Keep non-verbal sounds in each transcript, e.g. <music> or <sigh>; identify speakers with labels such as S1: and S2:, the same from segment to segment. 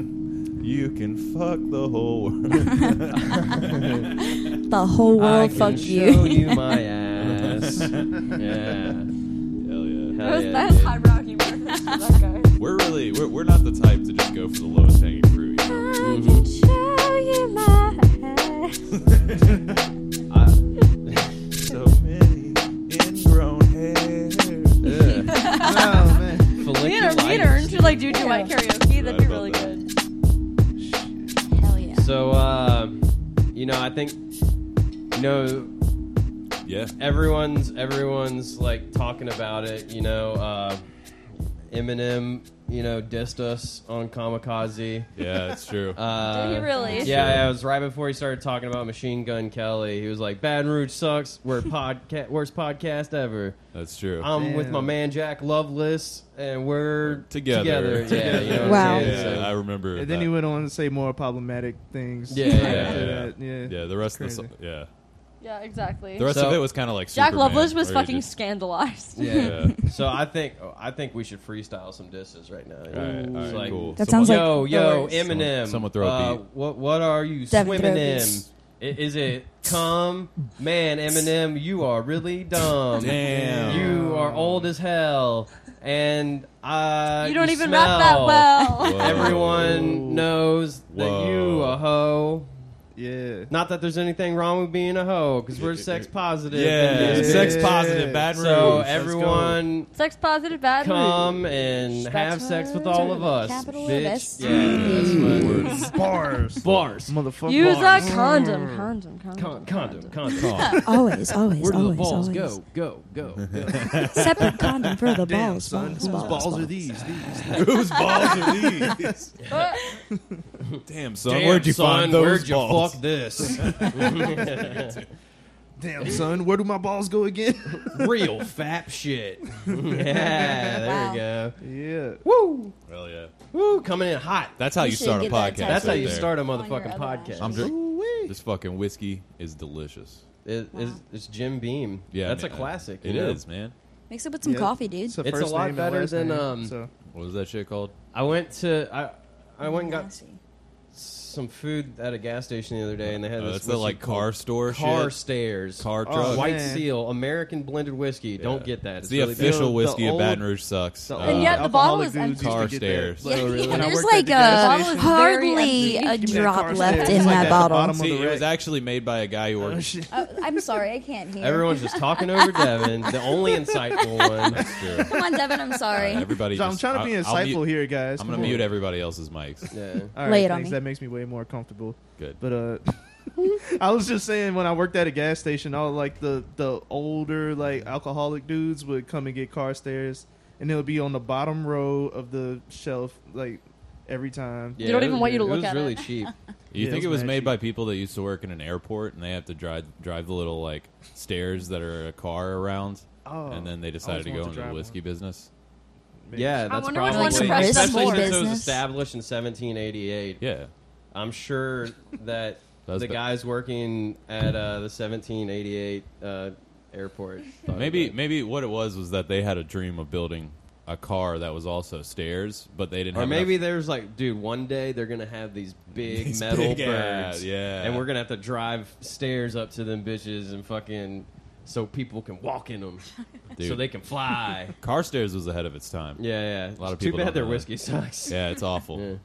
S1: You can fuck the whole world.
S2: The whole
S3: I
S2: world,
S3: can
S2: fuck
S3: show
S2: you. <laughs>
S4: <laughs>
S3: you my ass. yeah.
S1: Hell yeah.
S3: Hell yeah.
S4: That's highbrow humor. that guy.
S1: We're really we're, we're not the type to just go for the lowest hanging fruit. You know?
S2: I can show you my ass.
S1: <laughs> So many ingrown hairs.
S3: oh man.
S4: We had our meter and she like Juju
S2: Yeah.
S4: White karaoke. That'd be
S1: Right
S4: really
S1: about
S4: good.
S2: Hell yeah.
S3: So, uh, you know, I think, you know,
S1: Yeah.
S3: everyone's everyone's like talking about it. You know, uh, Eminem, you know, dissed us on Kamikaze.
S1: Yeah, it's true.
S3: Uh,
S4: Did he really?
S3: Yeah, yeah, it was right before he started talking about Machine Gun Kelly. He was like, "Baton Rouge sucks. We're <laughs> podca- worst podcast ever."
S1: That's true.
S3: I'm with
S5: Damn.
S3: my man Jack Lovelace, and we're
S1: <laughs> Together.
S3: Yeah, you know what
S2: Wow.
S3: I'm saying? So-
S1: yeah, I remember.
S5: And then
S1: that.
S5: he went on to say more problematic things.
S3: Yeah,
S5: right
S3: yeah,
S5: after
S1: yeah.
S5: that, yeah.
S1: Yeah, the rest
S5: Crazy.
S1: of the so- yeah.
S4: Yeah, exactly.
S1: The rest
S3: So-
S1: of it was kind of like
S4: Jack
S1: Superman,
S4: Lovelace
S1: where
S4: was
S1: you
S4: fucking
S1: just-
S4: scandalized.
S3: Yeah.
S1: Yeah.
S3: so I think I think we should freestyle some disses right now.
S1: All right, all right,
S3: It's like,
S1: cool.
S2: That
S1: Someone-
S2: sounds like-
S3: yo, yo,
S2: Someone-
S3: Eminem.
S1: someone throw a
S3: uh,
S1: beat.
S3: What what are you
S2: Definitely
S3: swimming
S2: throw a
S3: in?
S2: beat.
S3: I- Is it come? Man, Eminem, you are really dumb.
S1: Damn.
S3: You are old as hell, and uh,
S4: You don't even
S3: smell.
S4: rap that well.
S1: Whoa.
S3: Everyone knows that
S1: Whoa.
S3: you a hoe.
S5: Yeah.
S3: Not that there's anything wrong with being a hoe, because we're sex positive.
S1: Yeah,
S3: and-
S5: Yeah.
S1: sex positive, bad
S3: So
S1: Rouge.
S3: everyone
S4: <laughs> Sex positive, bad mood.
S3: come and
S2: That's
S3: have sex with all of us.
S2: capital
S3: bitch.
S2: S.
S1: <laughs>
S3: Yeah, that's what.
S5: Bars.
S3: Bars.
S5: Motherfucker.
S4: Use a
S5: bars.
S4: condom. Condom. Condom.
S3: Con- condom, condom.
S2: <laughs>
S3: <laughs>
S2: Always, always,
S3: Where do the
S2: always,
S3: balls
S2: always.
S3: go? Go, go, go.
S2: Separate condom for the
S5: Damn,
S2: balls.
S5: son.
S2: balls,
S5: Whose
S2: balls,
S5: balls,
S2: balls.
S5: are these? These.
S1: Whose balls are these?
S4: Uh,
S1: <laughs> Damn, son, <laughs> where'd you
S3: son,
S1: find those
S3: where'd you
S1: balls? <laughs>
S3: fuck this?
S5: Damn, son. Where do my balls go again? <laughs>
S3: Real
S1: <laughs>
S3: fap shit. <laughs> yeah, there
S2: Wow.
S3: we go.
S5: yeah.
S3: Woo,
S1: Hell yeah.
S3: woo, coming in hot.
S1: That's how you,
S2: should
S1: start a
S2: get that
S1: podcast.
S2: tattoo.
S3: That's how
S1: right
S3: you
S1: there.
S3: start a
S2: On your
S3: motherfucking
S2: other
S3: podcast.
S1: I'm drinking.
S5: Ooh-wee.
S1: This fucking whiskey is delicious.
S3: It- it's, it's Jim Beam.
S1: Yeah,
S3: that's
S1: man,
S3: a
S1: I-
S3: classic.
S1: It
S3: you know?
S1: is, man.
S2: Mix it with some
S5: Yeah.
S2: coffee, dude.
S5: the
S3: It's a
S5: first
S3: lot
S5: name and
S3: better
S5: last
S3: than,
S5: name,
S3: um,
S5: so.
S1: What was that shit called?
S3: I went to I, I went and got
S2: Nasty.
S3: some food at a gas station the other day, and they had
S1: Oh,
S3: this
S1: that's the
S3: whiskey
S1: like
S3: called
S1: car store
S3: Car
S1: shit.
S3: Stairs.
S1: Car
S5: Oh,
S1: truck.
S3: White
S5: man.
S3: Seal, American blended whiskey. Don't
S1: Yeah.
S3: get that. It's
S1: the
S3: really bad.
S1: official
S5: The- the
S1: whiskey
S5: old-
S1: of Baton Rouge sucks.
S5: The
S1: Uh,
S4: And yet the bottle
S5: alcoholic
S4: is
S5: dudes used to
S1: empty.
S5: get that.
S1: Carstairs.
S2: Yeah, yeah,
S5: When I
S2: there's
S5: worked at
S2: like uh,
S5: the gas
S2: a
S5: station-
S4: very
S2: hardly
S4: empty.
S2: a
S5: Keep that
S2: drop
S5: car
S2: left
S5: safe.
S2: in
S5: It's like
S2: that
S5: at the
S2: bottom.
S5: bottom.
S1: See,
S5: on the
S1: it was
S5: rack.
S1: actually made by a guy who worked.
S5: Oh, shit.
S2: I'm sorry, I can't hear.
S3: Everyone's just talking
S4: <laughs>
S3: over Devin, the only insightful one.
S1: Sure.
S2: Come on, Devin. I'm sorry.
S1: <laughs> Alright, everybody,
S5: So I'm
S1: just-
S5: trying to
S1: I-
S5: be
S1: I'll mute-
S5: insightful here, guys.
S1: I'm gonna
S5: Come on.
S1: mute everybody else's mics.
S3: Yeah.
S5: All
S2: Lay
S5: right,
S2: it on me.
S5: thanks. That makes me way more comfortable.
S1: Good.
S5: But uh, <laughs> I was just saying when I worked at a gas station, all like the the older like alcoholic dudes would come and get car stairs, and it would be on the bottom row of the shelf like every time.
S3: Yeah,
S4: You don't
S3: it
S4: even
S3: was-
S4: want you to look
S3: it. was
S4: at
S3: really
S4: it. <laughs>
S3: cheap.
S1: You
S5: Yeah,
S1: think
S5: it
S1: it
S5: was
S1: was made
S5: magic.
S1: by people that used to work in an airport and they have to drive drive the little like stairs that are a car around,
S5: Oh,
S1: and then they
S5: I
S1: decided to
S5: always
S1: go
S5: wanted
S1: into the
S5: drive
S1: whiskey business.
S5: one.
S3: Yeah,
S4: I
S3: that's
S4: wonder which
S3: probably
S2: one surprised them
S3: especially
S2: more.
S3: since it was
S2: Business.
S3: established in 1788.
S1: Yeah,
S3: I'm sure that
S1: That's
S3: the
S1: ba-
S3: guys working at uh, the 1788 uh, airport.
S5: Oh,
S3: thought
S1: maybe
S3: of that.
S1: maybe what it was was that they had a dream of building a car that was also stairs, but they didn't.
S3: Or
S1: have
S3: maybe
S1: enough-
S3: there's like, dude, one day they're gonna have
S1: <laughs>
S3: these big
S1: These
S3: metal
S1: big
S3: birds,
S1: ass, yeah.
S3: and we're gonna have to drive stairs up to them bitches and fucking, so people can walk
S1: <laughs>
S3: in them, so
S1: Dude.
S3: they
S1: <laughs>
S3: can fly.
S1: car stairs was ahead of its time.
S3: yeah,
S1: A
S3: yeah.
S1: lot of
S3: Too
S1: people
S3: bad
S1: don't
S3: their
S1: know that.
S3: whiskey sucks.
S1: Yeah, it's awful.
S3: <laughs> Yeah.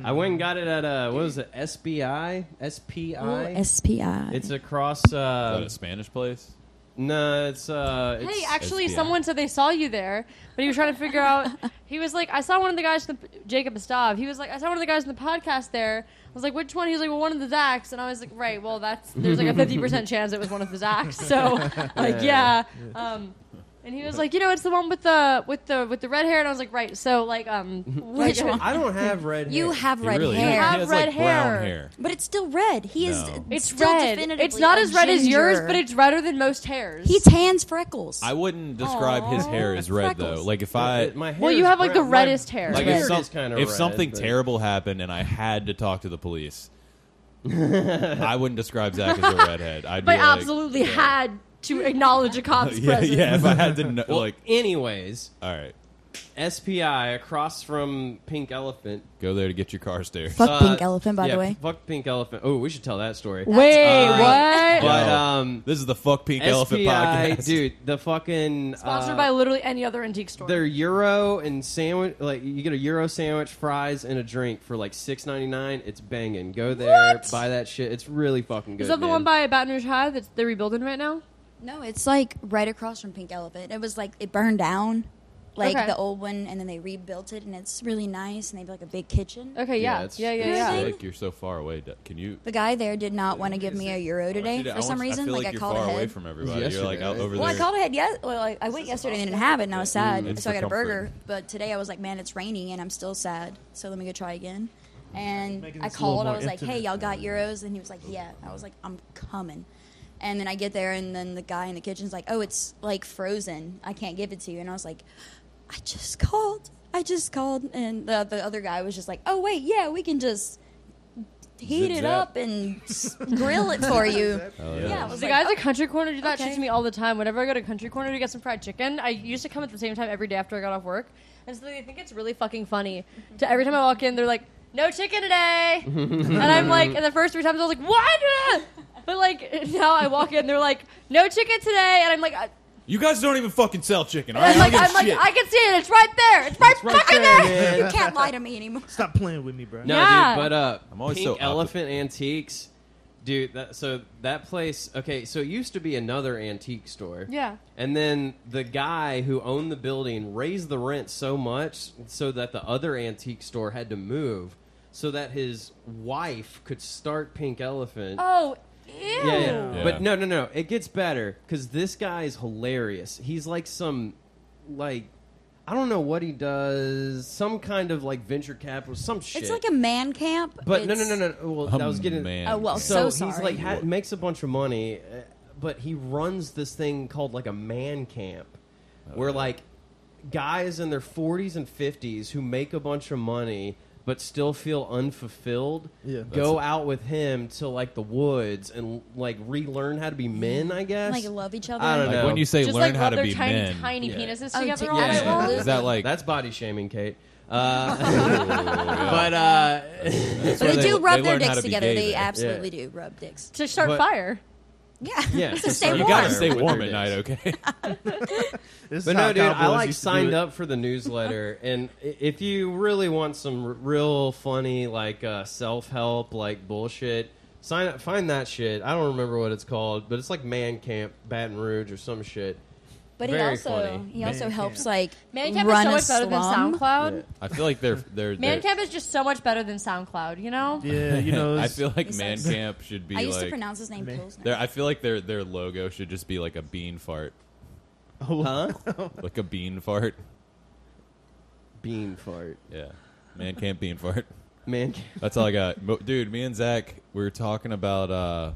S4: Mm-hmm.
S3: I went and got it at uh, what was it? SBI, SPI.
S2: SPI.
S3: it's across.
S1: Is that
S5: Um,
S3: Uh,
S1: a Spanish place?
S3: no, it's uh, it's,
S4: Hey, actually,
S1: it's- yeah.
S4: someone said they saw you there, but he was trying to figure out. <laughs> He was like, I saw one of the guys, in the, Jacob Estav. He was like, I saw one of the guys in the podcast there. I was like, which one? He was like, well, one of the Zacks. And I was like, right, well, that's there's like a 50% chance it was one of the Zacks. So, <laughs> like, yeah. Um, and he was like, you know, it's the one with the with the with the red hair. And I was like, right. So, like, um,
S2: Which one?
S3: I don't have red.
S2: you
S3: hair.
S2: have
S1: He
S2: red
S1: really- he-
S2: hair,
S1: He
S4: Have
S1: has
S4: red
S1: like brown
S4: hair.
S1: hair.
S2: but it's still red. He is.
S1: No.
S4: It's
S2: still
S4: red.
S2: Definitively
S4: It's not
S2: a
S4: as red as yours,
S2: ginger.
S4: but it's redder than most hairs.
S2: he tans freckles.
S1: I wouldn't describe his
S2: Aw,
S1: hair as red though.
S2: freckles.
S1: Like if I
S3: my hair
S4: Well, you
S3: is
S4: have, like,
S3: brown.
S4: the
S3: My-
S4: reddest hair.
S1: like
S2: It's
S1: if,
S3: beard
S1: some,
S3: is kinda
S1: if
S3: red,
S1: something
S3: but-
S1: terrible happened and I had to talk to the
S3: <laughs>
S1: police, I wouldn't describe Zach as a redhead. I'd
S4: but
S1: be like, <laughs>
S4: absolutely had to acknowledge a cop's
S1: yeah,
S4: presence.
S1: yeah. If I had to, know,
S3: Well,
S1: like,
S3: anyways,
S1: all right,
S3: SPI across from Pink Elephant.
S1: Go there to get your car stairs.
S6: Fuck
S3: Uh,
S6: Pink Elephant, by
S3: yeah,
S6: the way.
S3: Fuck Pink Elephant. Oh, we should tell that story.
S4: Wait,
S3: Uh,
S4: what?
S3: But
S1: Yo.
S3: um,
S1: This is the fuck pink elephant
S3: SPI,
S1: podcast, <laughs>
S3: dude, the fucking
S4: Sponsored
S3: uh,
S4: by literally any other antique store.
S3: their euro and sandwich. Like you get a euro sandwich, fries, and a drink for like six ninety nine. It's banging. Go there, buy that shit. It's really fucking good.
S4: Is that the
S3: man.
S4: one by Baton Rouge High that they're rebuilding right now?
S6: No, it's like right across from Pink Elephant. It was like it burned down, like
S4: Okay.
S6: the old one, and then they rebuilt it, and it's really nice. And they have like a big kitchen.
S4: Okay,
S3: Yeah,
S4: yeah,
S3: it's-
S4: yeah, yeah,
S6: it's
S4: yeah.
S6: like-
S1: Like you're so far away. d- Can you?
S6: The guy there did not want to give me a euro today
S1: Dude, I
S6: for some
S1: want-
S6: reason.
S1: I feel like,
S6: I
S1: you're
S6: called
S1: far away
S6: ahead.
S1: from everybody. You're like out
S3: Yesterday.
S1: over
S6: Well, I
S1: there.
S6: called ahead. Yes, well, I, I went yesterday and didn't have it, and I was sad.
S4: Mm-hmm.
S1: It's
S6: so I
S1: for
S6: got a burger.
S1: comfort.
S6: But today I was like, man, it's raining, and I'm still sad. So let me go try again. And
S5: Making
S6: I
S5: this a little
S6: called. I
S5: more
S6: was like, hey,
S5: intimate.
S6: y'all got euros? And he was like, yeah. I was like, I'm coming. And then I get there, and then the guy in the kitchen's like, oh, it's like frozen. I can't give it to you. And I was like, I just called. I just called. And the, the other guy was just like, oh, wait, yeah, we can just heat
S1: Zip
S6: it
S1: zap.
S6: up and s- grill it for
S5: <laughs>
S6: you.
S1: Oh,
S6: Yeah, I
S1: yeah.
S6: was
S4: The
S6: like,
S4: guys at Country Corner do that shit
S6: okay.
S4: to me all the time. Whenever I go to Country Corner to get some fried chicken, I used to come at the same time every day after I got off work. And so they think it's really fucking funny. To every time I walk in, they're like, "No chicken today," and I'm like, and the first three times I was like, "What?" <laughs> But like now I walk in, they're like, "No chicken today," and I'm like, I,
S1: You guys don't even fucking sell chicken. All right?
S4: I'm like,
S1: I don't
S4: I'm
S1: give a
S4: like,
S1: shit.
S4: I can see it. It's right there. It's right,
S3: It's right
S4: fucking
S3: there,
S4: there.
S3: man.
S6: you can't lie to me anymore.
S5: Stop playing with me, bro.
S3: No,
S4: Yeah.
S3: dude, but uh,
S1: I'm always
S3: Pink
S1: so awkward.
S3: Elephant Antiques, dude. That, so that place, okay, so it used to be another antique store.
S4: Yeah.
S3: And then the guy who owned the building raised the rent so much so that the other antique store had to move, so that his wife could start Pink Elephant.
S4: Oh, ew.
S3: Yeah, yeah.
S1: Yeah.
S3: But no, no, no. It gets better because this guy is hilarious. He's like some, like, I don't know what he does. Some kind of like venture capital, some shit.
S6: It's like a man camp.
S3: But no, no,
S6: It's-
S3: no, no. no. Well,
S1: Um,
S3: I was getting.
S1: man.
S6: Oh, well,
S3: So,
S6: So
S3: he's
S6: sorry.
S3: like ha- makes a bunch of money, uh, but he runs this thing called like a man camp, where like guys in their forties and fifties who make a bunch of money but still feel unfulfilled
S5: Yeah.
S3: go out with him to like the woods and like relearn how to be men. I guess.
S6: Like love each other.
S3: I don't
S1: Like
S3: know.
S1: when you say
S4: Just
S1: learn
S4: like
S1: how
S4: rub
S1: to
S4: their
S1: be
S4: tiny,
S1: men.
S4: tiny
S3: Yeah.
S4: penises
S6: Oh,
S4: together
S6: to-
S4: all
S6: yeah.
S4: night long.
S1: Is that like? Oh,
S3: that's body shaming, Kate.
S1: <laughs>
S3: Uh, <laughs> but uh,
S1: where
S6: But <laughs> they,
S1: they-
S6: do rub
S1: they
S6: their
S1: learn how
S6: dicks
S1: to be
S6: together.
S1: gay
S6: They
S1: there.
S6: absolutely do rub dicks.
S4: to start
S3: But-
S4: fire.
S6: Yeah.
S3: Yeah,
S6: so
S3: so
S6: stay
S3: sorry.
S6: warm.
S1: you gotta
S3: warm.
S1: stay
S3: With
S1: warm
S3: their
S1: at night,
S6: <laughs>
S1: okay?
S5: This is
S3: But
S5: how
S3: no, dude, I
S5: cowboys
S3: like
S5: used to do
S3: signed
S5: it.
S3: up for
S1: <laughs>
S3: the newsletter, and i- if you really want some r- real funny, like uh, self help, like bullshit, sign up, find that shit. I don't remember what it's called, but it's like Man Camp Baton Rouge or some shit.
S6: But he
S3: Very
S6: also
S3: funny.
S6: he also
S5: Man
S6: helps
S5: camp.
S6: like
S4: Man Camp
S6: run
S4: is so
S6: a
S4: much better
S6: slum.
S4: than SoundCloud.
S1: I feel like they're they're
S4: Man
S1: they're-
S4: Camp is just so much better than SoundCloud, you know?
S5: <laughs> Yeah, you know.
S1: I
S5: it's-
S1: feel like
S6: It's
S1: man
S6: like-
S1: camp should be
S6: I used
S1: like.
S6: to pronounce his name
S5: Man.
S1: their-
S6: Pilsner.
S1: I feel like their their logo should just be like a bean fart,
S3: Huh?
S1: like a bean fart.
S3: Bean fart.
S1: Yeah, man camp bean fart.
S3: Man Camp.
S1: <laughs> That's all I got, Mo- dude. Me and Zach we were talking about uh,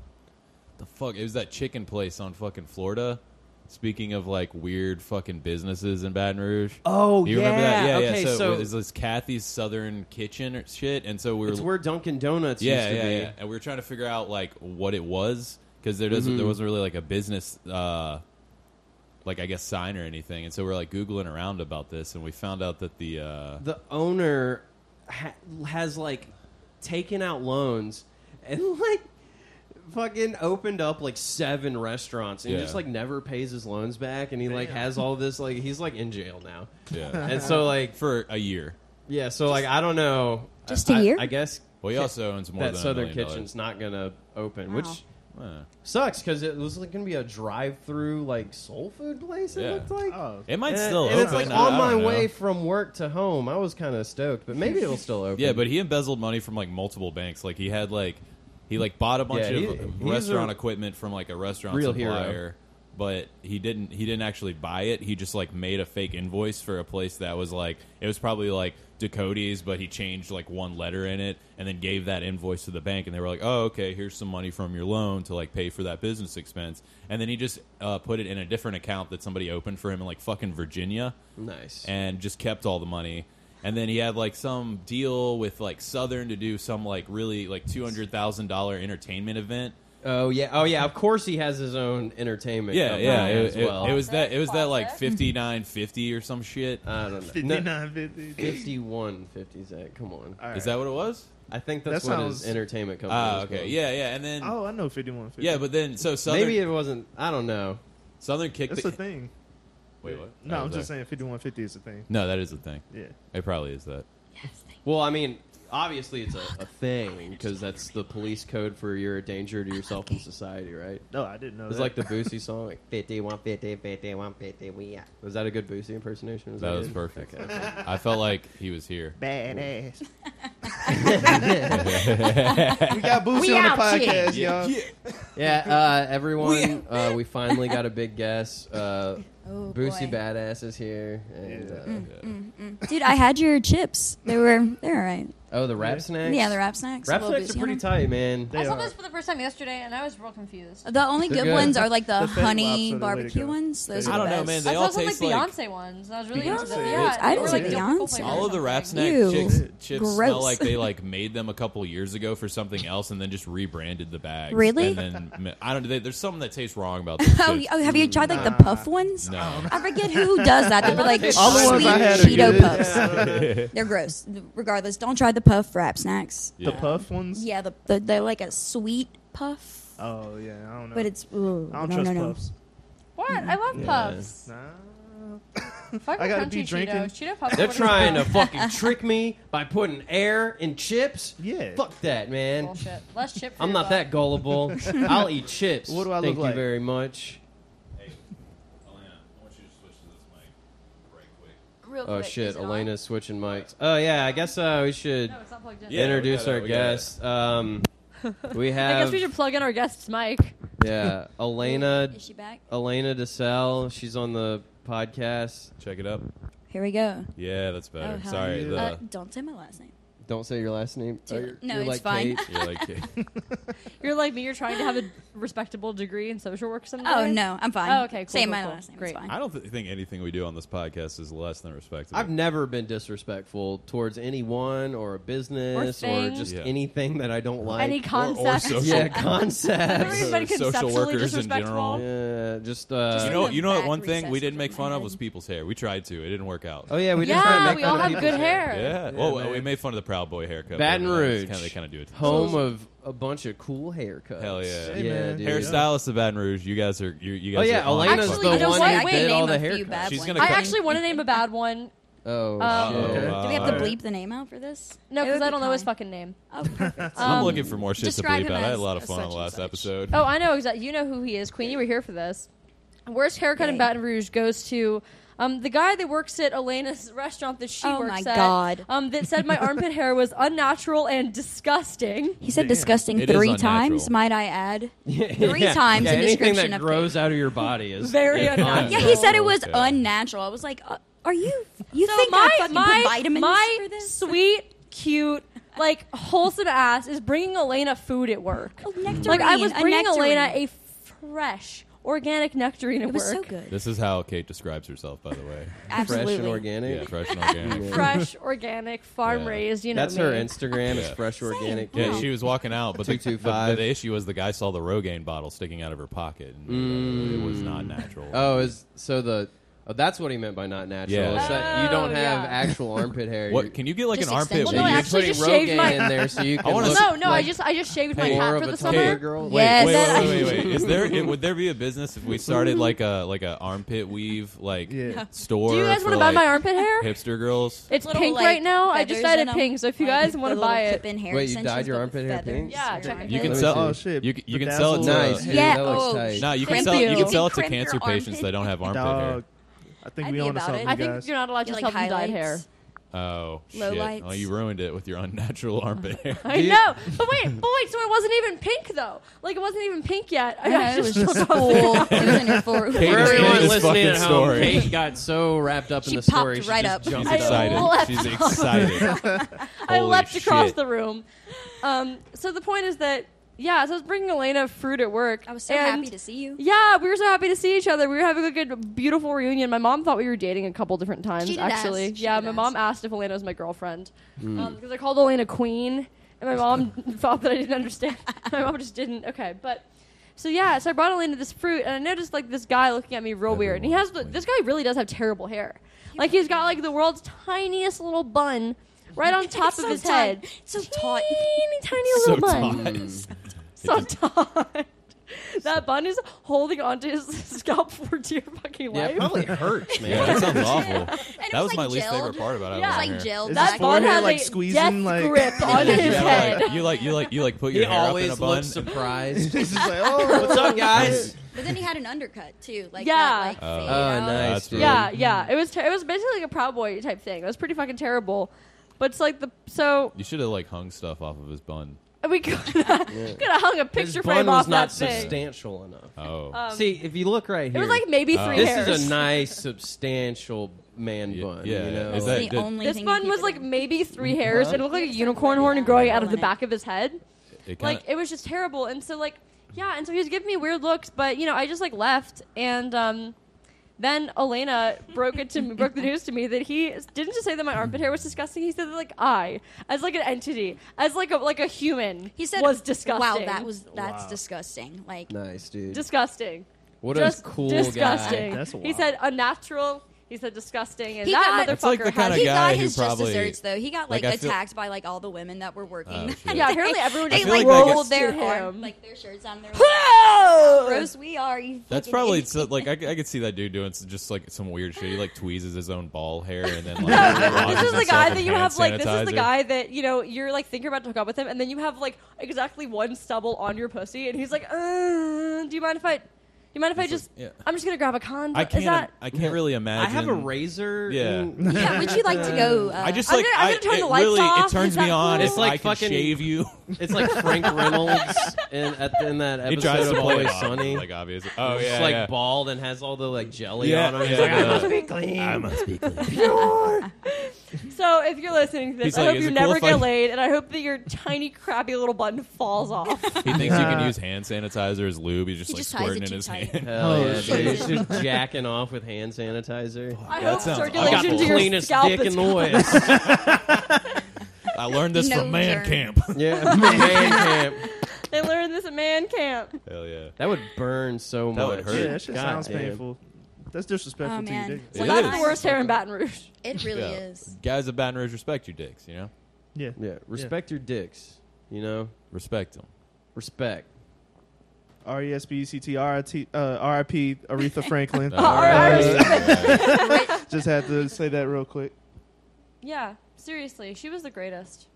S1: the fuck. It was that chicken place on fucking Florida. Speaking of like weird fucking businesses in Baton Rouge.
S3: Oh,
S1: you remember that? Yeah,
S3: okay,
S1: yeah. So,
S3: so
S1: it was this Kathy's Southern Kitchen or shit, and so we were
S3: it's where Dunkin' Donuts
S1: yeah,
S3: used to
S1: yeah,
S3: be.
S1: yeah. And we were trying to figure out like what it was because there doesn't
S3: Mm-hmm.
S1: there wasn't really like a business uh like I guess sign or anything. And so we're like googling around about this, and we found out that the
S3: <laughs>
S1: uh
S3: the owner ha- has like taken out loans and <laughs> like fucking opened up like seven restaurants and he
S1: Yeah.
S3: just like never pays his loans back and he like has all this like he's like in jail now
S1: yeah
S3: and so like
S1: for a year.
S3: yeah so like i don't know
S6: Just
S3: a
S6: a year?
S3: i, guess
S1: Well, he also owns more
S3: that
S1: than
S3: southern
S1: a million
S3: kitchen's not gonna open
S6: Wow.
S3: which
S1: dollars.
S3: sucks because it was like gonna be a drive-through like soul food place it
S1: Yeah.
S3: looked like
S5: <laughs>
S1: Huh.
S5: Oh,
S1: It might
S3: And-
S1: still
S3: and
S1: open.
S3: it's like
S1: I-
S3: on
S1: I
S3: my
S1: don't know.
S3: way from work to home i was kind of stoked but maybe it'll still open
S1: Yeah, but he embezzled money from like multiple banks. Like he had like he like bought a bunch
S3: Yeah, he-
S1: of
S3: he's
S1: restaurant
S3: a
S1: equipment from like a restaurant
S3: real hero.
S1: supplier, but he didn't he didn't actually buy it. He just like made a fake invoice for a place that was like it was probably like Dakota's, but he changed like one letter in it and then gave that invoice to the bank, and they were like, "Oh, okay, here's some money from your loan to like pay for that business expense," and then he just uh, put it in a different account that somebody opened for him in like fucking Virginia
S3: nice
S1: and just kept all the money. And then he had like some deal with like Southern to do some like really like two hundred thousand dollar entertainment event.
S3: Oh yeah, oh yeah. Of course, he has his own entertainment.
S1: Yeah,
S3: company
S1: yeah. It,
S3: as
S1: it-
S3: well.
S1: it was that. It was that like
S4: Closet.
S1: fifty nine fifty or some shit.
S5: Uh,
S3: I don't know. No,
S5: 5950.
S3: 51, 50, Zach. Come on.
S5: All
S1: Is
S5: right.
S1: that what it was?
S3: I think that's
S5: That
S3: what
S5: sounds-
S3: his entertainment company.
S1: Ah,
S3: was
S1: okay.
S3: called.
S1: Yeah, yeah. And then
S5: Oh, I know 5150.
S1: yeah, but then so southern
S3: Maybe it wasn't. I don't know.
S1: southern kicked.
S5: that's
S1: the,
S5: a thing.
S1: Wait, what?
S5: No,
S1: Oh,
S5: I'm just
S1: sorry.
S5: saying 5150 is a thing.
S1: No, that is a thing.
S5: Yeah.
S1: It probably is that.
S3: Well, I mean, obviously it's a, a thing because that's the police code for you're a danger to yourself and society, right?
S5: No, I didn't know.
S3: It's
S5: that.
S3: like the Boosie song, <laughs> like 50, 150, 50, 150, we are. Was that a good Boosie impersonation?
S1: That
S3: it?
S1: was perfect.
S3: Okay.
S1: I felt like he was here. <laughs>
S5: <laughs> badass. we got Boosie on the podcast, y'all.
S3: Yeah, uh, everyone, uh, we finally got a big guest. Uh,
S6: Oh,
S3: Boosie
S6: boy.
S3: Badass is here. And,
S5: Yeah.
S3: uh,
S6: Dude, I had your chips. They were they're all right.
S3: Oh, the rap
S5: Yeah.
S3: snacks?
S6: Yeah, the wrap snacks.
S3: Rap
S6: a little
S3: snacks
S6: bit,
S3: are
S6: you
S3: pretty
S6: know?
S3: tight, man.
S5: They
S4: I saw
S5: are.
S4: this for the first time yesterday, and I was real confused.
S6: The only
S3: They're
S6: good,
S3: good.
S6: ones are like the,
S5: The fatty
S6: honey
S5: lops are the way to
S6: barbecue
S5: go.
S6: ones. Those
S5: I
S6: are the
S1: don't know, man.
S6: best.
S1: They
S4: I
S1: all
S4: saw some like
S1: taste like-
S4: Beyonce ones. and I was really into them.
S5: Beyonce?
S4: Yeah,
S6: I
S4: they were,
S6: didn't
S4: like
S6: see
S4: different
S6: Beyonce.
S4: flavors
S1: All
S4: or
S1: of the
S4: something.
S1: rap snack
S6: Ew.
S1: chicks, chips smell
S6: Gross.
S1: like they like made them a couple years ago for something else and then just rebranded the bag.
S6: Really?
S1: And then I don't. They, there's something that tastes wrong
S6: <laughs>
S1: about them.
S6: Oh,
S1: chips.
S6: oh, have you tried like the
S5: Nah.
S6: puff ones?
S1: No.
S6: I forget who does that. They're like
S5: All the ones
S6: sweet
S5: I had are
S6: Cheeto
S5: good. uh,
S1: <laughs>
S6: puffs. They're gross. Regardless, don't try the puff wrap snacks.
S5: The
S1: Oh,
S5: puff ones?
S6: Yeah, the, the they're like a sweet puff,
S5: Oh, yeah. I don't know.
S6: but it's ooh,
S5: I don't
S6: no,
S5: trust
S6: no, no.
S5: puffs.
S4: What? I love puffs.
S5: Nah.
S4: Fuck
S5: I
S4: the
S5: gotta
S4: crunchy
S5: be drinking.
S4: Cheetos. Cheeto puffs.
S3: They're
S4: are
S3: trying to
S4: <laughs> what it's
S3: fucking trick me by putting air in chips?
S5: Yeah.
S3: Fuck that, man.
S4: called. Bullshit. Less chip. for
S3: I'm
S4: your
S3: not
S4: buck.
S3: that gullible. I'll eat chips.
S5: What do I
S3: Thank
S5: look
S3: you
S5: like?
S3: very much.
S4: Real
S3: Oh
S4: quick,
S3: shit,
S4: is it on?
S3: Elena's switching mics. Oh yeah, I guess uh, we should
S4: No, it's not plugged in.
S1: Yeah.
S3: introduce
S1: we
S3: our
S1: got it, we got it.
S3: guest. Um, we have
S4: I guess we should plug in our guest's mic.
S3: yeah, Elena
S6: Is she back?
S3: Elena DeSalle. She's on the podcast.
S1: Check it up.
S6: Here we go.
S1: Yeah, that's
S6: Oh,
S1: better.
S6: hell
S1: Sorry.
S5: yeah.
S1: The,
S6: Uh, don't say my last name.
S3: Don't say your last name.
S6: Too-
S3: you're-
S6: no,
S3: you're
S6: it's
S3: like
S1: <laughs>
S6: fine.
S3: Kate.
S1: you're like,
S4: You're like me. You're trying to have <laughs> a respectable degree in social work someday.
S6: Oh no, I'm fine.
S4: Oh, okay, cool,
S6: Say
S4: cool,
S6: my
S4: cool.
S6: last name.
S4: Great.
S6: It's fine.
S1: I don't th- think anything we do on this podcast is less than respectable.
S3: I've never been disrespectful towards anyone or a business or,
S4: thing.
S3: just
S1: Yeah.
S3: anything that I don't like.
S4: Any
S1: or, or
S4: concept?
S1: social,
S3: <laughs> yeah, concepts.
S4: <laughs> Everybody
S1: social
S4: conceptually
S1: workers in general.
S4: disrespectful.
S3: yeah, just uh,
S1: You know,
S6: the
S1: you know what?
S6: back
S1: One thing we
S6: recesses
S1: didn't
S6: of
S1: make
S6: my
S1: fun of
S6: head.
S1: was people's hair. We tried to. It didn't work out.
S3: Oh yeah, we just try to
S4: Yeah,
S3: make
S4: we
S3: fun
S4: all
S3: of
S4: have
S3: people's
S4: good hair.
S1: Yeah.
S5: Yeah,
S1: well,
S5: man.
S1: we made fun of the Proud Boy haircut.
S3: Baton
S1: but, uh, it's
S3: Rouge.
S1: Kinda, they kind of do it. to
S3: Home of a bunch of cool haircuts.
S1: Hell yeah.
S5: Hey,
S3: yeah,
S5: man.
S3: dude.
S5: Hairstyle.
S1: Hairstylist of Baton Rouge. You guys are. You, you
S3: Oh
S1: guys
S3: yeah,
S1: are on
S3: Elena's
S1: fucking-
S4: Actually,
S3: the
S4: you know
S3: one
S4: what?
S3: that
S4: Wait,
S3: did
S6: name
S3: all the
S6: a few
S3: haircuts.
S6: bad
S1: She's
S6: ones.
S1: gonna
S4: I
S1: Okay.
S4: actually want to name a bad one.
S3: Oh,
S4: Um,
S3: shit.
S5: Okay.
S6: Do we have to
S1: Uh,
S6: bleep the name out for this?
S4: No,
S6: It would
S4: because I
S6: be
S4: don't know his
S6: fine.
S4: fucking name.
S6: <laughs> Oh, perfect.
S1: I'm
S4: Um,
S1: looking for more shit to
S6: describe
S1: bleep
S6: him
S1: out. I had
S6: as
S1: a lot of
S6: a
S1: fun
S6: such
S1: on the
S6: and
S1: last
S6: such.
S1: episode.
S4: Oh, I know exactly. You know who he is, Queen. You were here for this. Worst haircut in
S6: Yay.
S4: Baton Rouge goes to um, the guy that works at Elena's restaurant that she
S6: Oh
S4: works
S6: my
S4: at.
S6: God.
S4: Um, that said my armpit hair was unnatural and disgusting.
S6: He said
S5: Damn.
S6: disgusting
S1: It is
S6: three
S1: unnatural.
S6: times, might I add. Three
S3: Yeah.
S6: times
S3: yeah,
S6: in
S3: anything
S6: description
S3: that
S6: of
S3: grows out of your body
S6: <laughs>
S3: is
S4: Very
S3: is
S4: unnatural.
S6: Yeah, he said it was
S1: Okay.
S6: unnatural. I was like, uh, are you you
S4: So
S6: think
S4: my
S6: I fucking
S4: my
S6: put vitamins
S4: my
S6: for this?
S4: sweet, cute, like wholesome ass is bringing Elena food at work.
S6: Oh, nectarine,
S4: Like I was
S6: a
S4: bringing
S6: nectarine.
S4: Elena a fresh organic nectarine at
S6: It was
S4: work.
S6: so good.
S1: This is how Kate describes herself, by the way.
S3: fresh
S6: Absolutely.
S3: and organic.
S1: Yeah, fresh and organic.
S4: Fresh, organic, farm raised. You know
S3: That's
S4: me.
S3: her Instagram. It's
S1: Yeah.
S3: fresh organic.
S1: Yeah,
S6: Wow.
S1: she was walking out, but the, the, the,
S3: 225.
S1: the issue was the guy saw the Rogaine bottle sticking out of her pocket, and uh, it was
S6: Mm.
S1: not natural.
S3: Oh, is so the oh, that's what he meant by not natural.
S1: Yeah.
S3: It's that you don't
S4: Oh,
S3: have
S4: yeah.
S3: actual armpit hair.
S1: what? Can you get like
S6: Just
S1: an armpit?
S6: extension.
S4: Well, no,
S3: you're
S1: weave?
S4: actually
S3: putting
S4: just shaved
S3: Rogaine
S4: my-
S3: in there so you can
S1: I wanna
S3: look
S1: s-
S4: No, no. I
S3: like
S4: just I just shaved my
S3: more
S4: hat
S3: of
S4: for
S3: a Tumblr
S4: the summer.
S3: girl.
S1: Wait,
S6: Yes,
S1: wait,
S6: that-
S1: wait, wait, wait, Is there it, would there be a business if we started like a like a armpit weave like
S5: Yeah.
S1: store?
S4: Do you guys
S1: want to
S4: buy my armpit hair?
S1: Hipster girls.
S4: It's
S6: Little,
S4: pink
S6: like,
S4: right now. I
S6: feathers
S4: just dyed
S6: in
S4: it
S6: 'em,
S4: pink. So if you
S6: like,
S4: guys want to
S6: the
S4: buy
S6: little
S4: it,
S6: clip-in hair
S3: Wait, you dyed
S6: extensions,
S3: your
S6: but
S3: armpit
S6: with
S3: hair
S6: feathers.
S3: pink?
S4: Yeah, check it
S1: You
S3: Let
S1: can
S3: me
S1: sell.
S3: see.
S5: Oh, shit.
S1: You, c- you can
S5: Bedazzled
S1: sell it to.
S3: nice.
S1: No,
S3: dude,
S6: Yeah,
S3: that looks
S6: oh,
S3: tight.
S1: you can
S6: Crimp
S1: sell. You
S4: you.
S1: can sell it to
S6: Crimp your
S1: cancer
S6: armpit.
S1: patients that don't have armpit
S5: Dog.
S1: hair.
S5: I think
S6: I'd
S5: we
S6: be
S5: own
S6: about
S5: something,
S6: it.
S4: I
S5: guys.
S4: think
S5: <laughs>
S4: you're not allowed to
S6: You
S4: sell
S6: like
S4: them dyed hair.
S6: highlights?
S1: Oh
S6: Low
S1: shit!
S6: lights.
S1: Oh, you ruined it with your unnatural armpit hair.
S4: I
S3: Do you-
S4: know, but wait, but wait. So it wasn't even pink though. Like it wasn't even pink yet. I,
S6: Yeah,
S4: <laughs> I
S6: it was
S4: just
S6: just full. It was in her forward.
S1: Kate
S3: For
S1: is-
S3: everyone
S1: Kate is
S3: listening at
S1: fucking
S3: home,
S1: story.
S3: Kate got so wrapped up in
S6: She
S3: the story,
S6: popped
S3: she
S6: right
S3: just
S6: up.
S3: jumped
S1: She's
S4: I
S3: it up.
S1: excited.
S4: leapt
S1: She's excited.
S4: I
S1: Holy
S4: leapt across
S1: shit.
S4: the room. Um, so the point is that yeah, so I was bringing Elena fruit at work.
S6: I was so
S4: and-
S6: happy to see you.
S4: Yeah, we were so happy to see each other. We were having a good, beautiful reunion. My mom thought we were dating a couple different times.
S6: She did
S4: actually,
S6: ask. She
S4: yeah,
S6: did
S4: my
S6: ask.
S4: Um, Hmm. mom asked if Elena was my girlfriend because I called Elena Queen, And my mom <laughs> thought that I didn't understand. <laughs> My mom just didn't. Okay, but so yeah, so I brought Elena this fruit, and I noticed like this guy looking at me real weird. And he has the, this guy really does have terrible hair. Like he's got like the world's tiniest little bun
S6: <laughs>
S4: right on top
S6: It's
S4: of
S6: so
S4: his
S6: tight.
S4: head.
S6: It's so tight.
S4: Teeny tiny
S1: <laughs> so
S4: little
S3: Mm.
S4: bun.
S1: tight.
S4: So tight. <laughs> That bun is holding onto his <laughs> scalp for dear fucking
S3: Yeah,
S4: life.
S3: it probably hurts, man.
S1: Yeah, that sounds awful.
S6: it's,
S1: that was my
S6: like,
S1: least favorite
S6: gelled.
S1: part about it.
S4: Yeah.
S1: was my
S6: It's like
S1: hair.
S6: gel.
S5: Is
S4: that
S5: his
S4: bun
S5: forehead,
S4: had
S5: like,
S4: a
S5: squeezing,
S4: death
S5: like- <laughs>
S4: grip on his
S1: Yeah,
S4: head.
S1: like, you like you like you like put your
S3: He
S1: hair up in a
S3: always
S1: bun.
S3: looks surprised.
S5: He's just like, oh,
S3: What's up, guys?
S6: But then he had an undercut too. Like
S4: Yeah.
S6: That, like,
S1: Oh.
S6: fade
S1: Oh,
S6: out.
S3: nice.
S1: That's
S3: dude.
S1: really-
S4: Yeah, yeah. It was ter- it was basically like a Proud Boy type thing. It was pretty fucking terrible. But it's like the so
S1: You should have like hung stuff off of his bun.
S4: we <laughs> could could have hung a
S3: His
S4: picture
S3: bun
S4: frame
S3: was
S4: off
S3: not
S4: that thing.
S3: substantial enough.
S1: Oh,
S4: Um,
S3: See, if you look right
S4: it
S3: here, Uh,
S4: was like maybe three
S1: This
S4: hairs.
S3: this is a nice, substantial man
S1: Yeah,
S3: bun.
S1: yeah,
S3: you know?
S1: is
S6: It's
S1: that-
S6: the
S1: did-
S6: only
S4: this
S6: thing
S4: one
S6: you
S4: was
S6: could
S4: like
S6: do.
S4: maybe three hairs. It looked like a
S6: Yes,
S4: unicorn
S6: I'm
S4: horn
S6: ready.
S4: growing
S6: I'm
S4: out of the
S6: rolling it.
S4: back of his head.
S1: it kind
S4: Like it was just terrible. And so like yeah, and so he was giving me weird looks, but you know I just like left and um. Then Elena broke it to me, broke the news to me that he didn't just say that my armpit hair was disgusting. He said that like I, as like an entity, as like a like a human,
S6: He said
S4: was disgusting.
S6: Wow, that was that's
S5: Wow.
S6: disgusting. Like
S3: nice, dude.
S4: disgusting.
S3: what
S4: just
S3: a cool
S4: disgusting.
S3: guy.
S5: That's
S4: he
S5: wild.
S4: said unnatural. He said disgusting, and
S6: He got-
S4: that
S6: That's
S4: motherfucker
S1: like the
S4: had
S1: kinda
S6: he
S1: guy
S6: got
S1: who
S6: his just
S1: probably-
S6: desserts though. He got
S1: like,
S6: like,
S1: I feel-
S6: attacked by like all the women that were working.
S1: Oh,
S6: <laughs> that
S1: shit.
S4: Yeah,
S6: day.
S4: apparently everyone
S6: they
S1: just like
S6: like,
S1: that
S6: rolled
S1: gets-
S6: their
S4: to
S6: arm,
S4: him.
S6: like their shirts on
S4: <laughs>
S6: their.
S4: Gross.
S6: Gross, we are. You
S1: That's
S6: fucking
S1: probably
S6: idiot.
S1: so,
S4: <laughs>
S1: like I, c- I could see that dude doing s- just like some weird shit. He like tweezes his own ball hair and
S4: <laughs>
S1: then like
S4: This is
S1: washes
S4: the guy
S1: himself in
S4: that you
S1: hand
S4: have like. This is the
S1: sanitizer.
S4: guy that you know you're like thinking about to hook up with him, and then you have like exactly one stubble on your pussy, and he's like, uh, "Do you mind if I? Do you mind if I
S1: It's like,
S4: just?
S1: yeah.
S4: I'm just gonna grab a condom.
S1: I can't.
S4: Is that?
S1: I can't really imagine.
S3: I have a razor.
S1: Yeah.
S6: <laughs> <laughs>
S3: and-
S6: Yeah, would you like to go? Uh,
S1: <laughs> I just
S4: I'm
S1: like
S4: gonna- I'm
S1: I-
S4: gonna turn
S1: it
S4: the lights
S1: really
S4: off.
S1: it turns
S4: Is
S1: me
S4: that
S1: on.
S4: cool?
S1: It's like I can fucking shave you.
S3: <laughs> It's like Frank Reynolds in, at the, in that
S1: He
S3: episode
S1: tries to
S3: of
S1: play
S3: Always
S1: it off,
S3: Sunny.
S1: Like obviously. Oh
S3: He's
S1: yeah.
S3: like
S1: yeah.
S3: bald and has all the like jelly
S1: Yeah,
S3: on him. He's
S1: yeah,
S3: like, I
S1: yeah.
S3: must be clean.
S4: So if you're listening to this,
S1: He's
S4: I
S1: like,
S4: hope
S1: "Is
S4: you
S1: it cool
S4: never
S1: if
S4: get
S1: I-"
S4: laid, and I hope that your tiny crappy little button falls off.
S1: He thinks you
S3: <laughs>
S1: can use hand sanitizer as lube. He's just
S6: He
S1: like
S6: just ties
S1: squirting
S6: it
S1: in
S6: too
S1: his
S6: tight.
S1: hand.
S3: Hell
S5: Oh,
S3: yeah, dude.
S5: shit.
S3: He's just jacking off with hand sanitizer.
S4: <laughs> I
S1: That
S4: hope
S1: sounds
S3: I
S4: circulation
S3: got
S1: awful.
S4: to
S3: the
S4: your
S3: cleanest
S4: scalp
S3: dick
S4: is
S3: in the West.
S1: I learned
S4: <laughs>
S1: this
S6: No
S1: from man
S6: germ.
S1: camp. <laughs>
S3: yeah, man camp.
S4: They learned this at man camp.
S1: Hell yeah.
S3: That would burn so
S1: That
S3: much.
S1: would hurt.
S5: yeah, that shit
S3: God
S5: sounds
S3: damn.
S5: painful. That's disrespectful
S6: Oh,
S5: to your
S6: man.
S5: dick.
S1: It
S4: Well, that's
S1: is.
S4: the worst hair in Baton Rouge.
S1: <laughs>
S6: It really
S1: Yeah.
S6: is.
S1: Guys at Baton Rouge respect your dicks. You know,
S5: Yeah.
S3: Yeah, respect your dicks. You know,
S1: respect them.
S3: respect.
S5: R E S P E C T R I T uh, R I P
S6: <laughs>
S5: Aretha Franklin.
S4: Oh,
S1: All
S4: right.
S5: Just had to say that
S6: <laughs>
S5: real quick.
S4: Yeah, seriously, she was the greatest.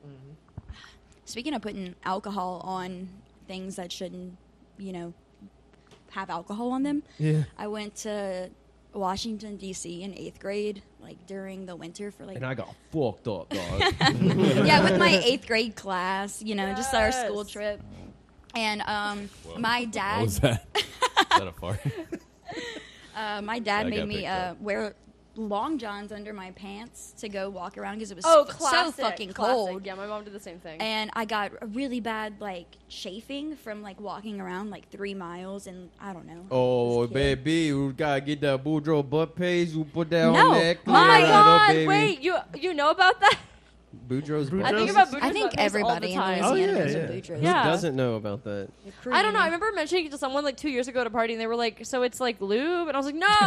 S6: Speaking of putting alcohol on things that shouldn't, you know, have alcohol on them,
S5: Yeah.
S6: I went to Washington D.C. in eighth grade, like during the winter for like
S3: And I got fucked up, dog.
S6: yeah with
S5: <laughs>
S6: my eighth grade class, you know, just our
S4: Yes.
S6: school trip. And um,
S1: Whoa.
S6: my
S1: What
S6: dad,
S1: was
S4: <laughs>
S1: that? Is that a fart?
S6: uh, my dad
S1: I
S6: made
S1: got
S6: me
S1: picked
S6: uh,
S1: up.
S6: wear long johns under my pants to go walk around because it was
S4: Oh,
S6: f-
S4: classic,
S6: so fucking
S4: classic.
S6: cold.
S4: Yeah, my mom did the same thing.
S6: and I got a really bad like chafing from like walking around like three miles, and I don't know.
S3: oh,
S6: Just kidding.
S3: baby, we gotta get that Boudreaux butt page. You put that
S6: No.
S3: on that.
S6: My
S4: Oh
S3: clear
S4: my
S3: it up,
S4: God,
S3: baby.
S4: wait, you you know about that?
S3: Boudreaux's
S5: Boudreaux-
S4: I
S3: butt.
S4: think
S5: Boudreaux's-
S4: about Boudreaux's
S6: I think
S4: butt pics all
S6: everybody
S4: the
S6: in
S4: time.
S6: Louisiana
S5: Oh, yeah,
S6: knows
S5: yeah.
S6: a Boudreaux.
S4: Yeah.
S3: Who doesn't know about that?
S4: I don't know. I remember mentioning it to someone like two years ago at a party, and they were like, "So it's like lube," and I was like, <laughs> "No,
S3: <laughs>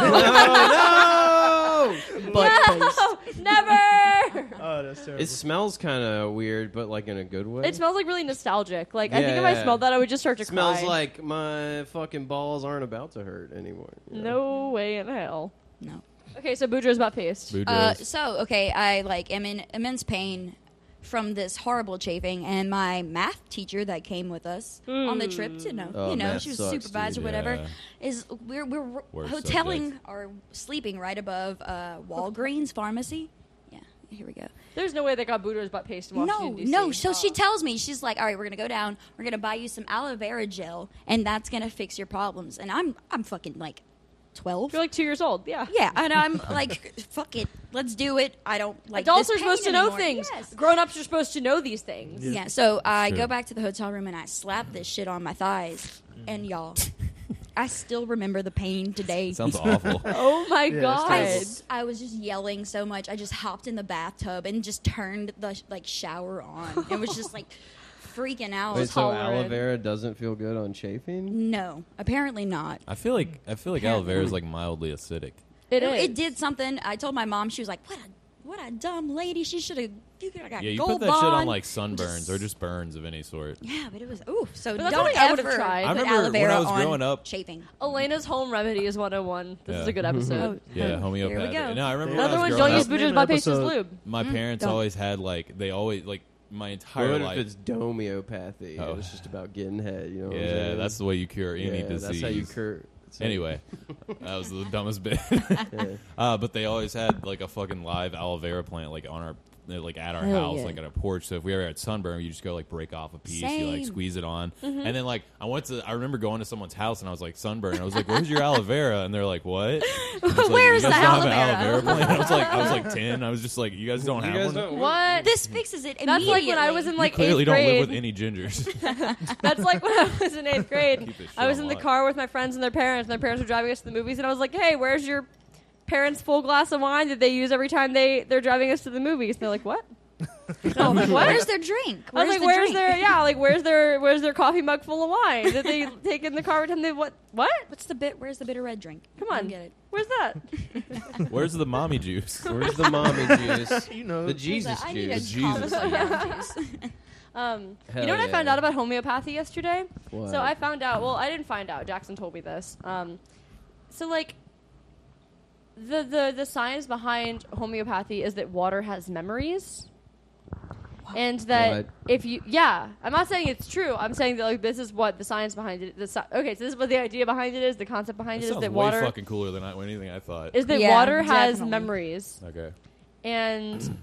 S3: Oh no!
S4: <laughs> no, <laughs> never."
S5: Oh, that's terrible.
S3: It smells kind of weird, but like in a good way.
S4: It smells like really nostalgic. Like I think if I
S3: Yeah.
S4: smelled that, I would just start to
S3: It smells
S4: cry.
S3: like my fucking balls aren't about to hurt anymore. you know?
S4: no way in hell.
S6: No.
S4: Okay, so Boudreaux's butt paste.
S6: Uh,
S1: Boudreaux's.
S6: so okay, I like am in immense pain from this horrible chafing, and my math teacher that came with us on the trip to
S1: Hmm.
S6: know,
S3: Oh,
S6: you know,
S3: math
S6: she was
S3: sucks,
S6: supervisor,
S1: dude.
S6: whatever,
S1: Yeah.
S6: is we're we're
S1: Worst
S6: hoteling
S1: subject.
S6: or sleeping right above uh, Walgreens pharmacy. Yeah, here we go.
S4: There's no way they got Boudreaux's butt paste in
S6: No,
S4: Washington D.C.
S6: no. So she
S4: Oh.
S6: tells me, she's like, "All right, we're gonna go down. We're gonna buy you some aloe vera gel, and that's gonna fix your problems." And I'm, I'm fucking like, twelve.
S4: You're like two years old. Yeah.
S6: yeah, and I'm like, "Fuck it, let's do it." I don't like.
S4: Adults
S6: this
S4: are
S6: pain
S4: supposed to know
S6: anymore.
S4: things.
S6: Yes.
S4: Grown ups are supposed to know these things.
S6: Yeah. So I
S1: Sure.
S6: go back to the hotel room and I slap this shit on my thighs, and y'all, I still remember the pain today. <laughs>
S1: Sounds awful.
S4: Oh my
S5: it's
S6: I,
S4: god.
S6: s- I was just yelling so much. I just hopped in the bathtub and just turned the like shower on and was just like freaking out.
S3: Wait, so
S4: tolerant.
S3: aloe vera doesn't feel good on chafing?
S6: no, apparently not.
S1: I feel like I feel like aloe vera is like mildly acidic.
S4: It
S6: No,
S4: is.
S6: it did something. I told my mom. She was like, "What a what a dumb lady. She should have. You could have got
S1: Yeah, you
S6: gold
S1: put that shit on
S6: bond."
S1: like sunburns
S6: Just-
S1: or just burns of any
S6: <laughs>
S1: sort.
S6: Yeah, but it was ooh. So
S4: But that's
S6: don't
S4: something I
S6: ever
S4: would've tried. I
S6: put
S1: remember
S6: aloe
S1: when
S6: vera
S1: I was
S6: on
S1: growing up-
S6: chafing. Oh,
S4: Elena's home remedy is 101. This
S1: Yeah.
S4: is a
S3: <laughs>
S4: good episode.
S1: Yeah,
S6: Here we go.
S1: homeopathy. No, I remember when
S4: Another
S1: I was
S4: one:
S1: growing
S4: don't
S1: up,
S4: use Buja's
S5: Name
S4: butt
S5: of
S4: paste as
S1: <laughs>
S5: episode.
S4: lube.
S1: my
S6: Mm-hmm.
S1: parents
S6: don't.
S1: always had like they always like my
S3: Or
S1: entire
S3: what if
S1: life.
S3: it's domeopathy?
S1: Oh.
S3: and It's just about getting head. You know? what I'm
S1: yeah,
S3: saying?
S1: that's the way you cure
S3: Yeah,
S1: any disease.
S3: That's how you cure.
S1: <laughs>
S3: so-
S1: Anyway, that was the dumbest bit. uh, but they always had like a fucking live aloe vera plant like on our they're, like at our
S4: Hell
S1: house,
S4: yeah.
S1: like on our porch. So if we ever had sunburn, you just go like break off a piece, you
S6: Same.
S1: like squeeze it on,
S4: Mm-hmm.
S1: and then like I went to I remember going to someone's house and I was like sunburn. And I was like, "Where's your aloe vera?" And they're like, "What? I was
S4: <laughs>
S1: like,
S6: Where's
S1: you guys
S6: the
S1: don't have
S6: aloe
S1: an aloe vera
S6: vera?
S1: plant? I was like, I was like ten. I was just like, "You guys don't
S3: You
S1: have
S3: guys
S1: one."
S3: don't-
S4: What?
S6: This fixes it
S4: That's
S6: immediately.
S4: like when I was in like
S1: Clearly,
S4: eighth
S1: don't
S4: grade.
S1: live with any gingers.
S4: <laughs> That's like when I was in eighth grade.
S1: Keep this shit
S4: I was in
S1: on
S4: the
S1: lock.
S4: car with my friends and their parents, and their parents were driving us to the movies, and I was like, "Hey, where's your parents' full glass of wine that they use every time they they're driving us to the movies?" And they're
S1: <laughs>
S4: like, "What?" And I'm like,
S6: <laughs>
S4: "What?"
S6: Where's their drink?
S4: I was
S6: Where's
S4: like,
S6: the
S4: "Where's
S6: drink?
S4: their yeah? Like, where's their where's their coffee mug full of wine
S1: <laughs>
S4: that they take in the car every time they what what?
S6: <laughs> What's the bit? Where's the bitter red drink?
S4: Come
S6: I don't
S4: on,
S6: get it.
S4: <laughs> Where's that?
S1: Where's the mommy
S4: <laughs>
S1: juice?
S3: Where's the mommy
S1: <laughs>
S3: juice?
S5: <laughs> You know,
S3: The Jesus
S6: I need a
S3: juice.
S1: Jesus
S6: combo.
S4: <laughs> Um, you
S3: Hell
S4: know what I
S3: yeah.
S4: found out about homeopathy yesterday?
S3: What?
S4: So I found out. Well, I didn't find out. Jackson told me this. Um, so like, the the the science behind homeopathy is that water has memories, and that
S3: What?
S4: if you yeah, I'm not saying it's true. I'm saying that like this is what the science behind it. The sci- okay, so this is what the idea behind it is. The concept behind
S1: That
S4: it is
S1: sounds
S4: that
S1: way
S4: water
S1: fucking cooler than I, anything I thought.
S4: is that
S6: Yeah,
S4: water has
S6: definitely.
S4: memories
S1: okay.
S4: and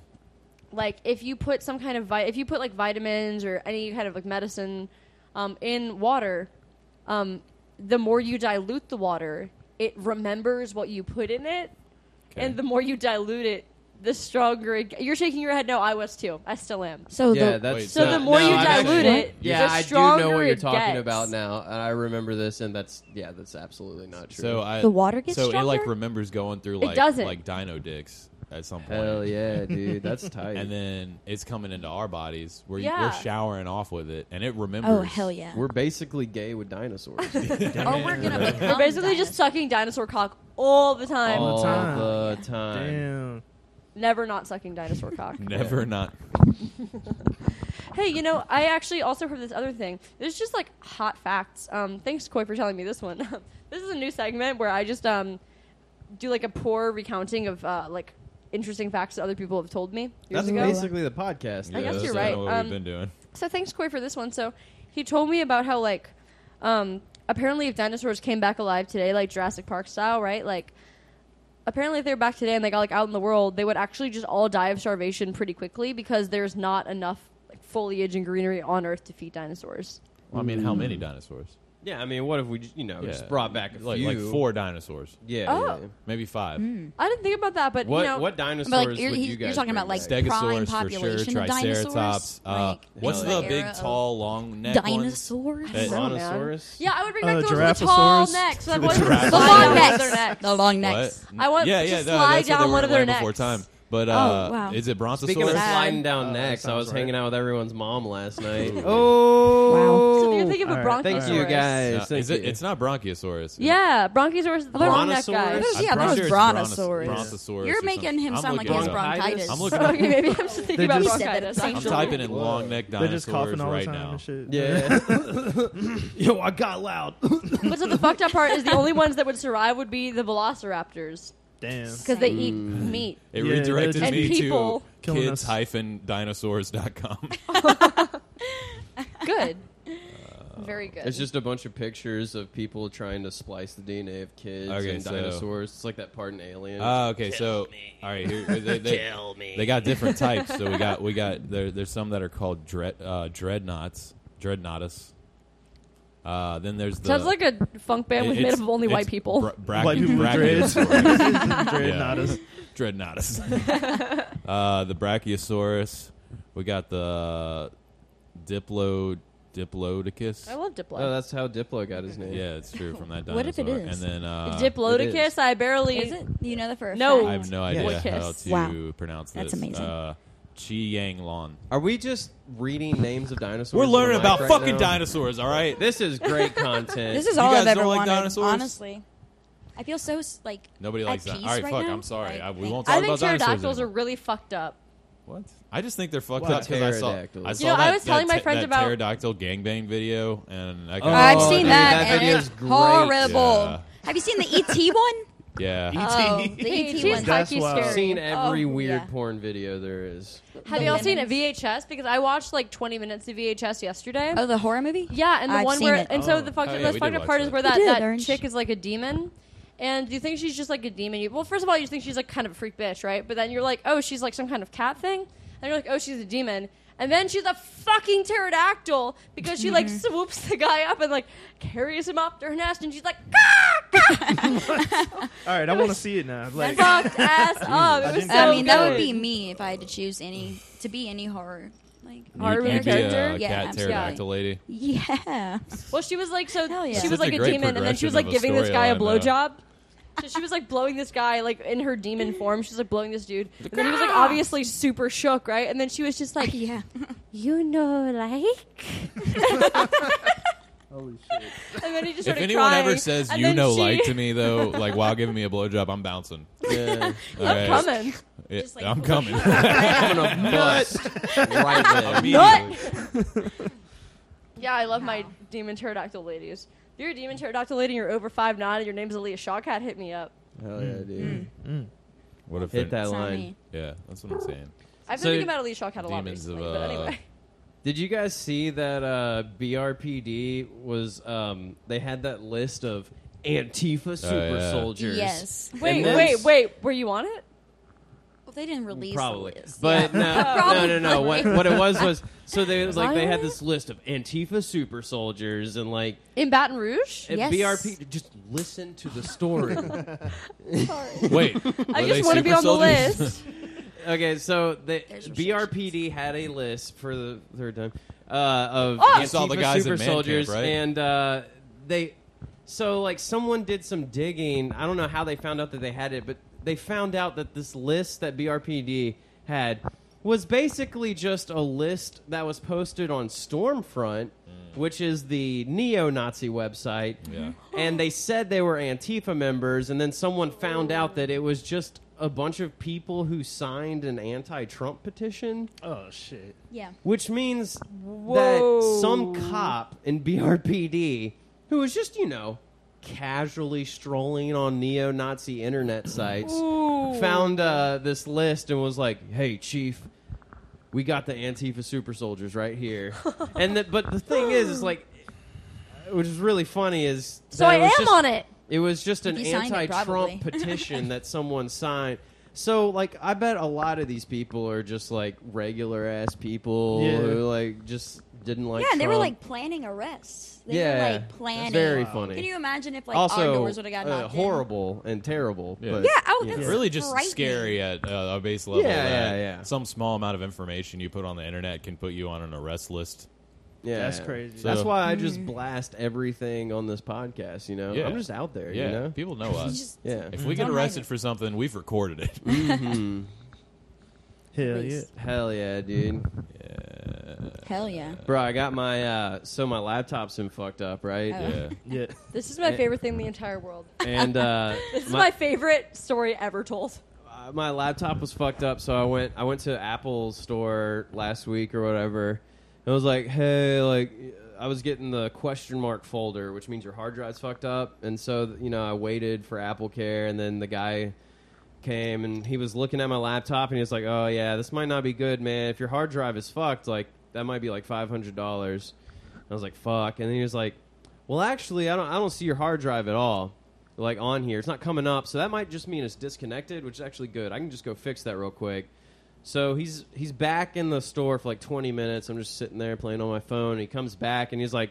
S4: like if you put some kind of vi- if you put like vitamins or any kind of like medicine um, in water um, the more you dilute the water it remembers what you put in it and the more you dilute it the stronger it g- you're shaking your head no i was too i still am
S6: So
S3: Yeah,
S6: the
S3: that's
S1: Wait,
S4: so
S1: No,
S4: the more
S3: no,
S4: you
S3: I've actually-
S4: dilute it
S3: Yeah,
S4: the
S3: I do know
S4: stronger
S3: what you're
S4: it
S3: talking
S4: gets.
S3: about now, and I remember this, and that's yeah, that's absolutely not true.
S1: So I
S6: The water gets
S1: so it like
S6: stronger?
S1: remembers going through
S4: It
S1: like
S4: doesn't.
S1: like dino dicks at some point.
S3: hell yeah,
S4: <laughs>
S3: dude, that's tight.
S1: And then it's coming into our bodies. We're
S4: Yeah.
S1: we're showering off with it, and it remembers.
S6: oh hell yeah.
S3: we're basically gay with dinosaurs
S6: <laughs> or we're
S4: <laughs>
S6: gonna
S1: We're
S6: become
S4: we're basically
S6: dinosaurs.
S4: just sucking dinosaur cock <laughs> all the
S3: <laughs>
S4: time
S3: all
S5: time.
S3: the time.
S5: damn.
S4: never not sucking dinosaur cock
S1: Never not.
S4: Hey, you know, I actually also heard this other thing. There's just like hot facts. Um, thanks, Koi, for telling me this one. <laughs> this is a new segment where I just um, do like a poor recounting of uh, like interesting facts that other people have told me years
S3: That's
S4: ago.
S3: basically the podcast.
S1: Yeah,
S4: guess
S1: that's
S4: you're
S1: kinda
S4: right.
S1: What
S4: Um,
S1: we've been doing.
S4: So thanks, Koi, for this one. So he told me about how like um, apparently if dinosaurs came back alive today, like Jurassic Park style, right? Like apparently if they were back today and they got like out in the world, they would actually just all die of starvation pretty quickly because there's not enough like foliage and greenery on Earth to feed dinosaurs.
S1: Well, I mean, how many dinosaurs?
S3: Yeah, I mean, what if we j- you know
S1: Yeah.
S3: just brought back a
S1: like
S3: few?
S1: like four dinosaurs,
S3: Yeah.
S4: Oh.
S3: yeah.
S1: maybe five.
S4: I didn't think about that, but
S3: What
S4: you know,
S3: what
S6: But,
S3: dinosaurs
S6: like you're,
S3: would
S6: he-
S3: you guys
S6: you're talking
S3: bring
S6: about like
S3: back?
S1: Stegosaurs for sure.
S6: prime population of
S1: Triceratops.
S6: dinosaurs.
S1: Uh,
S6: like,
S1: what's
S6: in
S1: the
S6: era
S1: big,
S6: of
S1: tall, long neck ones?
S6: dinosaurs?
S1: That-
S4: know, man.
S3: Brontosaurus?
S4: yeah, I would bring back
S5: Uh,
S4: those with the tall
S5: Giraffosaurus.
S4: necks. I'd
S1: The
S4: want them to
S1: Giraffosaurus.
S6: The
S4: slide
S6: long
S4: down
S6: necks.
S4: their necks.
S6: The
S1: What?
S6: long necks.
S4: I want
S1: yeah,
S4: to
S1: yeah,
S4: slide
S1: no, that's what
S4: down
S1: they
S4: one
S1: were
S4: of their
S1: way before
S4: necks.
S1: time. But uh,
S6: wow.
S1: is it brontosaurus?
S3: Speaking of
S6: Sad.
S3: sliding down
S5: Oh, that
S3: necks, I was
S5: sounds right.
S3: hanging out with everyone's mom <laughs> last night.
S5: Oh,
S4: So you're thinking of a
S5: All right,
S4: bronchiosaurus.
S5: thank
S3: Thank you guys.
S1: No,
S3: Thank
S1: Uh, is it?
S3: you.
S1: It's not Bronchiosaurus.
S4: Yeah, bronchiosaurus, is the long neck guy.
S3: Brontosaurus?
S4: <laughs>
S1: I'm
S6: Yeah, that
S1: pretty
S6: was
S1: sure it's
S6: brontosaurus.
S1: Brontosaurus
S6: You're
S1: or
S6: making
S1: something.
S6: him
S1: I'm
S6: sound like he
S1: looking
S6: has
S1: it up.
S6: bronchitis.
S1: I'm looking.
S4: okay, maybe I'm just thinking about
S5: just-
S6: He said that at
S4: bronchitis.
S6: the same
S1: I'm
S6: time.
S1: typing in long neck
S5: They're just
S1: dinosaurs
S5: coughing all
S1: right
S5: the time
S1: now.
S5: and
S3: Yeah.
S5: shit.
S3: <laughs> Yo, I got loud.
S4: But so the fucked up part is the only ones that would survive would be the velociraptors
S5: <laughs> Damn.
S4: because they eat meat.
S1: It
S5: Yeah,
S1: redirected
S5: they're just-
S1: me
S4: And people-
S1: to
S5: Killing
S1: kids
S5: us.
S1: hyphen
S5: <laughs>
S1: dinosaurs.com.
S4: Good, Uh, very
S3: <laughs>
S4: good.
S3: It's just a bunch of pictures of people trying to splice the DNA of kids
S1: Okay,
S3: and
S1: so-
S3: dinosaurs. It's like that part in Alien.
S1: <laughs> Ah, okay, so all right, here, they, they, They got different types. So we got
S5: <laughs>
S1: we got there. There's some that are called dread, uh, dreadnoughts, dreadnoughtus. Uh, then there's the
S4: sounds like a funk band
S1: it-
S4: was made
S1: it's-
S4: up of only white
S1: it's
S4: people.
S1: bra- brachi-
S5: White people with dreads.
S1: brachiosaurus.
S5: Dreadnoughtus.
S6: <laughs>
S1: Dreadnoughtus. uh, the Brachiosaurus. We got the Diplo Diplodocus.
S4: I love Diplo.
S3: Oh, that's how Diplo got his name.
S1: yeah, it's true from that dinosaur.
S6: What if it is?
S1: And then uh,
S3: It is.
S4: Diplodocus. I barely.
S6: Is it? You know that for a
S4: No.
S1: I
S6: fact?
S1: have no idea
S4: Diplokiss.
S1: how to
S6: Wow.
S1: pronounce this.
S6: That's amazing.
S1: Uh, Chi Yang Lon.
S3: Are we just reading names of dinosaurs?
S1: We're
S3: on the
S1: learning
S3: mic
S1: about
S3: right
S1: fucking
S3: now?
S1: dinosaurs, all right?
S3: This is great content.
S6: <laughs> This is
S1: You
S6: all
S1: guys
S6: I've ever
S1: don't like
S6: wanted.
S1: dinosaurs?
S6: Honestly, I feel so s- like
S1: Nobody
S6: at
S1: likes that.
S6: peace
S1: All right,
S6: right
S1: fuck.
S6: now.
S1: I'm sorry.
S6: Like,
S1: I, we
S6: like-
S1: won't talk
S4: I think
S1: about dinosaurs.
S4: pterodactyls are
S1: anymore.
S4: really fucked up.
S1: What? I just think they're fucked
S3: What?
S1: up because I saw, I saw
S3: Pterodactyls.
S4: You know,
S1: that,
S4: I was telling
S1: that
S4: my
S1: te-
S4: friends
S1: that
S4: about-
S1: pterodactyl gangbang video, and I
S3: Oh,
S6: I've seen
S3: dude,
S6: that,
S3: that
S6: and
S3: video
S6: it's
S3: is great. E
S6: horrible.
S1: Yeah.
S6: Have you seen the
S3: <laughs>
S6: ET one?
S1: Yeah.
S6: Oh,
S5: ET.
S6: the ET
S4: She's
S6: one.
S5: That's
S4: hikey
S5: wild.
S3: I've
S4: scary.
S3: seen every
S6: Oh,
S3: weird
S6: yeah.
S3: porn video there is.
S4: Have
S6: The
S4: y'all seen it
S6: women's.
S4: VHS? Because I watched like 20 minutes of VHS yesterday.
S6: Oh, the horror movie.
S4: Yeah, and the
S6: I've
S4: one
S6: seen
S4: where
S6: it.
S4: and
S1: Oh.
S4: so the fucked
S1: Oh, yeah,
S4: up,
S1: we
S4: the
S1: did
S4: fucked up
S1: watch
S4: part
S1: that.
S4: is where
S6: We
S4: that,
S6: did,
S4: that
S6: aren't
S4: chick
S6: she?
S4: is like a demon. And you think she's just like a demon? You, well, first of all, you think she's like kind of a freak bitch, right? But then you're like, oh, she's like some kind of cat thing. And you're like, oh, she's a demon. And then she's a fucking pterodactyl because she like
S6: Mm-hmm.
S4: swoops the guy up and like carries him up to her nest, and she's like,
S5: All right, I want to see it now. Like,
S1: <laughs>
S4: fucked ass up. It was so
S1: didn't-
S6: I mean, that would
S4: good.
S6: be me if I had to choose any to be any horror like
S4: Horror
S1: You'd- you'd be
S4: character?
S1: a
S6: Yeah,
S1: cat
S6: absolutely.
S1: pterodactyl lady.
S6: Yeah.
S4: Well, she was like so.
S6: Hell yeah.
S4: She
S6: That's
S1: such
S4: was like
S1: a
S4: a,
S1: great
S4: demon, and then she was
S1: progression
S4: like
S1: of a
S4: giving this guy a
S1: storyline,
S4: blowjob. So she was like blowing this guy like in her <laughs> demon form. She was like blowing this dude, and then he was like obviously super shook, right? And then she was just like,
S6: <laughs> Yeah.
S4: <laughs> you know, like.
S5: holy shit.
S4: <laughs> And then he just
S1: If
S4: started
S1: anyone
S4: crying.
S1: ever says
S4: and
S1: you
S4: then
S1: know
S4: she,
S1: like to me though, like while giving me a blowjob, I'm bouncing.
S3: Yeah.
S1: All
S4: <laughs> I'm
S1: right.
S4: coming.
S1: Yeah,
S6: Just like-
S4: <laughs>
S1: I'm coming.
S3: I'm gonna bust right
S1: <laughs>
S3: there.
S1: Immediately.
S4: Yeah, I love my demon pterodactyl ladies. If you're a demon pterodactyl lady, and you're over five nine, and your name's Aaliyah Shawcat. Hit me up.
S3: Hell yeah, dude.
S1: What if
S3: Hit
S1: they're-
S3: that
S6: It's not
S3: line.
S6: me.
S1: Yeah, that's what I'm
S4: <laughs>
S1: saying.
S4: I've been
S3: So,
S4: thinking about Aaliyah Shawcat a lot
S1: demons of,
S4: recently, but
S1: uh,
S4: anyway.
S3: Did you guys see that uh, BRPD was? Um, they had that list of Antifa super
S1: yeah.
S3: soldiers.
S6: Yes.
S4: Wait,
S3: And
S4: wait,
S3: this-
S4: wait. Were you on it?
S6: Well, they didn't release
S3: Probably,
S6: the list.
S3: but no, no, no, no. What, what it was was so they it was like they had
S4: What?
S3: this list of Antifa super soldiers and like
S4: In Baton Rouge?
S3: at
S6: Yes.
S3: BRP. Just listen to the story.
S1: Wait,
S4: I just want to be on
S1: <laughs>
S4: the list.
S3: okay, so the
S6: There's your
S3: BRPD had a list for the third time uh, of
S4: Oh!
S1: You saw the
S3: Antifa
S1: guys in
S3: super
S1: Man Camp,
S3: soldiers,
S1: right?
S3: and uh, they so like someone did some digging. I don't know how they found out that they had it, but they found out that this list that BRPD had was basically just a list that was posted on Stormfront, which is the neo-Nazi website
S1: Mm. Yeah.
S3: and they said they were Antifa members, and then someone found out that it was just a bunch of people who signed an anti-Trump petition,
S5: Oh shit.
S6: <laughs> yeah.
S3: which means that
S4: Whoa.
S3: some cop in BRPD who was just you know casually strolling on neo-Nazi internet sites found uh, this list and was like, "Hey, chief." We got the Antifa super soldiers right here,
S4: <laughs>
S3: and the, but the thing is, is like, which is really funny is
S4: So
S3: that
S4: I
S3: it was
S4: am
S3: just-
S4: on it.
S3: it was just an
S6: you signed it,
S3: anti-Trump
S6: probably.
S3: <laughs>
S6: <laughs>
S3: petition that someone signed. So, like, I bet a lot of these people are just like regular ass people
S5: Yeah.
S3: who like just didn't like.
S6: yeah, and they were
S3: Trump.
S6: like planning arrests. They
S3: Yeah.
S6: were like planning.
S3: Very
S5: Wow.
S3: funny.
S6: Can you imagine if like
S3: also,
S6: our doors would have gotten
S3: uh,
S6: knocked in?
S3: horrible and terrible.
S1: Yeah.
S3: But,
S6: Yeah, oh, that's
S1: Really, just
S6: frightening.
S1: scary at uh, a base level.
S3: Yeah,
S1: that
S3: yeah, yeah.
S1: Some small amount of information you put on the internet can put you on an arrest list.
S3: yeah,
S5: That's
S3: yeah.
S5: crazy.
S3: That's
S1: So-
S3: why I just
S6: Mm.
S3: blast everything on this podcast. You know,
S1: Yeah.
S3: I'm just out there.
S1: Yeah,
S3: You know,
S1: people
S4: <laughs>
S1: know
S6: You
S1: us.
S6: <laughs> just-
S1: <laughs>
S3: yeah.
S1: If we get
S6: Don't hide
S1: arrested
S6: it.
S1: for something, we've recorded it.
S3: <laughs>
S5: Hell yeah.
S6: Please.
S3: Hmm. Hell yeah, dude.
S6: Hell yeah.
S3: Bro, I got my uh so my laptop's been fucked up, right?
S6: Oh.
S1: Yeah.
S5: Yeah.
S4: <laughs> This is my favorite thing in the entire world.
S6: <laughs>
S3: And uh
S4: This is
S3: Eh. my-
S4: my favorite story ever told.
S3: Uh, my laptop was fucked up, so I went I went to Apple's store last week or whatever. And I was like, hey, like I was getting the question mark folder, which means your hard drive's fucked up. And so you know, I waited for Apple Care, and then the guy came and he was looking at my laptop and he was like, oh yeah, this might not be good, man. If your hard drive is fucked, like that might be like five hundred dollars. I was like, fuck. And then he was like, well, actually, I don't, I don't see your hard drive at all. Like on here, it's not coming up, so that might just mean it's disconnected, which is actually good. I can just go fix that real quick. So he's he's back in the store for like 20 minutes. I'm just sitting there playing on my phone. And he comes back and he's like,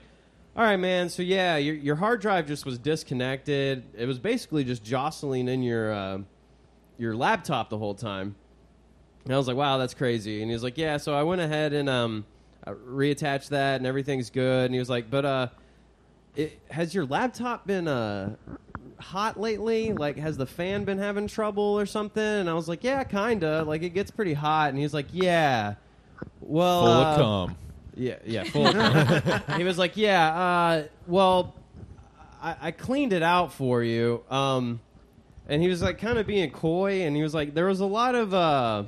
S3: "All right, man. So yeah, your your hard drive just was disconnected. It was basically just jostling in your uh, your laptop the whole time." And I was like, wow, that's crazy. And he was like, yeah. So I went ahead and um, I reattached that, and everything's good. And he was like, but uh, it, has your laptop been uh, hot lately? Like, has the fan been having trouble or something?" And I was like, "Yeah, kinda. Like, it gets pretty hot." And he was like, "Yeah." Well,
S1: Full
S3: uh,
S1: of cum.
S3: Yeah, yeah,
S1: <laughs>
S3: full of cum. he was like, "Yeah, uh, well, I, I cleaned it out for you." Um, and he was like, kind of being coy, and he was like, "There was a lot of uh,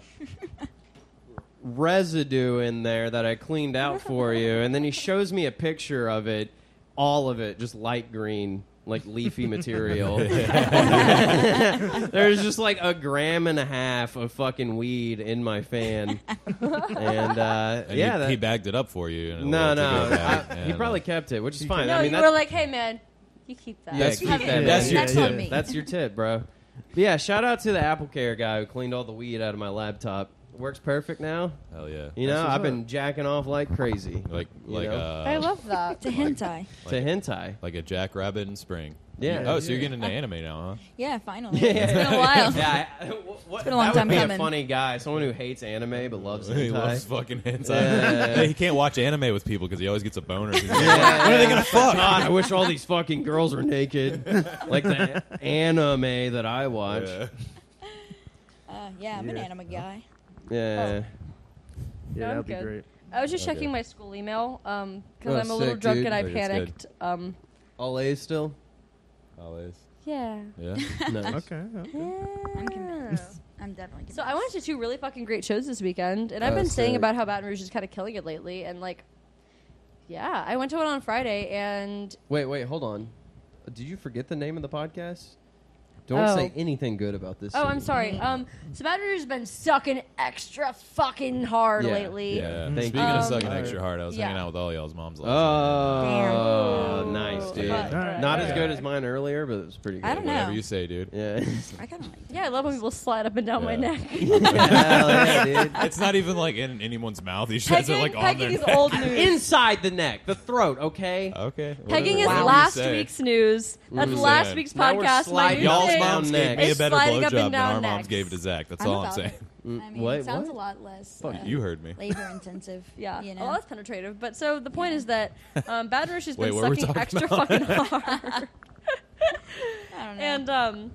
S3: residue in there that I cleaned out for you." And then he shows me a picture of it, all of it, just light green. Like leafy
S1: <laughs>
S3: material. There's just like a gram and a half of fucking weed in my fan, and, uh,
S1: And
S3: yeah,
S1: he,
S3: that,
S1: he bagged it up for you. and it
S3: no,
S1: looked
S3: no.
S1: like it back,
S3: I- <laughs> he
S1: and,
S3: probably
S1: uh,
S3: kept it, which is fine.
S4: No,
S3: I mean,
S4: you
S3: that-
S4: were like, hey, man, you keep that.
S3: yeah,
S1: That's-
S3: keep
S6: Have
S3: that.
S6: it.
S1: That's your
S6: That's
S1: tip.
S6: on me.
S3: That's your tip, bro. But yeah, shout out to the Apple Care guy who cleaned all the weed out of my laptop. Works perfect now.
S1: Hell yeah.
S3: You
S5: That's
S3: know,
S5: what's
S3: I've been
S5: up.
S3: jacking off like crazy
S1: like
S3: you
S1: like
S3: know?
S1: uh,
S4: I <laughs> love that.
S6: It's a hentai.
S1: like-
S3: to hentai.
S1: like a jackrabbit in spring.
S3: Yeah.
S1: Oh, so you're <laughs>
S5: Yeah.
S1: getting into anime
S3: <laughs>
S1: now,
S6: Yeah, finally.
S3: Yeah.
S6: It's been a while.
S1: <laughs>
S3: Yeah, I, <laughs> what,
S6: been a long
S3: that
S6: time
S3: would be a
S6: coming.
S3: funny guy, someone who hates anime but loves
S1: huh?
S3: hentai.
S1: <laughs> He loves fucking hentai.
S3: Yeah.
S1: <laughs> Hey, he can't watch anime with people because he always gets a boner. He's like,
S3: <laughs> <laughs> Yeah, are they gonna fuck? God, I wish all these fucking girls were naked,
S1: <laughs>
S3: like the anime that I watch.
S1: "Yeah."
S6: Uh, yeah, I'm an
S5: Yeah.
S6: anime guy.
S3: Yeah.
S5: Yeah,
S4: I'm
S5: that'd be
S4: good.
S5: great.
S4: I was just
S1: Okay.
S4: checking my school email because
S3: Oh,
S4: I'm a little
S3: sick,
S4: drunk
S3: dude.
S4: and I
S1: Like, it's
S4: panicked. Um,
S3: All A's still.
S1: Always.
S4: yeah.
S1: Yeah. <laughs>
S3: No.
S5: Okay. okay.
S6: <laughs> I'm convinced. I'm definitely convinced.
S4: So I went to two really fucking great shows this weekend, and I've
S3: Oh,
S4: been saying
S3: sick.
S4: about how Baton Rouge is kind of killing it lately, and like, yeah, I went to one on Friday, and
S3: Wait, wait, hold on. Did you forget the name of the podcast? Don't
S4: Oh.
S3: say anything good about this.
S4: oh,
S3: city.
S4: I'm sorry. Um, so Baton Rouge has been sucking extra fucking hard
S3: Yeah.
S4: lately.
S1: Yeah.
S3: Thank
S1: Speaking
S4: you.
S1: of
S4: Um,
S1: sucking extra hard, I was hanging
S4: yeah.
S1: out with all y'all's moms last night.
S3: Oh,
S4: Damn.
S3: nice, dude.
S4: Fuck.
S3: Not as good as mine earlier, but it was pretty good.
S6: I don't know.
S1: Whatever you say, dude.
S3: Yeah.
S4: <laughs>
S6: I kind of
S3: Mm,
S6: like.
S4: Yeah, I love when people slide up and down my
S1: Yeah.
S4: neck.
S3: Hell yeah, dude.
S1: It's not even like in anyone's mouth. He just has it
S4: Pegging,
S1: like on
S4: pegging
S1: their
S4: is
S1: neck.
S4: <laughs> old news.
S3: Inside the neck, the throat, okay?
S1: <laughs> Okay.
S4: Pegging
S1: whatever-
S4: is
S1: whatever you
S4: last
S1: say.
S4: week's news. That's
S1: Mm.
S4: last
S1: Sad.
S4: week's
S3: Now we're
S4: podcast. My
S3: sliding
S4: new
S3: y'all's
S1: Y'all's
S4: thing.
S3: down
S1: moms gave me a
S4: It's
S1: better
S4: sliding up
S1: blowjob
S4: and
S1: than our
S4: down
S1: moms
S4: necks.
S1: gave it to Zach. That's
S6: I'm
S1: all I'm
S6: about
S1: saying.
S6: it. I mean,
S3: Wait,
S6: it sounds
S3: Mm, what?
S6: a lot less.
S3: Fuck,
S6: uh,
S1: You heard me.
S6: Labor intensive. <laughs>
S4: Yeah,
S6: You
S4: well,
S6: know.
S4: that's penetrative. But so the point is that um, Baton Rouge has
S1: Wait,
S4: been
S1: what were we
S4: sucking
S1: talking
S4: extra
S1: about?
S4: <laughs> fucking hard,
S6: I don't know.
S4: and um,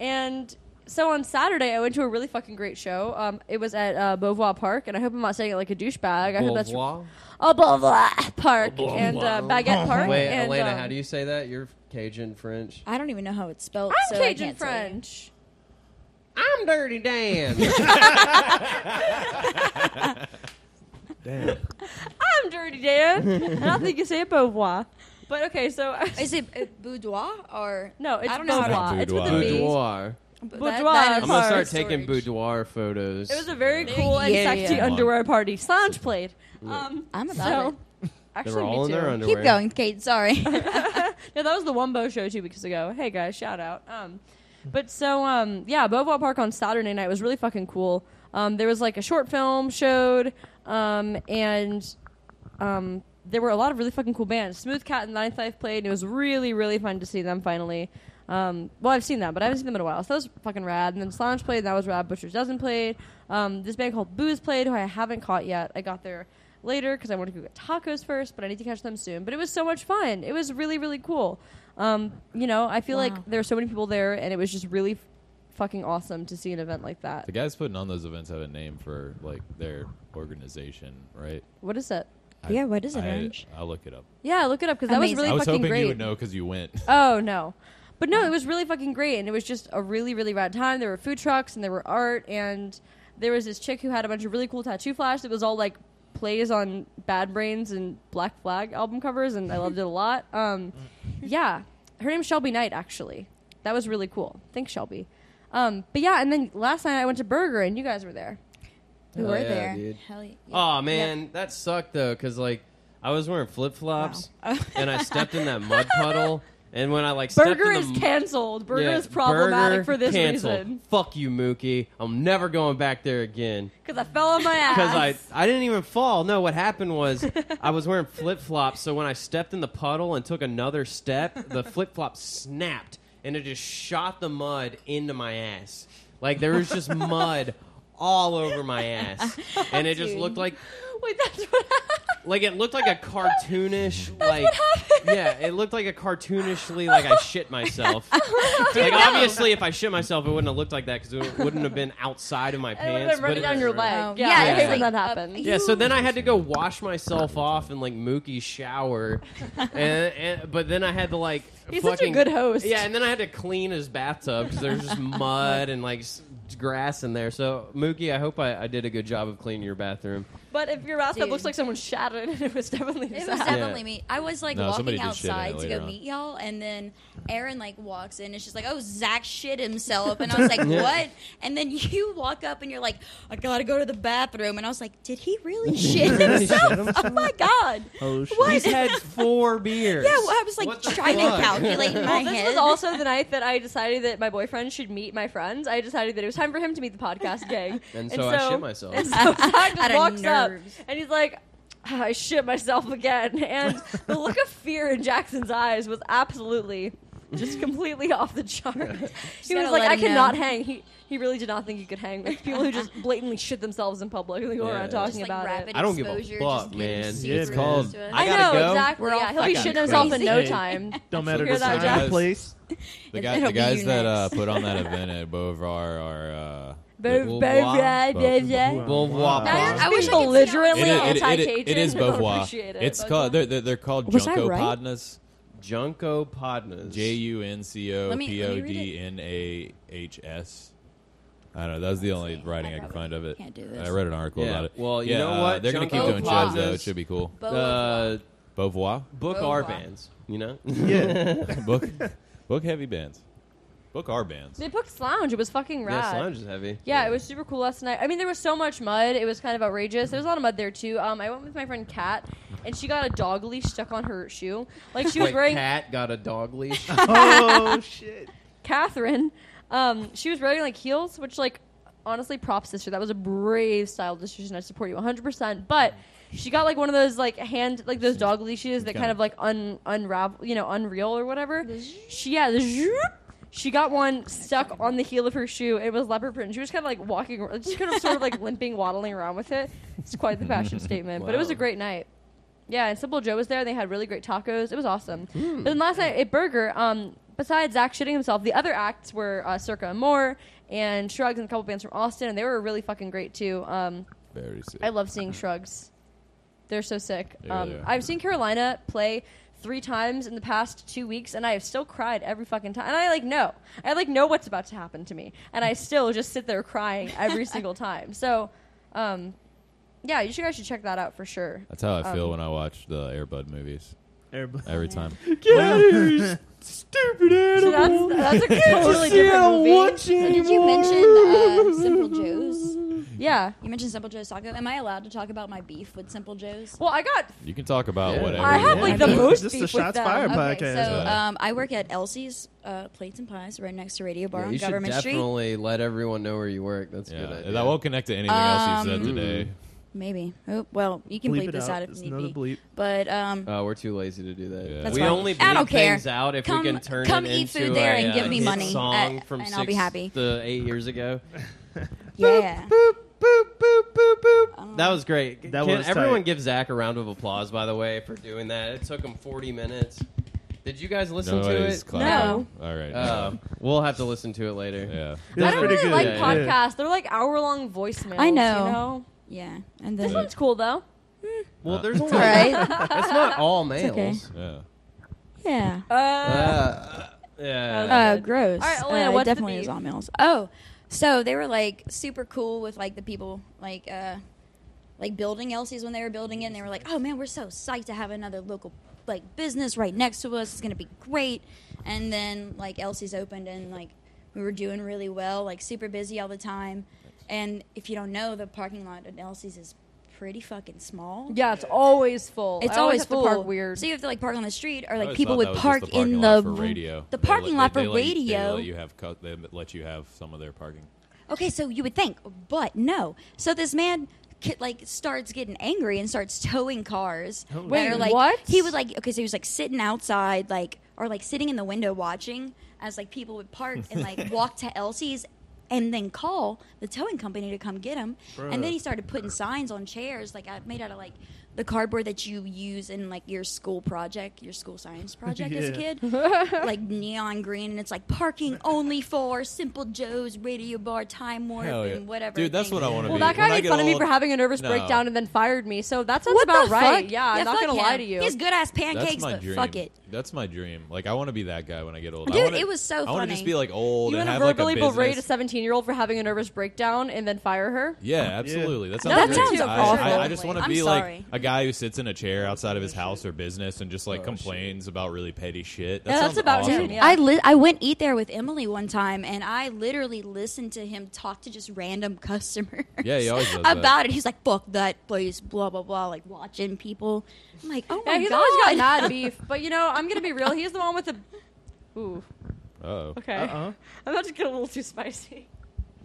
S4: and so on Saturday I went to a really fucking great show. Um, it was at uh, Beauvoir Park, and I hope I'm not saying it like a douchebag. I hope that's
S3: Beauvoir?
S4: oh Beauvoir Park and uh, Baguette Park.
S3: Oh, Wait,
S4: and,
S3: Elena,
S4: um,
S3: how do you say that? You're Cajun French.
S6: I don't even know how it's spelled.
S4: I'm
S6: so I
S4: Cajun
S6: can't tell you.
S4: French.
S3: I'm Dirty Dan.
S4: <laughs>
S5: Damn.
S4: I'm Dirty Dan. and I don't think you say it Beauvoir. But okay, so <laughs>
S6: Is it uh, boudoir or
S4: no, it's
S6: I don't know
S4: Beauvoir.
S6: how
S1: to-
S4: It's with a
S1: Boudoir.
S4: B.
S3: boudoir.
S6: to.
S4: Boudoir.
S3: I'm going
S4: I'm
S3: to
S4: sorry.
S3: start taking boudoir photos.
S4: It was a very cool and
S6: Yeah,
S4: sexy
S6: yeah.
S4: underwear party. Solange played. Um,
S6: I'm about
S4: so
S6: it.
S3: They
S4: actually,
S3: were all
S4: me
S3: in
S4: too.
S3: their underwear.
S6: Keep going, Kate.
S3: <laughs>
S6: Sorry.
S4: No, that was the Wumbo show two weeks ago. Hey guys, shout out. Um, but so um, yeah, Beauvoir Park on Saturday night was really fucking cool. Um, there was like a short film showed, um, and um, there were a lot of really fucking cool bands. Smooth Cat and Ninth Life played, and it was really really fun to see them finally. Um, well, I've seen them, but I haven't seen them in a while, so that was fucking rad. And then Slange played, and that was rad. Butcher's Dozen played. Um, this band called Booze played, who I haven't caught yet. I got there later because I wanted to go get tacos first, but I need to catch them soon. But it was so much fun. It was really really cool. Um, you know, I feel
S6: Wow.
S4: like there were so many people there, and it was just really f- fucking awesome to see an event like that.
S1: The guys putting on those events have a name for like their organization, right?
S4: What is it?
S1: I-
S6: Yeah, what is it,
S1: I-
S6: Orange?
S1: I'll look it up.
S4: Yeah, look it up because that was
S6: Amazing.
S4: really
S1: I was
S4: fucking
S1: hoping
S4: great.
S1: you would know because you went.
S4: Oh no. But no, it was really fucking great and it was just a really, really rad time. There were food trucks and there were art and there was this chick who had a bunch of really cool tattoo flash that was all like plays on Bad Brains and Black Flag album covers and I loved it
S1: <laughs>
S4: a lot. Um, yeah. Her name's Shelby Knight actually. That was really cool. Thanks, Shelby. Um, but yeah, and then last night I went to Burger and you guys were there.
S6: we
S3: Hell
S6: were
S3: Oh, yeah,
S6: there.
S3: dude.
S6: Hell yeah.
S3: Oh man, that sucked though, because like I was wearing flip flops
S4: <laughs>
S3: and I stepped in that mud puddle, and when I like stepped in
S4: Burger
S3: the
S4: is
S3: m-
S4: canceled. Burger
S3: yeah,
S4: is problematic
S3: burger
S4: for this
S3: canceled.
S4: reason.
S3: Fuck you, Mookie. I'm never going back there again.
S4: Because I fell on
S3: <laughs>
S4: my ass.
S3: Because I, I didn't even fall. No, what happened
S4: <laughs>
S3: was I was wearing flip flops, so when I stepped in the puddle and took another step, the flip flop snapped and it just shot the mud into my ass. Like there was just mud all over my ass, and it just
S6: Dude.
S3: looked like
S4: Wait, that's what <laughs> happened.
S3: like it looked like a cartoonish
S4: <laughs>
S3: like yeah it looked like a cartoonishly like i shit
S4: <laughs>
S3: myself
S4: Oh
S3: like obviously if i shit myself it wouldn't have looked like that because it wouldn't have been outside of my
S4: It would
S3: pants
S4: have been running
S3: but it-
S4: down your leg.
S6: Oh,
S4: yeah,
S6: yeah,
S4: uh, I hate
S3: it's
S4: when
S6: like
S4: that
S6: up-
S4: happens.
S3: yeah so then i had to go wash myself off in like mookie's
S4: <laughs>
S3: shower and, and but then i had to like
S4: He's such a
S3: fucking,
S4: good host.
S3: yeah and then i had to clean his bathtub because there's
S4: <laughs>
S3: just mud and like s- grass in there so mookie i hope I, I did a good job of cleaning your bathroom
S4: But if your bathtub
S6: Dude.
S4: looks like someone shat <laughs> in it, it was definitely
S6: It was
S4: that.
S6: definitely me. I was like
S1: No, somebody
S6: walking
S1: did shit in it
S6: outside to
S1: later
S6: go
S1: on.
S6: meet y'all, and then Aaron like walks in, and she's like, "Oh, Zach shit himself," and I
S4: <laughs>
S6: was like, "What?" And then you walk up, and you're like, "I gotta go to the bathroom," and I was like, "Did he really shit
S4: <laughs>
S6: himself? oh my <laughs> god!"
S5: Oh, shit.
S6: What?
S3: he's had four
S4: <laughs>
S3: beers
S6: Yeah, well, I was like
S3: What the
S6: trying
S3: fuck?
S6: to calculate in my
S4: Well, this
S6: head.
S4: was also the night that I decided that my boyfriend should meet my friends. I decided that it was time for him to
S3: <laughs>
S4: meet the podcast gang.
S3: And so I shit myself. <laughs>
S4: And
S1: <laughs>
S4: so Zach
S6: Out
S4: just
S6: of
S4: walks up
S6: nerves.
S4: and he's like, "Ah, I shit myself again. <laughs> And the look of fear in Jackson's eyes was absolutely just completely off the chart. <laughs> he was
S6: gotta
S4: like,
S6: let
S4: I
S6: him know."
S4: cannot hang. He he really did not think he could hang
S6: <laughs>
S4: with people who just blatantly shit themselves in public and they go
S3: Yeah.
S4: around
S3: Just,
S4: talking
S6: Just, like,
S4: about
S6: rapid
S4: it.
S3: I don't give a
S6: exposure,
S3: fuck,
S6: just getting
S3: man.
S1: Yeah, it's
S6: super
S1: called-
S6: used to it.
S1: I
S4: know
S1: gotta go.
S4: exactly.
S6: We're all
S4: yeah, he'll be
S6: fucking
S4: shitting himself in no
S6: crazy.
S1: <laughs>
S4: time.
S5: Don't matter
S4: Figure
S5: the
S4: that
S5: time,
S4: out.
S5: and place.
S1: The,
S6: It's
S1: guy,
S6: gonna
S1: the
S6: be you
S1: guys that uh,
S6: next.
S1: put on that event at Beauvoir are. Uh,
S4: Bo-
S1: the-
S4: bo-
S3: Beauvoir.
S4: blah, blah, blah.
S5: Beauvoir.
S3: Well,
S5: Wow.
S4: Now
S3: wow.
S4: you're just
S6: I wish I
S4: being
S6: could see how
S4: belligerently
S1: it, it, it,
S4: anti-Cajun.
S1: it is
S4: <laughs> and I don't
S1: Beauvoir.
S4: appreciate it.
S1: It's called they're, they're, they're called
S7: Was I
S1: Junko
S7: right?
S1: Podnas.
S3: Junko Podnas.
S1: J U N C O
S6: Let me-
S1: P
S6: let
S1: O
S6: me read it.
S1: D N A H S. I don't know. That was the only writing I could find of it.
S6: Can't do this.
S1: I read an article
S3: Yeah.
S1: about it.
S3: Well, you
S1: Yeah,
S3: know
S1: uh,
S3: what?
S1: They're going to keep
S6: Junko
S1: doing shows though.
S3: Podnas-
S1: It should be cool.
S6: Both.
S3: uh,
S1: Beauvoir,
S3: book
S6: Boba.
S3: our bands. You know, <laughs>
S5: Yeah.
S1: book, book heavy bands, book our bands.
S4: They booked Lounge. It was fucking rad.
S3: yeah, Solange is heavy.
S4: Yeah, it was super cool last night. I mean, there was so much mud. It was kind of outrageous. There was a lot of mud there too. Um, I went with my friend Kat, and she got a dog leash stuck on her shoe. Like she was
S3: Wait,
S4: wearing
S3: Cat got a
S6: <laughs>
S3: dog leash.
S5: oh shit.
S4: Catherine. Um, she was wearing like heels, which like honestly, props sister. That was a brave style decision. I support you 100. percent But she got like one of those like hand like those dog leashes that kind of like un unravel, you know, unreal or whatever. She yeah, the zoop. she got one stuck on the heel of her shoe. It was leopard print. And she was kind of like walking, ar- just kind of sort of like limping, waddling around with it. It's quite the fashion statement, but it was a
S3: Wow.
S4: great night. Yeah, and Simple Joe was there. They had really great tacos. It was awesome.
S1: Hmm.
S4: But then last night at Burger, um, besides Zach shitting himself, the other acts were uh, Circa and More and Shrugs and a couple bands from Austin, and they were really fucking great too. Um,
S1: Very sick.
S4: I love seeing Shrugs. They're so sick.
S1: Hmm. They
S4: Um,
S1: really are.
S4: I've seen Carolina play three times in the past two weeks, and I have still cried every fucking time. And I like know, I like know what's about to happen to me, and I still just sit there crying
S1: <laughs>
S4: every single time. So, um, yeah, you should- guys should check that out for sure.
S1: That's how I feel
S4: Um,
S1: when I watch the Airbud movies
S5: Everybody.
S1: every time.
S5: Get out of <laughs> here, you stupid
S4: So
S5: animal.
S4: that's, that's a totally different movie.
S6: Did you mention
S4: <laughs>
S6: uh, Simple Joe's?
S4: Yeah.
S6: You mentioned Simple Joe's taco. Am I allowed to talk about my beef with Simple Joe's?
S4: Well, I got.
S1: You can talk about
S3: Yeah.
S1: whatever.
S4: I
S1: you
S4: have,
S1: want.
S4: like, the
S5: This is
S4: most
S5: just
S4: beef with
S5: the Shots
S4: them. uh,
S5: Fired
S6: Okay,
S5: podcast.
S6: so
S1: Yeah.
S6: um, I work at Elsie's uh, Plates and Pies right next to Radio Bar
S3: Yeah,
S6: on
S3: you should
S6: Government Street.
S3: definitely let everyone know where you work. That's a
S1: Yeah,
S3: good. Idea.
S1: that won't connect to anything else you said
S6: Um,
S1: today.
S6: Maybe. Oh, well, you can bleep,
S5: it
S6: this out, if
S5: It's
S6: need
S5: another
S6: be.
S5: bleep.
S6: But um,
S3: Uh, we're too lazy to do that.
S1: Yeah. That's
S3: we
S1: fine.
S3: only bleep
S6: I don't care.
S3: things out if
S6: Come-
S3: we can turn
S6: come
S3: it
S6: eat food
S3: into
S6: there
S3: a,
S6: and give
S3: uh,
S6: me
S3: hit
S6: money,
S3: Song
S6: uh,
S3: from
S6: and I'll be
S3: six
S6: happy.
S3: to eight years ago.
S6: yeah.
S5: Boop, boop, boop, boop, boop.
S6: Um,
S3: That was great.
S5: That
S3: Can
S5: was
S3: everyone
S5: tight.
S3: give Zach a round of applause, by the way, for doing that? It took him 40 minutes. Did you guys listen
S1: Nobody's
S3: to it?
S1: clapping. All right.
S3: Uh, we'll have to listen to it later.
S1: yeah.
S5: It was
S4: I don't
S5: pretty
S4: really
S5: good.
S4: like
S3: Yeah,
S4: podcasts. They're like hour long voicemails.
S6: I know.
S4: You know?
S6: yeah. And
S4: This
S6: then
S4: one's cool though.
S3: Well, there's
S6: all <laughs> right.
S3: It's not all males.
S6: okay.
S1: Yeah.
S6: Yeah.
S4: Uh,
S3: Uh, yeah.
S6: Oh,
S4: good.
S6: gross.
S4: All right, Elena,
S6: Uh, it
S4: what's the
S6: definitely
S4: beef?
S6: is all males. Oh, so they were like super cool with like the people like uh like building Elsie's when they were building it, and they were like, "Oh man, we're so psyched to have another local like business right next to us. It's gonna be great." And then like Elsie's opened, and like we were doing really well, like super busy all the time. And if you don't know, the parking lot at Elsie's is pretty fucking small.
S4: yeah, it's always full.
S6: It's
S4: I
S6: always
S4: have to
S6: full.
S4: park weird.
S6: So you have to like park on the street, or
S1: I
S6: like
S1: always
S6: people
S1: thought
S6: would
S1: that was just
S6: park
S1: the parking
S6: in the
S1: lot for radio.
S6: The
S1: They let-
S6: parking lot
S1: they-
S6: for
S1: they let you-
S6: radio.
S1: They let you have co- they let you have some of their parking.
S6: Okay, so you would think, but no. So this man ki- like starts getting angry and starts towing cars. that
S4: Wait,
S6: are, like,
S4: what?
S6: He was like, okay, so he was like sitting outside, like or like sitting in the window watching as like people would park and
S4: <laughs>
S6: like walk to Elsie's and then call the towing company to come get him. And then he started putting signs on chairs, like I made out of like the cardboard that you use in like your school project, your school science project
S4: <laughs>
S6: as a
S5: Yeah.
S6: kid, <laughs> like neon green, and it's like parking only for Simple Joe's Radio Bar, Time Warp,
S1: Hell yeah.
S6: and whatever.
S1: Dude, that's
S6: thing
S1: what I
S6: is.
S1: wanna
S4: Well,
S1: be.
S4: that
S1: When
S4: guy
S1: I
S4: made
S1: get
S4: fun of me
S1: old-
S4: for having a nervous
S1: No.
S4: breakdown and then fired me. So that sounds
S6: What the
S4: about
S6: fuck?
S4: right. Yeah, I'm not
S6: fuck
S4: gonna
S6: him.
S4: lie to you.
S6: He has good ass pancakes,
S1: That's my
S6: but
S1: dream.
S6: fuck it.
S1: That's my dream. Like I want to be that guy when I get old. I
S6: Dude,
S1: wanna,
S6: it was so
S1: I want
S6: funny.
S1: to just be like old
S4: you
S1: and
S4: want to
S1: have like a
S4: verbally berate a
S1: business.
S4: 17 year old for having a nervous breakdown and then fire her?
S1: Yeah, absolutely. That
S4: No,
S1: sounds,
S4: that
S1: great.
S4: sounds
S1: I,
S4: awful. Oh,
S1: I, I just want to
S6: I'm
S1: be
S6: sorry.
S1: like a guy who sits in a chair outside of his house or business and just like complains about really petty shit. That
S4: Yeah, Oh, that's
S1: sounds
S4: about
S1: awesome.
S4: him, yeah.
S6: I li- I went eat there with Emily one time, and I literally listened to him talk to just random <laughs> customers.
S1: Yeah, he always does that.
S6: about it. He's like, "Fuck that place," blah blah blah, like watching people. I'm like, "Oh my
S4: Yeah, he's
S6: god!"
S4: always got
S6: <laughs>
S4: <laughs> mad beef. But you know, I'm gonna be real. He's the one with the. <laughs> Ooh,
S1: Oh
S4: okay.
S5: Uh-uh.
S4: I'm about to get a little too spicy.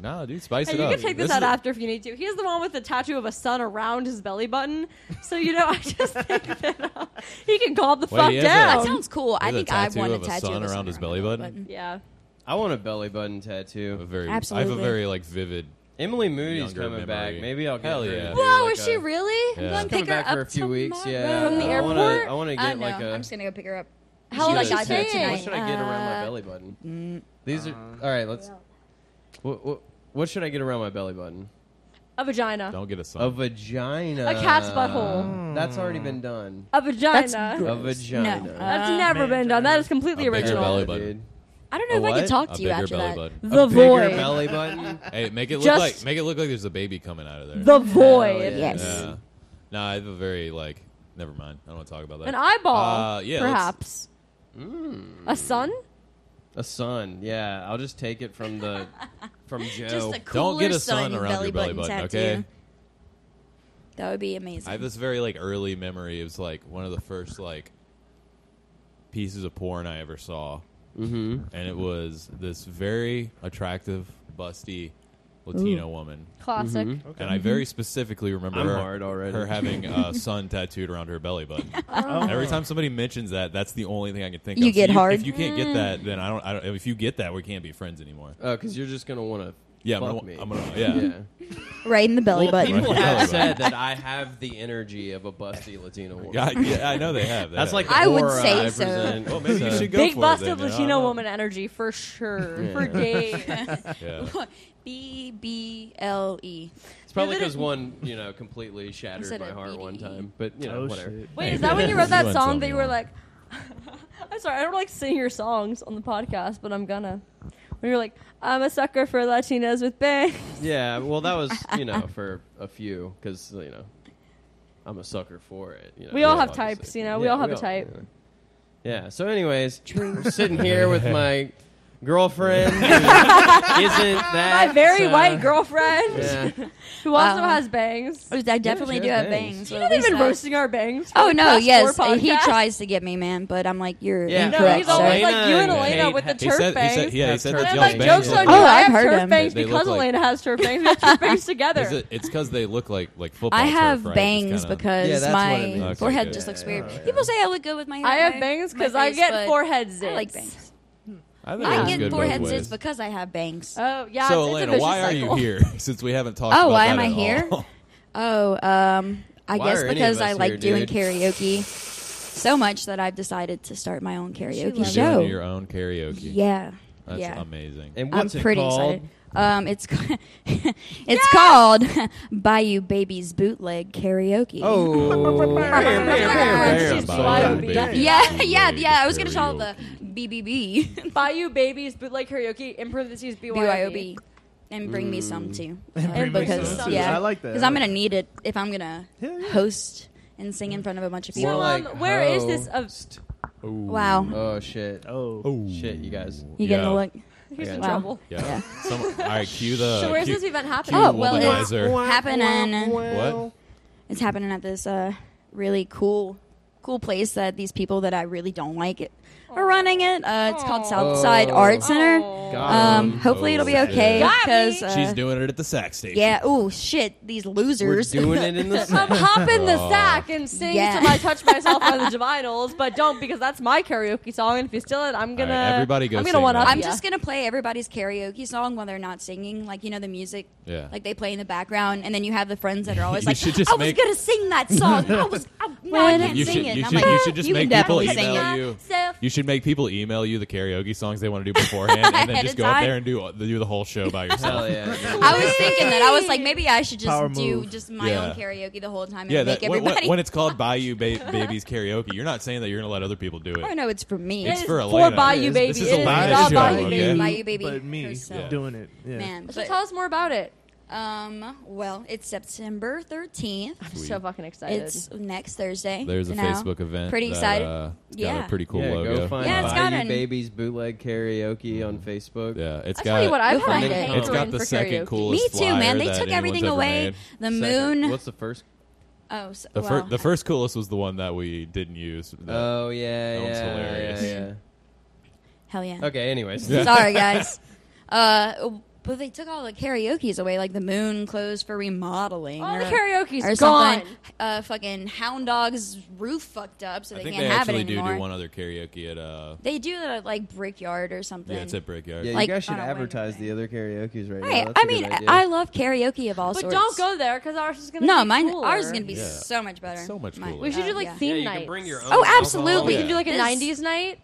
S1: no, dude, spice
S4: And
S1: it
S4: you
S1: up.
S4: can take this,
S1: is
S4: out
S1: a-
S4: after if you need to. He's the one with the tattoo of a sun around his belly button. So you know, <laughs> I just think that uh, he can calm the
S1: Wait,
S4: fuck
S1: he has a-
S6: that
S4: down.
S6: sounds cool. I
S1: With a
S6: think I
S1: tattoo
S6: want a
S1: of a
S6: tattoo
S1: sun
S6: of a
S1: around his belly button?
S4: yeah.
S3: I want a belly button
S1: a
S3: tattoo.
S1: very, I have
S6: Absolutely.
S1: a very like vivid.
S3: Emily Moody's
S1: Younger
S3: coming
S1: memory.
S3: back. Maybe I'll get
S1: Hell
S3: her. to
S1: yeah.
S3: do,
S4: Whoa,
S3: like,
S4: is she
S3: a-
S4: really?
S1: Yeah.
S4: I'm gonna
S3: She's coming
S4: pick her
S3: back for a
S4: up
S3: few weeks.
S4: tomorrow.
S3: Yeah,
S4: From the
S3: I wanna-
S4: airport?
S3: I want to
S6: I
S3: get
S6: know.
S3: like a.
S6: I'm just gonna go pick her up.
S4: How old
S3: Yeah,
S4: is she
S6: got that
S3: tattoo. What
S4: saying?
S6: tonight.
S3: should I get around my
S4: Uh,
S3: belly button? These are all right. Let's. What, what, what should I get around my belly button?
S4: A vagina.
S1: Don't get a sun.
S3: A vagina. Mm.
S4: A cat's butthole.
S3: That's already been done.
S4: A vagina.
S6: That's
S4: That's,
S6: gross.
S3: A vagina.
S6: No. Uh,
S4: never been done. That is completely
S1: A bigger
S4: original.
S1: belly button.
S6: I don't know
S3: A
S6: if I
S3: what?
S6: could talk
S1: A
S6: to you
S1: bigger
S6: after
S1: belly
S6: that.
S1: button.
S3: Bigger
S4: The void.
S3: belly button.
S1: Hey, make it look
S4: Just-
S1: like make it look like there's a baby coming out of there.
S4: the void.
S3: Hell
S6: Yes.
S1: Yeah. No, I have a very like. Never mind. I don't want to talk about that.
S4: An eyeball.
S1: Uh, yeah, let's- Mm.
S4: Perhaps. A sun?
S3: A sun. Yeah, I'll just take it from the from Joe.
S6: Just a cooler
S1: Don't get a
S6: sun,
S1: sun around
S6: belly
S1: your belly button,
S6: tattoo.
S1: okay?
S6: That would be amazing.
S1: I have this very like early memory. It was like one of the first like pieces of porn I ever saw, mm-hmm. and it was this very attractive, busty Latino woman,
S4: Classic.
S1: and
S6: Mm-hmm.
S1: I very specifically remember
S3: I'm
S1: her,
S3: hard already.
S1: her having
S3: <laughs>
S1: a sun tattooed around her belly button.
S5: Uh-uh.
S3: Oh.
S1: Every time somebody mentions that, that's the only thing I can think.
S6: You
S1: of.
S6: get
S1: if-
S6: hard? Mm.
S1: If you can't get that, then I don't, I don't. If you get that, we can't be friends anymore.
S3: Oh, because you're just gonna want to.
S1: Yeah, I'm
S3: fuck
S1: gonna-
S3: me.
S1: I'm
S3: <laughs>
S1: gonna- yeah.
S6: <laughs> right in the belly
S3: Well,
S6: button.
S3: people
S1: Right. Belly
S3: have
S1: button.
S3: said that I have the energy of a busty Latino woman.
S1: <laughs> Yeah, I- yeah, I know they have. They
S3: That's
S1: have.
S3: like the
S6: I would
S3: aura
S6: say
S3: I
S6: so.
S3: present.
S1: Well, maybe you
S3: So-
S1: should go
S4: Big
S1: for it
S4: busted
S1: then, you know?
S4: Latino woman energy for sure.
S3: Yeah.
S4: For days.
S1: <laughs> Yeah.
S6: B B L E.
S3: It's probably
S4: Yeah, that
S3: because
S4: it-
S3: one, you know,
S4: <laughs>
S3: completely shattered
S6: said
S3: my
S6: a
S3: heart one
S6: BDE.
S3: time. But you know,
S5: Oh,
S3: whatever.
S5: shit.
S4: Wait, is
S1: <laughs>
S4: that when you wrote
S1: You
S4: that
S1: went
S4: song that you were
S1: somewhere.
S4: like, <laughs> I'm sorry, I don't like sing your songs on the podcast, but I'm gonna. When you're like, I'm a sucker for Latinas with bangs.
S3: <laughs> Yeah, well, that was you
S4: <laughs>
S3: know for a few because you know I'm a sucker for it. You know,
S4: We all have
S3: obviously.
S4: types, you know, we all have a type.
S3: Yeah. Yeah, So, anyways, I'm sitting here with
S1: <laughs>
S3: my
S4: <laughs>
S3: girlfriend. who isn't that
S4: My very
S3: uh,
S4: white girlfriend
S3: Yeah.
S4: who also
S6: Wow.
S4: has bangs.
S6: Oh, I definitely
S3: she
S6: do
S3: has
S6: have
S3: bangs.
S6: bangs.
S4: You
S6: so
S4: know
S6: at
S4: they've
S6: least
S4: been
S6: I-
S4: roasting our bangs.
S6: <laughs>
S4: for
S6: Oh
S4: the
S6: no!
S4: past
S6: Yes,
S4: four
S6: he
S4: podcasts?
S6: tries to get me, man. But I'm like, you're
S3: Yeah. No,
S4: No,
S6: incorrect.
S4: he's
S6: sir.
S4: always like you and
S3: Elena
S4: Elena
S3: hate-
S4: with the
S1: He
S4: turf
S1: said, he
S4: bangs.
S1: said, yeah, he
S3: That's
S1: said
S3: turf
S1: the
S4: And
S3: Y'all
S4: I'm
S1: yellow
S3: bangs
S4: like, jokes
S1: look
S4: on you.
S6: Oh,
S4: I
S6: I've
S4: have
S6: heard
S4: turf
S6: him.
S4: bangs
S1: They look
S4: because
S1: like-
S4: Elena has turf bangs. We have turf bangs together.
S1: Is it, it's because they look like like football.
S6: I
S1: turf,
S6: have
S1: right? It's
S6: bangs
S1: kinda-
S6: because
S3: Yeah, that's what it
S6: my
S3: means.
S1: Okay,
S6: forehead
S1: good.
S6: just looks
S3: Yeah,
S6: weird.
S3: yeah, yeah.
S6: People say I look good with my hair.
S4: I have
S6: my-
S4: bangs
S6: my
S4: because I
S6: face,
S4: get
S6: but
S4: forehead zits.
S6: I like bangs.
S1: I, think it's
S6: I
S1: good both
S6: get forehead
S1: ways.
S6: zits because I have bangs.
S4: Oh yeah.
S1: so
S4: it's, it's a
S1: Elena,
S4: vicious
S1: why are
S4: cycle.
S1: you here? <laughs> Since we haven't talked.
S6: Oh,
S1: about
S6: why
S1: that
S6: am I
S1: at
S6: <laughs> here?
S1: all.
S6: Oh, um, I
S3: Why
S6: guess
S3: are any
S6: because
S3: of us
S6: I like
S3: here,
S6: doing
S3: dude?
S6: karaoke so much that I've decided to start my own karaoke
S1: You're
S4: loves
S6: show.
S1: doing your own karaoke.
S6: yeah,
S1: that's
S6: yeah.
S1: amazing.
S3: And
S6: I'm
S3: what's
S6: pretty
S3: it called?
S6: excited. Um, it's ca- <laughs> it's called <laughs> Bayou Babies Bootleg Karaoke.
S4: <laughs>
S3: Oh,
S4: She's wild,
S1: Baby.
S4: baby.
S6: yeah, yeah,
S1: Bootleg
S6: yeah. I was gonna call it
S1: karaoke.
S6: the BBB
S4: Bayou Babies bootleg karaoke in parentheses BYOB.
S6: BYOB, and bring me some too.
S5: bring me
S6: because
S5: some, too.
S6: yeah,
S5: I like that.
S6: because I'm gonna need it if I'm gonna
S5: Hell yeah.
S6: host and sing in front of a bunch of
S4: More
S6: people.
S4: like- um, where is this of-
S3: host.
S6: wow,
S3: Oh shit!
S5: Oh,
S1: Oh
S3: Shit, you guys.
S6: you getting
S1: Yeah.
S6: a look?
S4: Here's the
S3: Wow.
S4: trouble.
S1: Yeah. Uh, Some, all right, cue the.
S4: So where's
S1: cue,
S4: this event happening?
S1: cue
S6: Oh, well, it's-
S1: womanizer.
S6: Happening.
S1: What?
S6: It's happening at this uh, really cool cool place that these people that I really don't like it are running it. Uh, it's called Southside Art Center.
S4: Oh.
S6: Um, hopefully it'll be
S1: Oh,
S6: okay
S1: shit.
S6: because
S1: She's
S6: uh,
S1: doing it at the sack station.
S6: yeah. Oh shit, these
S3: We're
S6: losers.
S3: doing it
S4: <laughs>
S3: in the <laughs>
S4: I'm hopping the sack and sing
S6: Yeah.
S4: till I touch myself by the Jaminals, but don't because that's my karaoke song. And if you steal it, I'm gonna.
S1: right, everybody go
S4: I'm gonna
S1: sing
S4: one
S1: that.
S6: <laughs>
S4: up.
S6: I'm just gonna play everybody's karaoke song while they're not singing, like you know the music,
S1: Yeah.
S6: like they play in the background, and then you have the friends that are always
S1: You
S6: like,
S1: should just
S6: "I
S1: make-
S6: was gonna sing
S1: <laughs>
S6: that song, I was, I, no, I
S4: When
S6: can't
S1: You
S6: sing
S1: should,
S6: it."
S1: you,
S6: And I'm
S1: should,
S6: like,
S1: you should just
S6: "You
S1: make
S6: can
S1: people
S6: definitely sing
S1: email
S6: it."
S1: you.
S4: Self-
S1: You should make people email you the karaoke songs they want to do beforehand,
S6: <laughs>
S1: and
S6: Ahead
S1: then just
S6: of
S1: go up
S6: time.
S1: there and do do the whole show by yourself.
S3: Hell yeah. yeah.
S6: I was thinking that I was like, maybe I should just
S5: Power
S6: do
S5: move.
S6: just my
S1: Yeah.
S6: own karaoke the whole time and
S1: Yeah,
S6: make
S1: that, when, when-
S6: everybody.
S1: when it's called Bayou ba- Babies Karaoke, you're not saying that you're going to let other people do
S6: <laughs> oh
S1: it.
S6: no, it's for me.
S1: It's
S4: It
S1: for
S4: is
S1: Elena.
S4: for Bayou
S1: It is-
S4: Baby.
S1: this is
S4: It is
S1: Elena
S4: not
S1: show,
S4: Bayou
S1: okay?
S4: Baby.
S6: Bayou Baby
S5: but me
S6: herself.
S5: doing it. Yeah. <laughs>
S6: man.
S4: So
S6: but,
S4: tell us more about it.
S6: um, well, it's September thirteenth.
S4: I'm
S1: Sweet.
S4: so fucking excited.
S6: It's next Thursday.
S1: There's a
S6: you know?
S1: Facebook event.
S6: Pretty
S1: that,
S6: excited.
S1: uh, it's got
S6: Yeah.
S1: a pretty cool logo.
S3: go find
S6: Yeah, it's got
S3: Bayou
S6: an-
S3: Babies bootleg karaoke
S6: Mm.
S3: on Facebook.
S1: yeah, it's
S4: I
S1: got.
S4: tell you what, I've
S6: You'll
S4: had
S6: find
S4: a
S6: it.
S4: hankering
S1: it's got the
S4: for
S1: second
S4: karaoke.
S1: coolest.
S6: me too, man.
S1: flyer
S6: They
S1: that
S6: took
S1: anyone's
S6: everything
S1: ever
S6: away.
S1: made.
S6: The
S3: Second.
S6: moon.
S3: What's the first?
S6: Oh, so,
S1: The,
S6: well,
S1: fir- the first coolest was the one that we didn't use. The-
S3: Oh yeah,
S1: That one's
S3: yeah,
S1: hilarious.
S3: yeah,
S6: Hell yeah.
S3: <laughs> yeah. Okay. Anyways,
S1: Yeah.
S6: <laughs> Sorry, guys. uh, but they took all the karaoke's away, like the moon closed for remodeling.
S4: All the
S6: or-
S4: karaoke's
S6: or
S4: gone.
S6: something. Uh, fucking Hound Dog's roof fucked up, so
S1: I
S6: they
S1: think
S6: can't
S1: they
S6: have it
S1: actually do
S6: anymore.
S1: do one other karaoke at. Uh,
S6: They do it at like Brickyard or something.
S1: yeah, it's at Brickyard.
S3: yeah, you
S6: Like,
S3: guys should
S6: on a wedding
S3: advertise
S6: day.
S3: the other karaoke's right,
S6: Right.
S3: now. That's
S6: I
S3: a good
S6: mean,
S3: idea.
S6: I love karaoke of all
S4: But
S6: sorts.
S4: don't go there because ours is gonna.
S6: No,
S4: be
S6: mine.
S4: cooler.
S6: Ours is gonna be
S1: Yeah.
S6: so much better.
S1: So much
S6: Mine-
S1: cooler.
S4: We should do like
S6: yeah.
S4: theme
S3: yeah, you
S4: nights.
S3: can bring your own.
S6: Oh,
S3: alcohol.
S6: absolutely.
S4: We can do like a
S6: This-
S4: '90s night.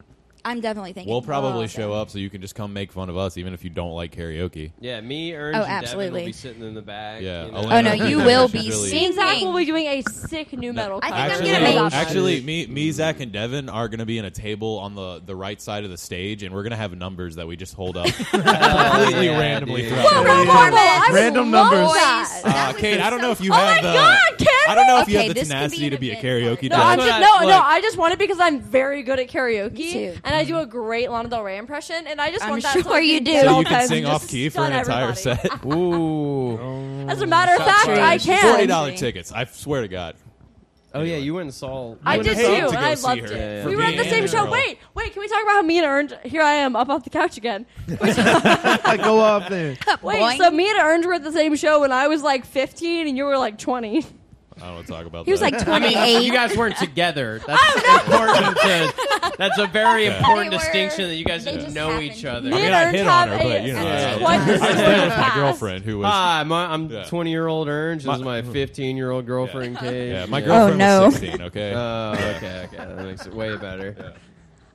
S6: I'm definitely thinking.
S1: We'll probably
S6: Oh,
S1: show up, so you can just come make fun of us, even if you don't like karaoke.
S3: Yeah, me, Ernst,
S6: Oh,
S3: and Devin will
S6: absolutely.
S3: be sitting in the back.
S1: Yeah,
S3: you know.
S1: Elena-
S6: Oh no, you
S1: Yeah,
S6: will
S1: we should really-
S6: be
S4: Me
S6: singing.
S4: and Zach will be doing a sick new metal.
S6: I think I'm
S4: cover.
S1: actually,
S6: gonna make it.
S1: actually, me, me, Zach, and Devin are gonna be in a table on the the right side of the stage, and we're gonna have numbers that we just hold
S6: <laughs>
S1: up completely
S3: yeah,
S1: randomly
S3: dude.
S1: throughout. the-
S6: Random numbers.
S5: Random
S4: love
S5: numbers.
S4: that.
S6: That
S1: Uh,
S6: would be
S1: Kate, I don't
S6: so
S1: know if
S4: Oh
S1: you
S6: fun.
S1: have uh, the. I don't know if you
S6: Okay,
S1: have the
S6: this could be
S1: tenacity
S6: an
S1: to be a
S6: event
S1: karaoke.
S4: No,
S1: judge.
S4: I'm
S3: That's
S4: just,
S3: what I-
S4: no, no.
S3: look.
S4: I just want it because I'm very good at karaoke,
S6: Me too.
S4: and I do a great Lana Del Rey impression, and I just
S6: I'm
S4: want that.
S6: sure
S4: so I
S6: you
S4: can
S6: do.
S4: do it
S1: so
S4: all
S1: you
S4: kinds
S1: can
S4: and
S1: sing off
S4: just
S1: key for
S4: stun
S1: an entire
S6: <laughs>
S4: everybody.
S1: set.
S3: Ooh.
S4: As a matter of fact,
S6: fired.
S4: I
S1: Forty
S4: can.
S1: dollar tickets. I swear to God.
S3: Oh yeah, you went and saw.
S4: I
S3: you
S4: did
S3: went
S4: too,
S3: and
S1: hate to
S4: and
S3: saw-
S1: go
S6: <laughs>
S4: I
S1: see
S4: loved
S1: her.
S4: it.
S1: Yeah.
S4: We
S1: For
S4: were at the
S1: me
S4: same
S1: and
S4: show.
S1: her.
S4: Wait, wait. Can we talk about how me and Ernst? Here I am, up off the couch again.
S5: like go off there.
S4: Wait,
S6: Boing.
S4: so me and Ernst were at the same show when I was like 15 and you were like 20.
S1: <laughs> I don't want to talk about.
S6: He was
S1: that.
S6: like
S3: I mean,
S6: 28.
S3: you guys weren't together. That's important. To, that's a very
S1: Yeah.
S6: Oh, They
S3: important
S6: were-
S3: distinction that you guys
S6: they
S3: didn't
S6: just
S3: know
S6: happened
S3: each
S6: to
S3: other.
S6: be-
S1: I
S4: Me
S1: mean,
S4: and
S1: I
S4: Ernst
S1: hit on
S4: have
S1: her, but
S4: a-
S1: you know,
S3: Yeah.
S4: quite the
S1: I was there with my
S4: past.
S1: girlfriend who was.
S3: Ah, my, I'm
S1: Yeah.
S3: 20 year old Ernst. This is
S1: My-
S3: my
S1: <laughs>
S3: 15 year old girlfriend, Kate.
S1: yeah, my
S6: Oh,
S1: girlfriend
S6: no. Uh,
S1: was sixteen. Okay.
S3: Oh, okay, okay. That makes it way better.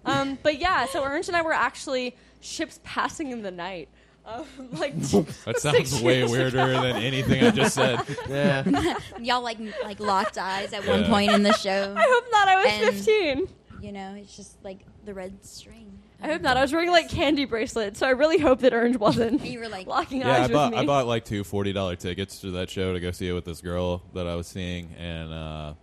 S4: Um, but yeah, so Ernst and I were actually ships passing in the night. Um, <laughs> like
S1: That sounds way weirder than anything I just
S4: <laughs>
S1: said.
S3: Yeah.
S6: Y'all like like locked eyes at one
S1: Yeah.
S6: point in the <laughs> show.
S4: I hope not. I was
S6: And-
S4: 15.
S6: You know, it's just like the red string.
S4: I hope not. I was wearing like candy bracelets, so I really hope that Ernst wasn't.
S6: And you were like,
S4: locking eyes
S1: Yeah, I
S4: with
S1: bought
S4: me.
S1: I bought like two forty dollar tickets to that show to go see it with this girl that I was seeing, and uh,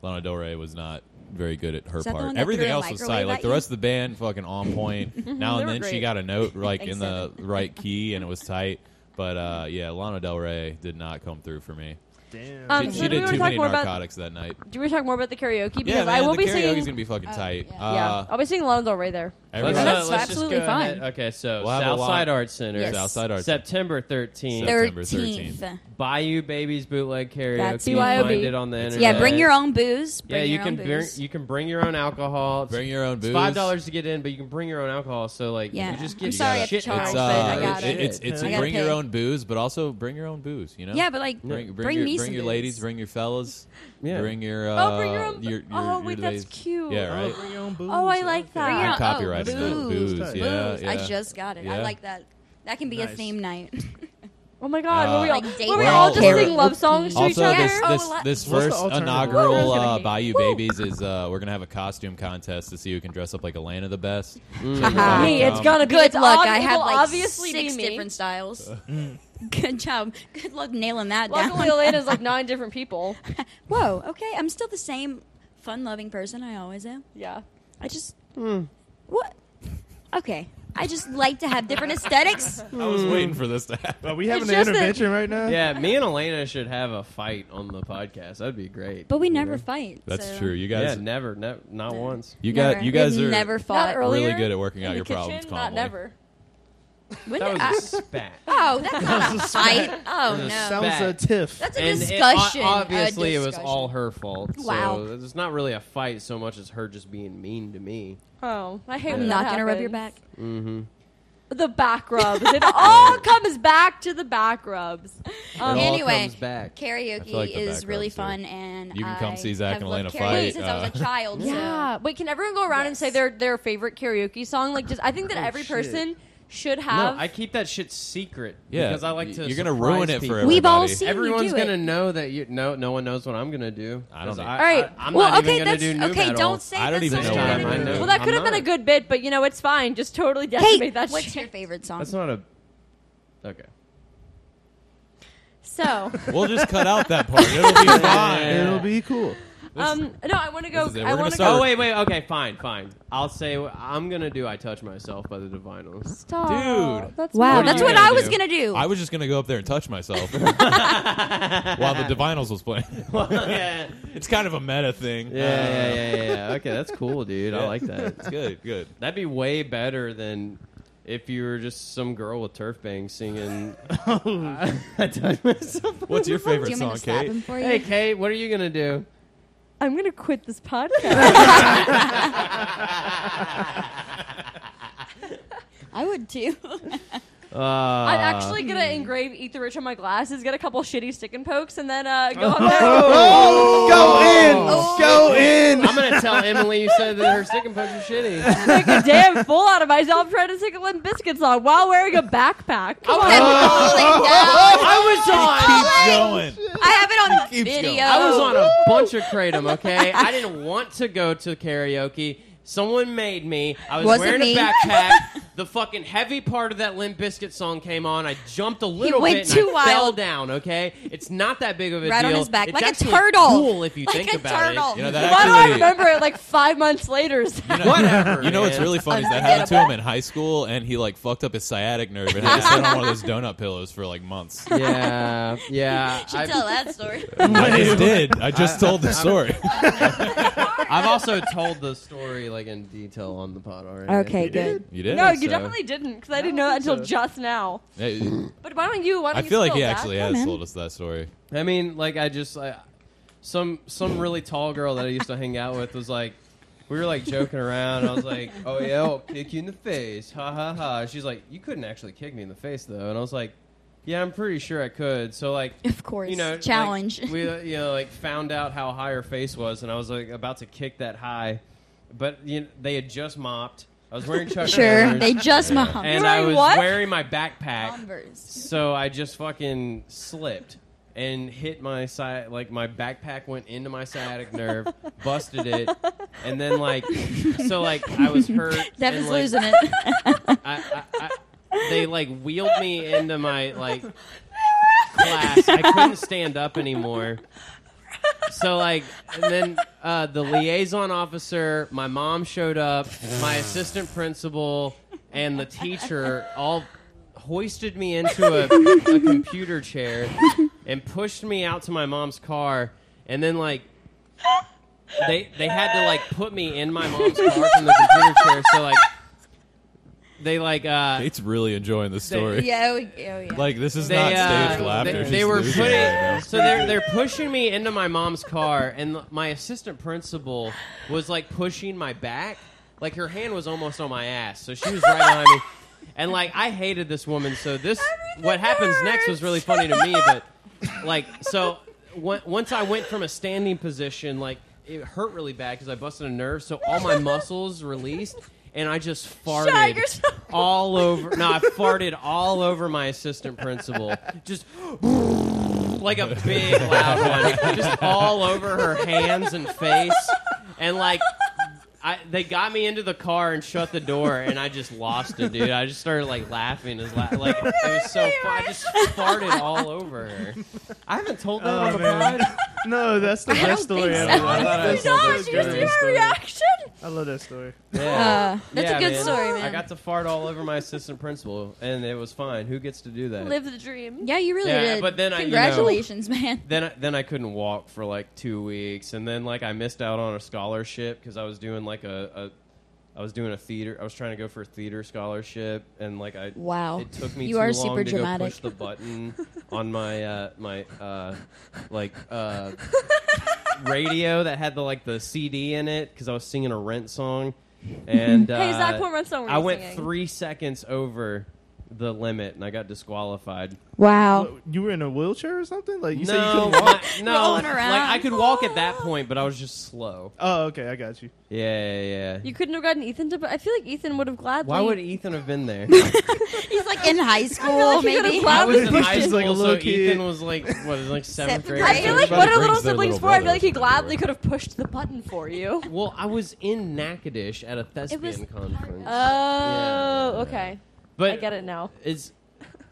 S1: Lana Del Rey was not very good at her
S6: Is that the one
S1: part.
S6: that
S1: Everything
S6: threw a
S1: else was
S6: microwave
S1: tight. Like
S6: at
S1: the
S6: you?
S1: rest of the band, fucking on
S4: <laughs>
S1: point. now
S4: Mm-hmm. They
S1: and
S4: were
S1: then she
S4: great.
S1: got a
S4: <laughs>
S1: note like in the
S6: Except-
S1: right key, and it was tight. But uh, yeah, Lana Del Rey did not come through for me.
S5: Damn.
S4: Um,
S1: She,
S4: so
S1: she
S4: do we
S1: did
S4: want
S1: too many
S4: to talk more about?
S1: narcotics that night.
S4: Do we talk more about the karaoke? Because
S1: Yeah,
S4: I
S1: man,
S4: will
S1: the
S4: be singing.
S1: karaoke's gonna be fucking
S6: Oh,
S1: tight.
S6: yeah.
S4: yeah,
S1: Uh,
S4: I'll be singing Lana Del Rey there.
S1: everybody-
S6: Let's-
S3: That's
S6: That's absolutely fine.
S3: Okay, so
S1: We'll have a lot-
S3: Southside Art Center,
S6: Yes.
S1: Southside Art Center.
S3: September 13th.
S1: There- September
S6: 13th.
S3: Bayou Babies bootleg karaoke.
S6: That's
S3: You
S4: BYOB.
S3: Find it on the internet.
S6: Yeah, bring your own booze.
S3: Yeah,
S6: Bring
S3: you
S6: your
S3: can
S6: own
S3: bring
S6: booze.
S3: you can bring your own alcohol.
S1: Bring your own
S3: It's
S1: booze.
S3: Five dollars to get in, but you can bring your own alcohol. So like,
S6: Yeah.
S3: you just
S6: I'm
S3: get
S6: sorry, I
S3: shit
S6: have to
S3: in
S6: charge,
S1: It's,
S3: the
S6: but I
S1: uh,
S3: shit.
S6: got it.
S1: it's, it's
S6: I
S1: a
S6: gotta
S1: bring your
S6: pay.
S1: own booze, but also bring your own booze. You know.
S6: yeah, but like,
S1: Bring,
S6: bring,
S1: bring, your,
S6: me
S1: bring
S6: some
S1: your
S6: booze.
S1: ladies, bring your fellas,
S3: Yeah.
S1: bring your. Uh,
S4: Oh, bring your own- oh, wait, that's
S1: ladies.
S4: cute.
S1: Yeah, right.
S5: Bring your own booze.
S4: Oh, I like that.
S6: Bring your
S1: I'm
S6: own-
S1: copyrighted that.
S6: oh,
S1: Booze,
S6: booze,
S1: yeah,
S6: booze.
S1: yeah.
S6: I just got it.
S1: Yeah.
S6: I like that. That can be a
S5: Nice.
S6: theme
S1: <laughs>
S6: night. <laughs>
S4: Oh my God, were we all,
S1: Uh,
S6: Like date
S4: were we
S6: night.
S4: all just
S6: Karaoke.
S4: sing love songs to each
S1: Also,
S4: other?
S1: this
S6: Oh,
S1: this,
S6: la-
S1: this
S5: What's the
S1: first
S5: alternative?
S1: inaugural
S4: Woo.
S1: uh, Bayou Babies is uh, we're gonna have a costume contest to see who can dress up like Elena the best.
S3: Mm.
S1: So everybody
S4: Me, it's
S1: come.
S4: gonna be
S6: Good
S4: it's
S6: luck.
S4: ob-
S6: I
S4: it
S6: have
S4: will
S6: like
S4: obviously
S6: six
S4: be me.
S1: <laughs>
S6: different styles. <laughs> Good job. Good luck nailing that
S4: Luckily,
S6: down.
S4: Elena's <laughs> like nine different people.
S6: <laughs> Whoa. Okay, I'm still the same fun-loving person I always am.
S3: Mm.
S4: Yeah.
S6: I just what? Okay. I just like to have different <laughs> aesthetics.
S1: I was waiting for <laughs> this to happen.
S5: Are we having an
S4: just that-
S5: intervention right now?
S6: <laughs>
S3: Yeah, me and Elena should have a fight on the podcast. That'd be great.
S6: But we never fight.
S1: That's
S6: so-
S1: true. You
S3: yeah,
S1: guys,
S3: never, never, not once.
S1: you guys,
S6: Never.
S1: you guys
S6: We've
S1: are
S6: never
S4: Not
S6: fought.
S4: earlier.
S1: really good at working
S4: in
S1: out
S4: the
S1: your
S4: kitchen,
S1: problems
S4: Not
S1: calmly.
S4: never.
S6: When
S3: That
S6: did
S3: was
S6: I-
S3: a
S6: <laughs>
S3: spat.
S6: oh, that's not a fight. Oh no,
S5: Sounds a
S3: Bad.
S5: tiff.
S6: that's a
S3: And it-
S6: discussion.
S3: o-
S6: A
S3: obviously, it was
S6: discussion.
S3: all her fault.
S6: Wow.
S3: So it's not really a fight so much as her just being mean to me.
S4: Oh, I hate.
S6: I'm
S4: when
S6: not
S4: that
S6: gonna rub your
S4: happens.
S6: back. Mm-hmm.
S4: The back rubs. It all comes back to the back rubs.
S3: it all
S6: anyway,
S3: comes back.
S1: I
S6: Karaoke
S1: feel like the
S6: is
S1: background
S6: really
S1: too.
S6: fun, and
S1: You can come
S6: I
S1: see Zach
S6: have
S1: and
S6: loved
S1: Elena
S6: karaoke
S1: fight,
S6: since I was a
S1: uh,
S6: child. so-
S4: Yeah. Wait, can everyone go around and say
S6: Yes.
S4: their their favorite karaoke song? Like, just I think that
S5: Oh,
S4: every
S5: shit.
S4: person should have.
S3: No, I keep that shit secret.
S1: Yeah,
S3: because I like to.
S1: You're gonna
S3: surprise
S1: ruin it
S3: people.
S1: for <laughs> everybody.
S6: We've all seen you
S3: Everyone's
S6: do it.
S3: gonna know that you. No, no one knows what I'm gonna do.
S1: I don't
S3: 'Cause
S1: know.
S3: I,
S4: all right.
S3: I, am
S6: well,
S3: not
S6: okay,
S3: even gonna
S6: that's
S3: do new
S6: okay.
S3: metal.
S6: Don't say.
S1: I don't
S6: that's
S1: even
S6: not
S1: know what
S6: your
S1: I'm
S6: favorite
S1: gonna
S6: song.
S1: do.
S4: well, that
S3: I'm
S4: could have been a
S3: not.
S4: good bit, but you know it's fine. Just totally
S6: <laughs> Hey,
S4: decimate that
S6: what's
S4: shit.
S6: your favorite song?
S3: That's not a. Okay.
S4: So,
S1: We'll just cut out that part. It'll be fine.
S5: It'll be
S4: <laughs>
S5: cool.
S4: um, no, I want to go.
S1: This is it. We're
S4: I
S1: gonna
S4: <laughs> want to
S1: start-
S4: go.
S3: Oh wait, wait. Okay, fine, fine. I'll say what I'm gonna do. I touch myself by the Divinals.
S4: Stop.
S1: Dude.
S4: That's
S6: wow,
S4: what
S6: that's
S3: you
S6: what
S3: gonna
S6: I was
S3: do?
S6: gonna do.
S1: I was just gonna go up there and touch
S3: <laughs>
S1: myself while the Divinals was playing.
S3: yeah,
S1: it's kind of a meta thing.
S3: yeah, yeah, yeah, yeah, yeah. Okay, that's cool, dude. I like that.
S1: It's good, good.
S3: That'd be way better than if you were just some girl with turf bangs singing. <laughs> I touch myself.
S1: What's your
S6: do
S1: favorite
S6: you want
S1: song,
S6: me to slap him
S1: Kate?
S6: for you?
S3: Hey, Kate, what are you gonna do?
S4: I'm gonna quit this podcast.
S6: I would <laughs> too.
S3: Uh,
S4: I'm actually gonna engrave Eat the Rich on my glasses, get a couple shitty stick and pokes, and then uh, go up there.
S5: Oh,
S6: Oh.
S5: go in, go in.
S3: I'm gonna tell Emily you said that her stick and pokes are <laughs> shitty.
S4: make a damn fool out of myself trying to sing a Limp Bizkit song while wearing a backpack. Come on.
S3: <laughs>
S6: I
S4: Oh,
S1: Keep going.
S6: have it on
S1: keeps going.
S6: video.
S3: I was on a bunch of kratom. Okay,
S6: <laughs>
S3: I didn't want to go to karaoke. Someone made me. I was
S6: Wasn't
S3: wearing
S6: me.
S3: a
S6: <laughs>
S3: backpack. the fucking heavy part of that Limp Bizkit song came on. I jumped a little
S6: went
S3: bit
S6: too
S3: and I fell
S6: wild.
S3: down. Okay, it's not that big of a
S6: Right
S3: deal.
S6: on his back,
S3: It's
S6: like a
S3: actually
S6: turtle.
S3: Cool if you
S6: Like
S3: think
S6: a
S3: about
S6: turtle.
S3: it.
S1: You know that
S4: Why do I
S1: actually.
S4: remember it like five months <laughs> later? Zach?
S1: you know-
S3: <laughs> Whatever,
S1: You know what's
S3: man.
S1: really funny is that happened to him in high school, and he like fucked up his sciatic nerve and had to sit on one of those donut pillows for like
S3: <laughs>
S1: months.
S6: <laughs>
S3: <laughs> Yeah, yeah.
S6: Should tell
S3: I've,
S6: that
S3: <laughs>
S6: story.
S1: I just did. I just told the story.
S3: I've also told the story like in detail on the pod
S6: <laughs>
S3: already.
S6: Okay, good.
S1: <laughs> You did.
S4: no, you
S3: so.
S4: definitely didn't, because I didn't know that until just now.
S1: Hey,
S4: But why don't you? Why don't
S1: I
S4: you
S1: feel like
S4: spill
S1: he
S4: that?
S1: actually has told us that story.
S3: I mean, like I just I, some some really tall girl that I used to hang out with was like, we were like joking around. I was like, oh yeah, I'll kick you in the face, ha ha ha. She's like, you couldn't actually kick me in the face though, and I was like, yeah, I'm pretty sure I could. So like,
S6: Of course,
S3: you know, like,
S6: challenge.
S3: we uh, you know like found out how high her face was, and I was like about to kick that high, but you know, they had just mopped. I was
S6: <laughs>
S3: wearing Chuck
S6: sure,
S3: <laughs> Taylors,
S6: they just mom.
S3: and
S4: You're
S3: I
S4: wearing
S3: was
S4: what?
S3: wearing my backpack.
S6: Converse.
S3: So I just fucking slipped and hit my side like my backpack went into my
S6: <laughs>
S3: sciatic nerve, busted it, and then like so like I was hurt.
S6: Dev
S3: and,
S6: is
S3: like,
S6: losing it.
S3: <laughs>
S6: <laughs>
S3: I, I, I, they like wheeled me into my like class. I couldn't stand up anymore. So like, and then uh, the liaison officer, my mom showed up, my assistant principal, and the teacher all hoisted me into a, a computer chair and pushed me out to my mom's car, and then like. They they had to like put me in my mom's car from the computer chair, so like they like uh
S1: Kate's really enjoying the story.
S6: yeah, oh, yeah, oh, yeah.
S1: Like this is
S3: they,
S1: not
S3: uh,
S1: staged laughter.
S3: They,
S1: She's
S3: they were
S1: losing
S3: putting
S1: it right now.
S3: so they're they're pushing me into my mom's car, and l- my assistant principal was like pushing my back, like her hand was almost on my ass, so she was right behind me, and like I hated this woman. So this what happens next was really funny to me, but like so on- once I went from a standing position, like it hurt really bad because I busted a nerve, so all my muscles released. And I just farted
S4: you're so-
S3: all over. No, I farted all over my assistant principal. Just like a big loud one, just all over her hands and face, and like. I, they got me into the car and shut the door, and I just lost it, dude. I just started like laughing as la- like it was so. Fun. I just farted all over her. I haven't told that on the
S5: man.
S3: pod.
S5: <laughs> No, that's the
S6: don't
S5: best story
S6: think
S5: ever.
S6: so.
S4: Oh
S5: That's
S4: my
S5: the
S4: gosh,
S5: best
S4: you see
S5: story.
S4: her reaction?
S5: I love that story.
S3: Yeah.
S6: Uh, that's a
S3: Yeah,
S6: good story, man.
S3: I got to fart all over my assistant principal, and it was fine. Who gets to do that?
S4: Live the dream.
S6: yeah, you really
S3: Yeah,
S6: did.
S3: but then I- you know-
S6: congratulations,
S3: <laughs>
S6: man.
S3: then I, then I couldn't walk for like two weeks, and then like I missed out on a scholarship because I was doing like a, a, I was doing a theater. I was trying to go for a theater scholarship, and like I
S6: Wow,
S3: It took me
S6: you
S3: too
S6: are
S3: long
S6: super
S3: to go
S6: dramatic.
S3: push the button on my uh, my uh, like uh, radio that had the like the CD in it because I was singing a Rent song, and uh,
S4: Hey, Zach, what Rent song were
S3: I
S4: you
S3: went
S4: singing?
S3: three seconds over the limit and I got disqualified.
S4: Oh.
S6: wow,
S5: You were in a wheelchair or something? Like you said you
S3: no,
S5: couldn't walk.
S3: my- no,
S6: Rolling around.
S3: like I could walk at that point, but I was just slow.
S5: Oh, okay, I got you.
S3: Yeah, yeah. yeah.
S4: You couldn't have gotten Ethan to, but I feel like Ethan would have gladly.
S3: Why would Ethan have been
S4: <laughs>
S3: there?
S6: he's like in
S3: <laughs>
S6: high
S4: like
S6: school,
S4: he could've
S6: maybe.
S4: laughed.
S3: I was in
S5: He's
S3: high
S5: just
S3: school,
S5: like a little
S3: so
S5: kid.
S3: Ethan was <laughs> like what, like
S6: Seventh
S3: seventh grade.
S4: I feel
S1: Everybody
S4: like what are little
S1: brings their
S4: siblings
S1: little
S4: for? I feel like he
S1: brothers everywhere.
S4: gladly could have pushed the button for you.
S6: <laughs>
S3: Well, I was in Natchitoches at a thespian
S6: was-
S3: conference,
S4: Oh, okay.
S3: but
S4: I get it now.
S3: It's,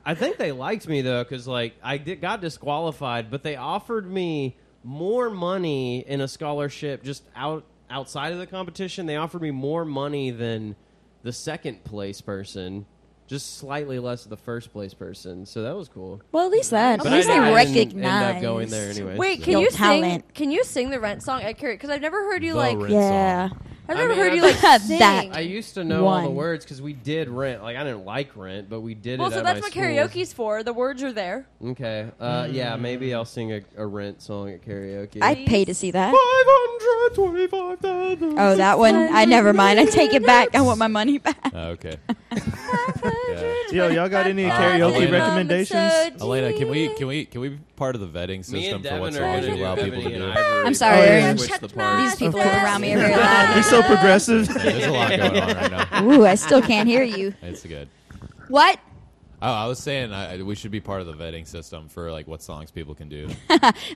S3: I think they liked me though, because like I did, got disqualified, but they offered me more money in a scholarship just out outside of the competition. They offered me more money than the second place person, just slightly less than the first place person. So that was cool.
S6: Well, at least that.
S4: But
S6: at least
S4: I-
S6: they
S4: I
S3: didn't
S6: recognized.
S3: end up going there anyway.
S4: Wait, can
S6: Your
S4: you sing?
S6: talent.
S4: Can you sing the Rent song accurate? Because I've never heard you
S1: The
S4: like.
S1: Rent
S6: Yeah.
S1: song.
S4: I've
S3: I
S4: never
S3: mean,
S4: heard
S3: I-
S4: you like
S6: That-
S4: sing.
S3: I used to know all the
S6: One.
S3: words because we did rent. Like I didn't like rent, but we did
S4: well,
S3: it.
S4: so
S3: at
S4: that's
S3: my
S4: what
S3: school.
S4: karaoke's for. The words
S1: <laughs>
S4: are there.
S3: Okay. Uh, Yeah,
S4: Mm.
S3: maybe I'll sing a, a rent song at karaoke.
S6: I'd pay to see <laughs> that.
S3: $525,000.
S6: Oh, that one. I never mind. I take it back. I want my money back.
S1: Oh, <laughs> okay.
S4: <laughs>
S5: Yo, y'all got any
S1: Elena.
S5: karaoke recommendations?
S1: Elena, can we can we can we be part of the vetting
S3: Me
S1: system
S3: and
S1: for what
S3: Devin
S1: songs
S3: are
S1: we allow people to
S3: Ebony and
S1: <laughs> do?
S3: Ivory.
S6: <laughs> I'm sorry.
S5: Oh, yeah.
S3: Switch the
S6: These
S3: parts.
S6: people around me are
S5: <laughs>
S6: very loud.
S4: <laughs>
S5: He's so
S1: <laughs>
S5: progressive.
S1: There's a lot going on right
S3: <laughs>
S1: now.
S6: Ooh, I still can't hear you.
S1: It's good.
S6: <laughs> What?
S1: Oh, I was saying I, I- we should be part of the vetting system for like what songs people can <laughs> do.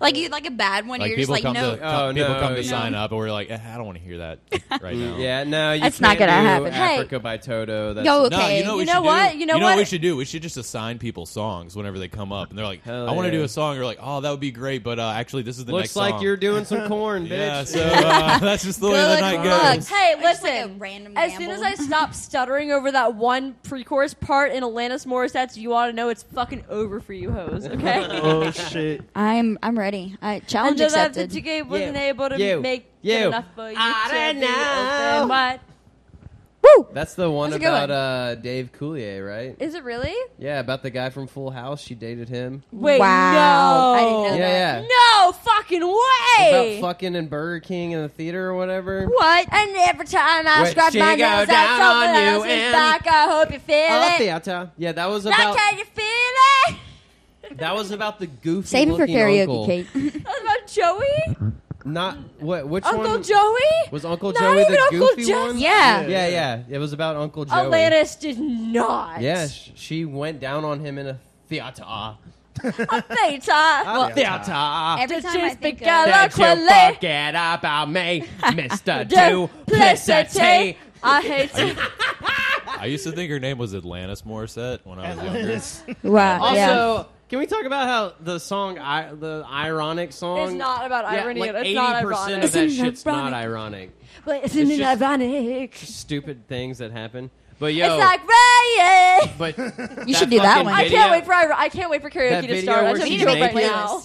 S6: Like you like a bad one?
S1: Like
S6: you're just
S1: people
S6: like
S1: come
S6: no.
S1: to come-
S3: Oh,
S1: people
S3: no,
S1: come to
S3: yeah.
S1: sign up, and we're like, eh, I don't want to hear <laughs> that right now.
S3: Yeah, no, you
S6: That's not
S3: can't
S6: gonna
S3: do
S6: happen.
S4: Hey.
S3: Africa by Toto. That's
S6: Yo,
S1: No,
S6: Okay,
S1: you know,
S4: you
S1: we
S4: know
S1: should do-
S4: what? You know
S1: what?
S4: what?
S1: we should do? We should just assign people songs whenever they come up, and they're like,
S3: Hell
S1: "I want to
S3: yeah.
S1: do a song." You're like, "Oh, that would be great," but uh, actually, this is the
S3: looks
S1: next.
S3: like
S1: song.
S3: you're
S1: <laughs>
S3: doing some corn, bitch.
S1: Yeah,
S3: <laughs>
S1: so uh, that's just the way the
S6: Good
S1: night
S6: luck.
S1: goes.
S4: Hey,
S6: just like
S4: listen.
S6: a random
S4: as soon as
S6: gamble. <laughs>
S4: I stop stuttering over that one pre-chorus part in Alanis Morissette's "You Ought to Know," it's fucking over for
S3: <laughs>
S4: you, hoes. Okay.
S5: oh shit.
S6: I'm I'm ready. I
S4: And
S6: challenge
S4: the love that you
S6: accepted.
S4: gave wasn't
S3: Yeah.
S4: able to
S3: Yeah.
S4: make
S3: Yeah.
S4: it enough for you
S3: I
S4: to
S3: don't
S4: be
S3: know.
S4: open wide.
S6: Woo!
S3: That's the one
S4: That's a good
S3: about
S4: one.
S3: Uh, Dave Coulier, right?
S4: Is it really?
S3: yeah, about the guy from Full House. She dated him.
S4: Wait,
S6: Wow. I didn't
S4: no.
S6: know
S3: Yeah, yeah.
S4: No fucking way!
S3: About fucking and Burger King in the theater or whatever.
S4: what? And every time I
S3: When
S4: scratch
S3: she
S4: my
S3: go
S4: nails
S3: down
S4: out
S3: on
S4: someone
S3: you
S4: else's
S3: and-
S4: back, I hope you feel
S3: Oh,
S4: it.
S3: theater. Yeah, that was
S4: Now
S3: about
S4: can you feel it?
S3: that was about the goofy
S6: Save it for
S3: looking
S6: karaoke,
S3: uncle.
S6: Kate.
S3: <laughs>
S6: <laughs>
S4: That's about Joey?
S3: Not what? Which
S4: Uncle
S3: one
S4: Joey?
S3: was Uncle
S4: Not
S3: Joey
S4: even
S3: the
S4: Uncle Oh,
S3: goofy
S4: Jesse.
S3: one?
S6: yeah.
S3: yeah, yeah. It was about Uncle Joey.
S4: Alanis did not.
S3: Yeah, sh- she went down on him in a theater.
S4: Theta.
S3: Theater.
S6: Every
S4: This
S6: time I
S4: is the
S6: think of
S3: Did you
S4: Eloquently.
S3: forget about me, Mr.
S4: Duplicity.
S3: Duplicity?
S4: I hate it.
S1: I used to think her name was Atlantis Morissette when I was younger.
S4: <laughs>
S6: wow.
S3: Also,
S6: yeah.
S3: can we talk about how the song, I, the ironic song,
S4: It's not about
S3: Yeah,
S4: irony.
S3: like
S4: it's not
S3: percent
S4: ironic.
S3: of that
S6: Isn't it
S3: shit's not ironic.
S4: But isn't
S3: it's
S4: it
S3: just-
S4: ironic?
S3: Stupid things that happen. But yo,
S4: It's like Ryan.
S5: <laughs>
S3: but
S6: You should do that
S3: fucking
S6: one.
S4: I
S3: video-
S4: can't wait for I can't wait for
S3: That
S4: karaoke
S3: video
S4: to start. I
S3: where
S4: just
S3: she's
S4: feel it right
S3: naked.
S4: now.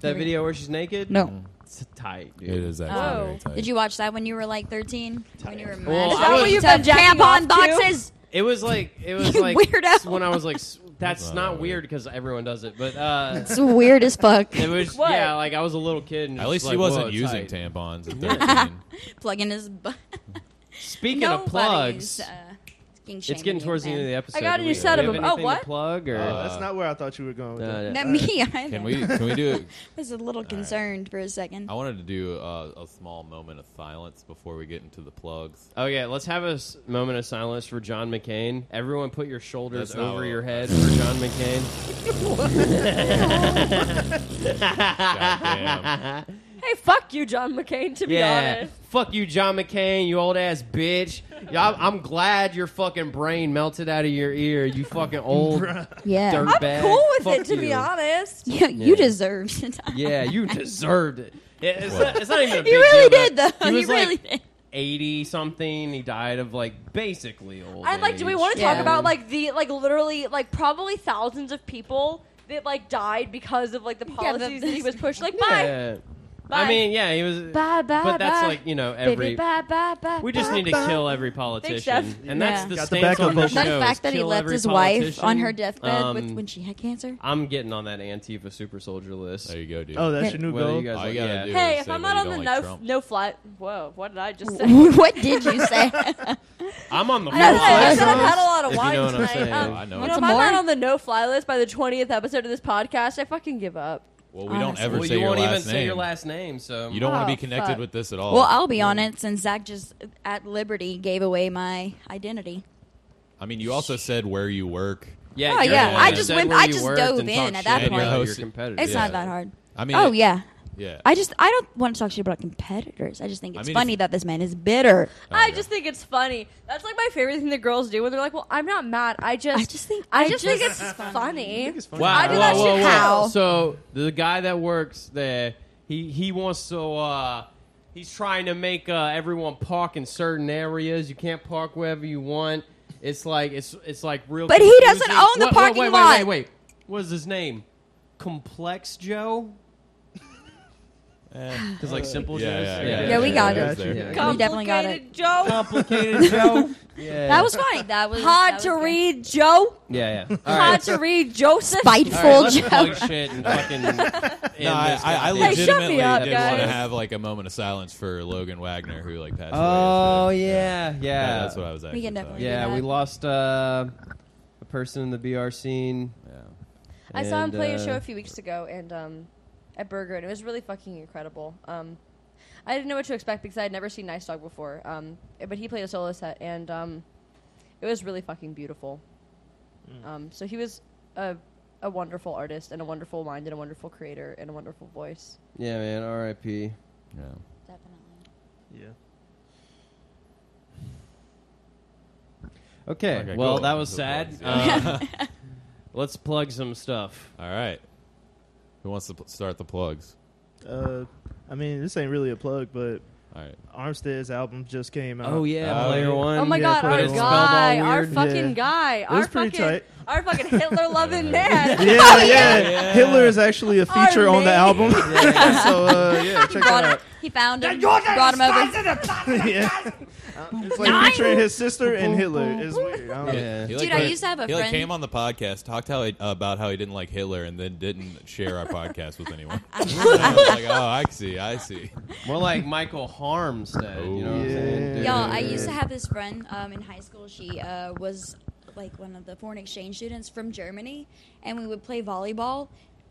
S3: that video where she's naked.
S6: No.
S3: it's tight, dude.
S1: It is actually
S4: Whoa.
S1: very tight.
S6: Did you watch that when you were like 13? When you were mad?
S3: Well, Is that
S6: about
S3: what
S4: you've been jacking
S6: tampon
S4: off to?
S6: boxes?
S3: It was like it was
S6: You
S3: like
S6: weirdo.
S3: when I was like s- that's
S1: not
S3: not
S1: that
S3: weird
S1: weird.
S3: because everyone does it, but uh,
S6: It's weird as <laughs> fuck.
S3: it was
S4: <laughs> What?
S3: yeah like I was a little kid. And
S1: At
S3: just
S1: least
S3: like,
S1: he
S3: whoa,
S1: wasn't using
S3: tight.
S1: tampons at 13.
S6: Plugging his butt. uh,
S3: Speaking of plugs, it's getting towards the end of the episode.
S4: I got a
S3: Do
S4: new
S3: we-
S4: setup
S3: do we have
S4: of- oh,
S3: anything to
S4: what?
S3: plug or?
S1: Uh,
S5: Oh, that's not where I thought you were going with that.
S3: Uh,
S6: Not me either.
S1: can we can we do
S6: <laughs> I was a little concerned for a second.
S1: I wanted to do uh, a small moment of silence before we get into the
S4: <laughs>
S1: plugs.
S3: Oh yeah, let's have a s- moment of silence for John McCain. Everyone, put your shoulders
S1: That's not
S3: over
S1: what-
S3: your head for John
S4: <laughs>
S3: McCain.
S1: Goddamn.
S4: Hey, fuck you, John McCain. To be
S3: Yeah,
S4: honest,
S3: fuck you, John McCain, you old ass bitch. Yeah, I'm- I'm glad your fucking brain melted out of your ear.
S1: <laughs>
S3: You fucking old
S6: Yeah.
S3: dirtbag.
S4: I'm cool with
S3: Fuck
S4: it. To be
S3: you.
S6: <laughs>
S4: honest,
S6: Yeah, you deserved it.
S3: Yeah, you deserved it. Yeah, It's not, it's not even a big
S6: You really
S3: deal,
S6: did,
S3: but
S6: though.
S3: He
S6: You
S3: was like,
S6: really did.
S3: eighty something. He died of like basically old.
S4: And like, do we
S3: age.
S4: want to talk
S6: Yeah.
S4: about like the like literally like probably thousands of people that like died because of like the
S8: Yeah, the-
S4: policies that he was pushed? Like, bye.
S3: Yeah. I
S4: Bye.
S3: mean, yeah, he was.
S8: Bye, bye,
S3: but that's
S8: bye.
S3: like you know
S8: Baby,
S3: every.
S8: bye, bye, bye,
S3: We just
S8: bye.
S3: need to kill every politician,
S4: Steph.
S3: and that's
S6: Yeah.
S3: the
S5: Got the
S3: stance
S5: backup
S3: on the
S5: vote.
S6: That
S3: show. is
S6: fact that he
S3: kill
S6: left
S3: every
S6: his wife
S3: politician.
S6: on her deathbed with,
S3: Um,
S6: when she had <laughs> cancer.
S3: I'm getting on that Antifa super soldier list.
S1: There you go, dude.
S5: Oh, that's your new
S3: Whether
S5: goal.
S3: you guys
S1: All
S3: like-
S1: you gotta
S3: yeah.
S1: do
S4: Hey,
S1: is
S4: if
S1: say
S4: I'm
S1: that
S4: not on
S1: you
S4: the
S1: don't
S4: no
S1: like Trump.
S4: no fly, whoa, what did
S6: <laughs>
S4: I just say?
S6: what did you
S3: <laughs>
S6: say?
S3: I'm
S6: <laughs>
S3: on the.
S4: I,
S3: full
S4: I
S3: size
S4: said I've had a
S3: list,
S4: lot of
S3: if
S4: wine
S3: you know what I'm
S4: tonight.
S3: saying.
S4: Um,
S1: Oh, I know.
S4: You
S1: Want
S4: know, if
S6: some
S4: I'm
S6: more?
S4: not on the no fly list by the 20th episode of this podcast, I fucking give up.
S1: Well, we don't
S6: Honestly.
S1: ever
S3: well,
S1: say
S3: you
S1: your
S3: won't
S1: last
S3: even
S1: name.
S3: say your last name, so
S1: You don't want to
S4: Oh,
S1: be connected
S4: fuck.
S1: with this at all.
S6: well, I'll be on it since Zach just at liberty gave away my identity.
S1: I mean, you also said where you work.
S3: Yeah,
S6: Oh,
S3: you're
S6: yeah,
S3: the one
S6: I
S3: that
S6: just
S3: said
S6: went-
S3: where
S6: I
S3: you
S6: just
S3: worked
S6: dove
S3: and talked
S6: in at
S3: shit
S6: that
S3: about
S1: point.
S3: your
S1: It's
S3: competitors.
S6: It's
S1: Yeah.
S6: not that hard.
S1: I mean,
S6: oh
S1: it-
S6: yeah.
S1: yeah.
S6: I just I don't want to talk shit about competitors. I just think
S1: I
S6: it's
S1: mean, if
S6: funny
S1: you-
S6: that this man is bitter.
S4: I
S1: Okay.
S4: just think it's funny. That's like my favorite thing the girls do when they're like, "Well, I'm not mad. I just,
S6: I just think-
S4: I
S6: I
S4: just, think it's funny."
S3: Wow,
S4: I do
S3: whoa,
S4: that
S3: whoa,
S4: shit.
S3: whoa.
S6: How?
S3: So the guy that works there, he he wants to. uh He's trying to make uh, everyone park in certain areas. You can't park wherever you want. It's like it's it's like real.
S6: But he doesn't
S3: confusing.
S6: own the
S3: Wait,
S6: parking
S3: wait, wait,
S6: lot.
S3: Wait, wait, What is his name? Complex Joe. Because like
S1: <laughs>
S3: simple
S1: Yeah,
S3: Joe's?
S1: yeah,
S5: yeah.
S6: Yeah, we got
S5: yeah,
S6: it.
S5: yeah, yeah.
S6: We definitely got it.
S4: Complicated Joe.
S6: <laughs>
S3: Complicated Joe. Yeah.
S6: That was funny. That was
S4: Hard
S6: that
S4: to
S6: was good.
S4: read Joe.
S3: yeah,
S6: <laughs>
S3: yeah. All
S4: Hard
S3: right.
S4: to read Joseph.
S3: All right,
S6: Spiteful
S3: let's
S6: joke.
S3: plug shit
S6: <laughs>
S3: and fucking. end
S1: No, I,
S3: this
S1: I, I
S3: goddamn-
S4: Hey, shut me
S1: legitimately
S4: up,
S1: did want to
S4: guys.
S1: have like a moment of silence for Logan Wagner, who like passed away.
S3: Oh
S1: yesterday.
S3: yeah, yeah.
S1: Yeah, that's what I was actually.
S6: can
S1: talking
S6: definitely-
S3: Yeah,
S6: Yeah.
S3: we lost uh, a person in the BR scene.
S1: about.
S4: I saw him
S3: And,
S4: play a
S3: uh,
S4: show a few weeks ago and um, at Burger, and it was really fucking incredible. Um, I didn't know what to expect because I had never seen Nice Dog before. Um, but he played a solo set, and um, it was really fucking beautiful.
S5: Mm.
S4: Um, so he was a, a wonderful artist and a wonderful mind and a wonderful creator and a wonderful voice.
S3: Yeah, man. R.I.P.
S1: Yeah.
S5: Yeah.
S3: Okay.
S1: Okay,
S3: well,
S1: cool.
S3: that was
S1: Cool
S3: sad.
S1: plugs,
S4: <laughs>
S3: Uh, let's plug some stuff.
S1: <laughs> All right. Who wants to pl- start the plugs?
S5: Uh, I mean, this ain't really a plug, but
S1: All right.
S5: Armstead's album just came out.
S3: Oh yeah,
S1: Oh,
S3: Player
S1: yeah.
S3: One.
S4: Oh my
S5: yeah,
S4: god,
S5: put
S4: our
S5: it on.
S4: guy,
S3: Spelled all
S4: our
S3: weird.
S4: fucking
S5: Yeah.
S4: guy, our
S5: was pretty
S4: fucking,
S5: tight.
S4: our fucking
S5: <laughs>
S4: Hitler
S3: <laughs>
S4: loving man.
S5: Yeah, yeah. Hitler is actually a
S4: Our
S5: feature on the
S4: man.
S3: <laughs>
S5: album. <laughs> so
S3: Oh,
S5: uh, yeah, check
S6: Brought
S5: that
S6: him,
S5: out.
S6: he found him. Brought him over.
S4: <laughs>
S5: <laughs> yeah. It's like featuring his sister and Hitler. It's weird. I don't know.
S3: Yeah.
S1: He,
S6: Dude, I used to have a
S1: he, like,
S6: friend-
S1: came on the podcast, talked how he, about how he didn't like Hitler, and then didn't share our podcast with
S6: <laughs>
S1: anyone. I was like, oh, I see, I see.
S3: More like Michael Harmstead. You know what I'm
S5: Yeah.
S3: saying? Dude.
S6: Y'all, I used to have this friend um, in high school. She uh, was like one of the foreign exchange students from Germany, and we would play volleyball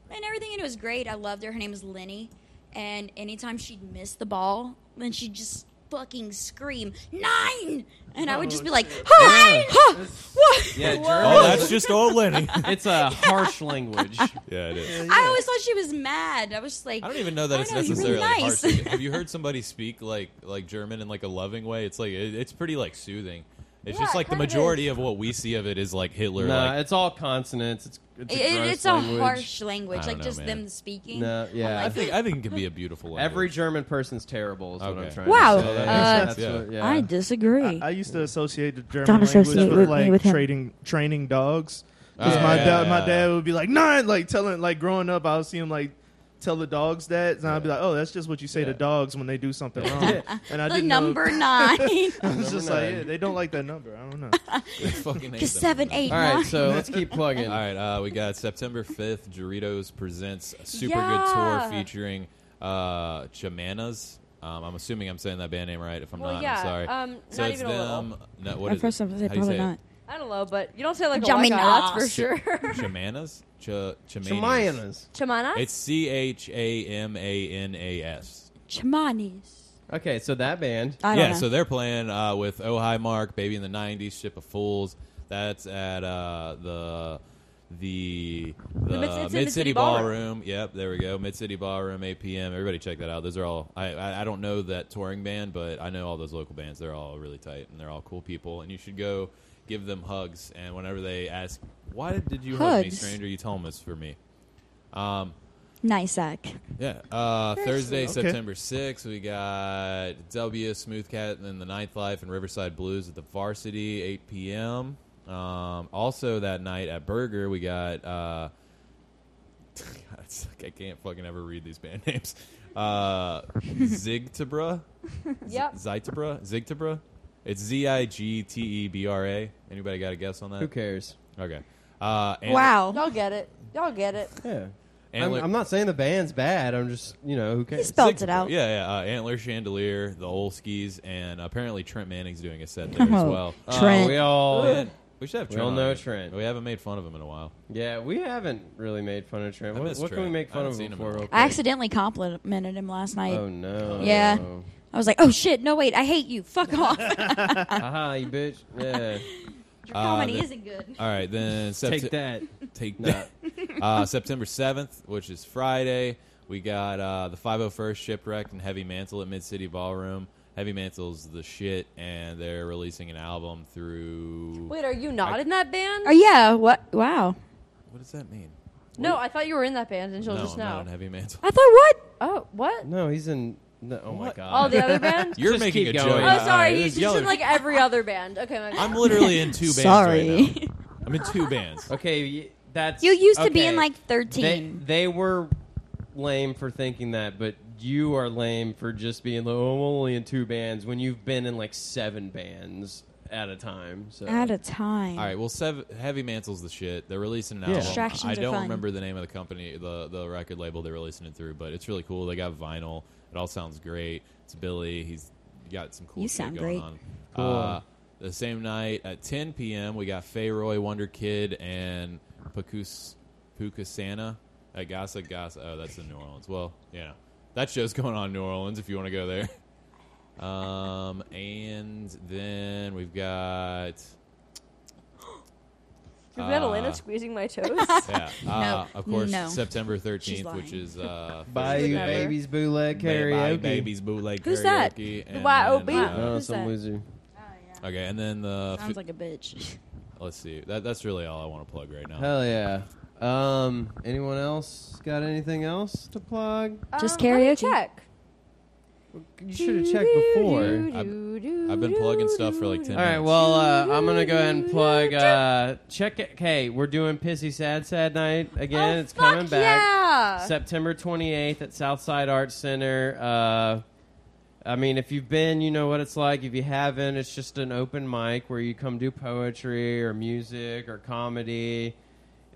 S6: and everything, and it was great. I loved her. Her name was Lenny, and anytime she'd miss the ball, then she'd just fucking scream nine, and I would just be like, "Huh, huh, what?"
S3: Yeah,
S6: <laughs>
S3: German.
S1: Oh, that's just old Lenny.
S3: <laughs>
S1: <laughs>
S3: it's a harsh language.
S1: yeah, it is.
S6: I always thought she was mad. I was just like,
S1: I don't even know that
S6: I
S1: it's
S6: know, you're
S1: necessarily
S6: really nice.
S1: harsh. Like, have you heard somebody speak like like German in like a loving way? It's like it, it's pretty like soothing. It's
S4: Yeah,
S1: just
S4: it
S1: like the
S4: kind of
S1: majority of what we see of it is like Hitler.
S3: Nah,
S1: like
S3: it's all consonants. It's it's
S6: It-
S3: a,
S6: it-
S3: gross
S6: it's
S3: language.
S6: a harsh language,
S1: I
S6: like
S1: don't know,
S6: just
S1: man.
S6: them speaking.
S3: No, yeah.
S6: I'm like,
S1: I think I think it can be a beautiful. Language.
S3: Every German person's terrible is what I'm
S1: Okay.
S3: trying
S6: Wow.
S3: to say.
S1: Uh,
S3: That's
S1: Yeah.
S3: what- yeah.
S6: disagree.
S5: I used to associate the German
S6: Don't
S5: language
S6: associate
S5: with,
S6: with me
S5: like
S6: with him.
S5: trading training dogs. Because
S1: Oh,
S5: my
S1: yeah,
S5: dad,
S1: yeah,
S5: my
S1: yeah.
S5: dad would be like nine, like telling, like growing up, I would see him like tell the dogs that, and I'd be like, oh, that's just what you say to
S1: Yeah.
S5: dogs when they do something wrong. And I
S6: the
S5: didn't
S6: number
S1: <laughs>
S5: Know,
S6: nine.
S5: <laughs> I was just
S3: Number
S5: like,
S3: nine.
S5: yeah, they don't like that number. I don't know.
S1: I fucking hate
S6: Cause
S1: them.
S6: seven, eight,
S3: All
S6: nine.
S3: right, so let's keep plugging. <laughs>
S1: All right, uh, we got September 5th. Doritos presents a super
S4: Yeah.
S1: good tour featuring uh, Chamanas. Um, I'm assuming I'm saying that band name right. If I'm
S4: Well,
S1: not,
S4: yeah,
S1: I'm sorry.
S4: um,
S1: so
S4: not
S1: it's
S4: even a little.
S1: them. No, what
S6: At
S1: is
S6: first
S1: it?
S6: I was like,
S1: How do you
S6: probably
S1: say it?
S6: not.
S4: I don't know, but you don't say like a
S6: Jamin
S4: white guy, that's for
S6: Nas.
S4: sure. <laughs>
S1: Chamanas? Ch- Chamanas.
S3: Chamayanas.
S4: Chamanas?
S1: It's C H A M A N A S.
S6: Chamanis.
S3: Okay, so that band.
S6: I don't
S1: Yeah,
S6: know.
S1: so they're playing uh, with Oh Hi Mark, Baby in the '90s, Ship of Fools. That's at uh, the the the
S4: Mid- it's in
S1: Mid City
S4: Mid-City Ballroom.
S1: Ballroom. Yep, there we go. Mid City Ballroom, 8 p.m. Everybody check that out. Those are all. I, I I don't know that touring band, but I know all those local bands. They're all really tight and they're all cool people. And you should go give them hugs. And whenever they ask, "Why did you hug me,
S6: Hugs?
S1: stranger?" You tell them it's for me. Um,
S6: Nysack.
S1: Yeah. Uh, Thursday,
S5: Okay.
S1: September 6th, we got W, Smooth Cat, and then The Ninth Life and Riverside Blues at the Varsity, 8 p.m. Um, also that night at Burger, we got. Uh, <laughs> God, it's like I can't fucking ever read these band <laughs> names. Uh, Zigtabra?
S7: Yep.
S1: Zigtabra? Zigtabra? It's Z I G T E B R A. Anybody got a guess on that?
S3: Who cares?
S1: Okay. Uh, and-
S6: Wow.
S7: Y'all get it. Y'all get it.
S3: Yeah.
S1: and
S3: I'm,
S1: like-
S3: I'm not saying the band's bad. I'm just, you know, who
S6: He
S3: cares?
S6: spelled
S1: Six-
S6: it out.
S1: Yeah, yeah. Uh, Antler Chandelier, the Olskis, and apparently Trent Manning's doing a set there as
S6: Oh,
S1: well. oh,
S6: Uh, Trent.
S3: we all.
S1: Man, we should have
S3: We
S1: Trent.
S3: all
S1: on
S3: know
S1: here.
S3: Trent.
S1: We haven't made fun of him in a while.
S3: Yeah, we haven't really made fun of Trent.
S1: I
S3: What,
S1: miss
S3: what can we
S1: Trent.
S3: make
S1: I
S3: fun
S1: haven't
S3: of
S1: seen
S3: him
S1: him
S3: for?
S1: in a
S3: real
S6: I
S3: quick?
S6: accidentally complimented him last night.
S3: Oh no.
S6: Yeah. I was like, oh shit, no wait, I hate you. Fuck off.
S3: Haha, you bitch. Yeah.
S6: Your
S1: Uh,
S6: comedy
S1: the-
S6: isn't good.
S1: All right,
S3: <laughs>
S1: then Septe-
S3: Take that.
S1: <laughs> Take
S3: No.
S1: that. uh, <laughs> September seventh, which is Friday, we got uh, the Five Hundred First Shipwrecked and Heavy Mantle at Mid City Ballroom. Heavy Mantle's the shit, and they're releasing an album through.
S7: Wait, are you not
S1: I-
S7: in that band?
S6: Oh yeah, what wow.
S1: What does that mean?
S7: no, I thought you were in that band until
S1: no,
S7: just
S1: I'm not
S7: now.
S1: on Heavy
S3: <laughs>
S1: Mantle.
S6: I thought what?
S7: Oh, what?
S3: No, he's in. No, oh my
S1: What?
S3: god.
S7: Oh, the other
S3: <laughs>
S7: band?
S1: You're
S3: Just
S1: making
S3: keep
S1: a joke.
S3: going.
S7: Oh,
S3: Yeah,
S1: alright,
S7: sorry.
S1: this
S7: He's just
S1: yellow-
S7: in like every other band. Okay, my bad.
S1: I'm literally
S6: <laughs>
S1: in two bands.
S6: Sorry.
S1: Right now. I'm in two bands.
S3: Okay, y- that's.
S6: You used to be in
S3: okay.
S6: like
S3: They,
S6: thirteen.
S3: they were lame for thinking that, but you are lame for just being like, oh, I'm only in two bands when you've been in like seven bands at a time. So
S6: At a time.
S1: All right. Well, Sev- Heavy Mantle's the shit. They're releasing an album.
S6: Distractions
S1: I
S6: are
S1: don't
S6: fun.
S1: remember the name of the company, the the record label they're releasing it through, but it's really cool. They got vinyl. It all sounds great. It's Billy. He's got some cool
S6: You
S1: shit
S6: sound
S1: going
S6: great.
S1: on.
S3: Cool.
S1: Uh, the same night at 10 p.m. we got Fayroy, Wonder Kid, and Pacus Pucasana at Gasa Gasa. Oh, that's in New Orleans. Well, yeah, that show's going on in New Orleans. If you want to go there. <laughs> Um, and then we've got
S7: Did we have
S1: uh,
S7: Elena squeezing <laughs> my toes?
S6: <laughs>
S1: yeah, uh, of course
S6: No.
S1: September
S6: She's
S1: 13th,
S6: lying.
S1: which is uh,
S3: Bayou
S1: Thursday.
S3: Babies bootleg
S1: Bay- Bayou
S3: karaoke.
S1: Babies bootleg
S7: Who's that?
S1: karaoke. and
S7: Y.O.B.?
S1: then, uh,
S3: Oh,
S6: Who's
S3: some
S6: that?
S3: loser.
S1: okay, and then the fi-
S6: Sounds like a bitch.
S1: let's see. That, that's really all I want to plug right now.
S3: Hell yeah. Um, anyone else got anything else to plug?
S6: Just
S7: Um, let me
S6: karaoke.
S7: Check.
S3: You should have checked before.
S1: I've, I've been plugging stuff for like ten.
S3: All right,
S1: minutes.
S3: well, uh, I'm gonna go ahead and plug. Uh, check it. Hey, we're doing Pissy Sad Sad Night again.
S7: Oh,
S3: it's
S7: fuck
S3: coming back.
S7: Yeah.
S3: September 28th at Southside Arts Center. Uh, I mean, if you've been, you know what it's like. If you haven't, it's just an open mic where you come do poetry or music or comedy.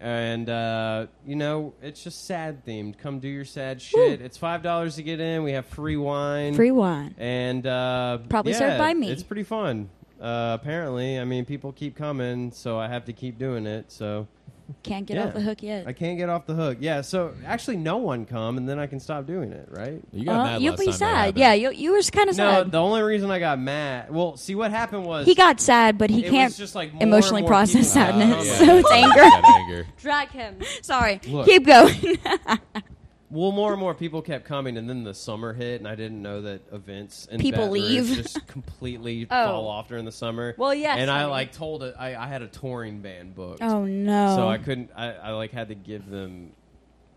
S3: And, uh, you know, it's just sad themed. Come do your sad shit. It's $5 to get in. We have free wine.
S6: Free wine.
S3: And, uh,
S6: Probably
S3: yeah,
S6: served by me.
S3: It's pretty fun. Uh, apparently, I mean, people keep coming, so I have to keep doing it. So
S6: Can't get
S3: Yeah.
S6: off the hook yet.
S3: I can't get off the hook. Yeah, so actually, no one come, and then I can stop doing it, right?
S1: you got
S6: Uh,
S1: mad
S6: you'll
S1: last
S6: be
S1: time that
S6: sad.
S1: happened.
S6: Yeah, you, you were kind of
S3: No,
S6: sad.
S3: the only reason I got mad. Well, see, what happened was
S6: he got sad, but he
S3: it
S6: can't
S3: was just like more and
S6: emotionally
S3: more
S6: process
S3: people-
S1: Uh,
S6: sadness,
S1: yeah.
S6: <laughs> so it's anger.
S1: Got anger.
S7: Drag him.
S6: Sorry.
S3: Look.
S6: Keep going. <laughs>
S3: Well, more and more people kept coming, and then the summer hit, and I didn't know that events and
S6: People leave. <laughs>
S3: just completely
S7: Oh.
S3: fall off during the summer.
S7: Well, yes,
S3: and I
S7: honey.
S3: like told it. I, I had a touring band booked,
S6: oh no.
S3: so I couldn't. I, I like had to give them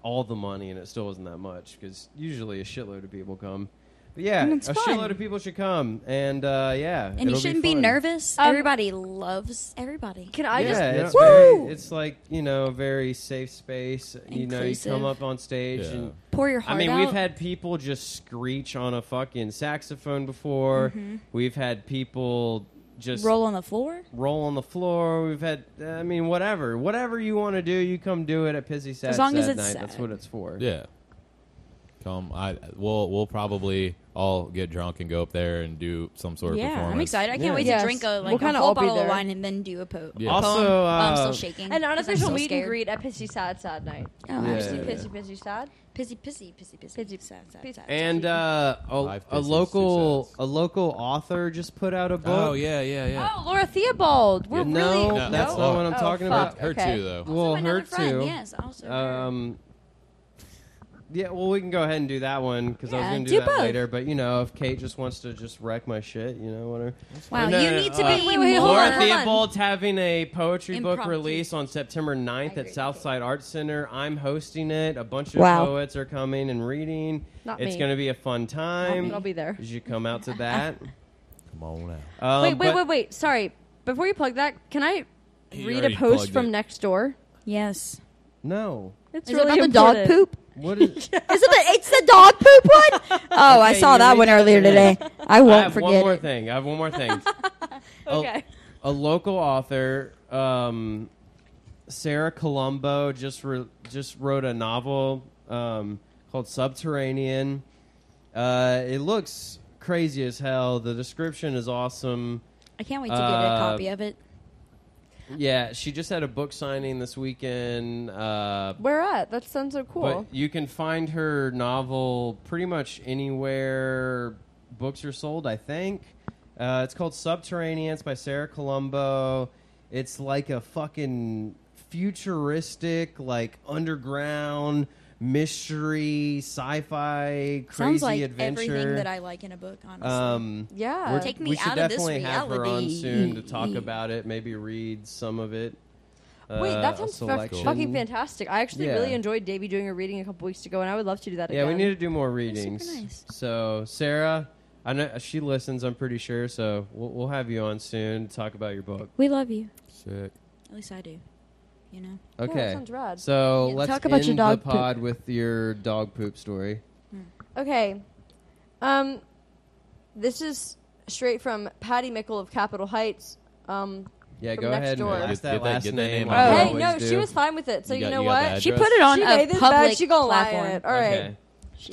S3: all the money, and it still wasn't that much because usually a shitload of people come. But yeah,
S6: And
S3: a
S6: it's fun.
S3: shitload of people should come, and uh, yeah,
S6: and you
S3: it'll
S6: shouldn't be,
S3: fun.
S6: nervous.
S7: Um,
S6: everybody loves everybody.
S7: <laughs> Can I
S3: yeah,
S7: just?
S3: it's
S6: Yeah.
S3: very-
S6: Woo!
S3: it's like you know, a very safe space. You know, you
S6: Inclusive.
S3: come up on stage
S1: Yeah.
S3: and.
S6: Pour your
S3: I
S6: heart
S3: mean,
S6: out.
S3: we've had people just screech on a fucking saxophone before. We've had people just
S6: Mm-hmm. roll on the floor.
S3: roll on the floor. We've had, I mean, whatever, whatever you want to do, you come do it at Pissy Sad
S6: As long
S3: Sad
S6: as it's
S3: Night.
S6: sad.
S3: That's what it's for.
S1: Yeah. Come, I we'll we'll probably all get drunk and go up there and do some sort of
S6: Yeah,
S1: performance.
S6: I'm excited. I can't
S3: Yeah.
S6: wait
S7: Yes.
S6: to drink a
S7: We'll
S6: like
S7: kinda
S6: a
S7: all
S6: whole
S7: be
S6: bottle of
S7: there.
S6: wine and then do a pope.
S1: Yeah.
S3: Also,
S6: Oh, I'm
S3: uh,
S6: still shaking.
S7: And on
S6: because I'm
S7: official
S6: so
S7: meet and
S6: scared.
S7: greet at Pissy Sad Sad Night.
S6: Oh,
S3: Yeah.
S6: absolutely.
S7: Pissy, pissy, pissy, sad.
S6: Pissy, pissy, pissy, pissy,
S7: Pissy,
S6: sad, sad,
S7: pissy.
S6: sad.
S3: And uh, a,
S1: Five
S3: a
S1: Pissies, two
S3: local,
S1: Sads.
S3: a local author just put out a book.
S1: Oh yeah, yeah, yeah.
S7: Oh, Laura Theobald. We're
S3: No,
S7: really.
S3: No, that's
S1: not
S3: what I'm
S7: Oh,
S3: talking
S7: fuck,
S3: about.
S1: Her
S7: okay.
S1: too though.
S3: Well,
S6: another
S3: her
S6: friend,
S3: too.
S6: Yes, also. her.
S3: Um, Yeah, well, we can go ahead and do that one because I was
S6: Yeah,
S3: going to do,
S6: do
S3: that
S6: both.
S3: later. But you know, if Kate just wants to just wreck my shit, you know, whatever.
S6: Wow,
S3: No,
S6: you
S3: no,
S6: need to
S3: uh,
S6: be
S9: wait, wait, hold
S6: more
S9: on,
S3: Laura
S9: hold on.
S3: Theobald's having a poetry book
S6: Impromptu.
S3: release on September 9th
S6: agree
S3: at
S6: with
S3: Southside Arts Center. I'm hosting it. A bunch of
S6: Wow.
S3: poets are coming and reading.
S4: Not
S3: it's
S4: me.
S3: going to be a fun time.
S4: But I'll be there.
S3: You should come out to
S9: <laughs>
S3: that.
S1: Come on now.
S3: Um,
S9: wait, wait,
S3: but-
S9: wait, wait. Sorry. Before you plug that, can I
S1: He
S9: read
S1: already
S9: a post
S1: plugged
S9: from
S1: it.
S9: next door?
S6: Yes.
S3: No.
S9: It's
S6: Is it about the dog poop?
S3: What is?
S6: <laughs> Is it the, it's the dog poop <laughs> one? Oh, I
S3: Okay,
S6: saw
S3: you
S6: that
S3: read
S6: one
S3: that
S6: earlier
S3: today.
S6: today. I
S3: I
S6: won't
S3: have
S6: forget
S3: one more
S6: it.
S3: thing. I have one
S6: <laughs>
S3: more thing.
S9: Okay.
S3: a local author, um, Sarah Colombo, just re- just wrote a novel um, called Subterranean. Uh, it looks crazy as hell. The description is awesome.
S6: I can't wait to get
S3: Uh,
S6: a copy of it.
S3: Yeah, she just had a book signing this weekend. Uh,
S4: Where at? That sounds so cool.
S3: But you can find her novel pretty much anywhere books are sold, I think. Uh, it's called Subterranean. It's by Sarah Colombo. It's like a fucking futuristic, like underground mystery, sci fi, crazy
S6: Sounds like
S3: adventure.
S6: everything that I like in a book, honestly.
S3: um,
S4: yeah.
S3: we're-
S6: Take me
S3: we should
S6: out of this
S3: definitely have her on
S6: reality.
S3: soon to talk about it, maybe read some of it.
S4: Wait,
S3: uh,
S4: that
S3: a
S4: sounds fuck-
S3: selection.
S4: fucking fantastic. I actually
S3: Yeah.
S4: really enjoyed Davey doing a reading a couple weeks ago, and I would love to do that
S3: Yeah,
S4: again.
S3: we need to do more
S6: super
S3: readings.
S6: nice.
S3: So Sarah, I know she listens. I'm pretty sure. So we'll, we'll have you on soon to talk about your book.
S6: we love you.
S1: Sick.
S6: At least I do. You know?
S4: that
S3: Okay.
S4: sounds rad.
S3: So let's
S9: talk about your
S3: end
S9: dog
S3: the pod with your dog poop story.
S4: Okay. Um, this is straight from Patty Mickle of Capitol Heights. Um,
S3: Yeah,
S4: From
S3: go
S4: next
S3: ahead
S4: door. Oh,
S3: and ask
S1: Get-
S3: that
S1: get that-
S3: last
S1: get that
S3: name.
S1: name
S3: like
S1: out.
S3: we
S4: hey,
S1: always
S4: no,
S1: do.
S4: she was fine with it. So
S1: You
S4: you,
S1: got-
S4: know
S1: you got the
S4: what?
S1: She
S6: She
S1: put
S6: put
S1: it
S6: it on
S4: She
S6: a
S4: made this
S6: public
S4: bad. She gonna lie
S6: platform.
S4: in it. All right.
S3: Okay.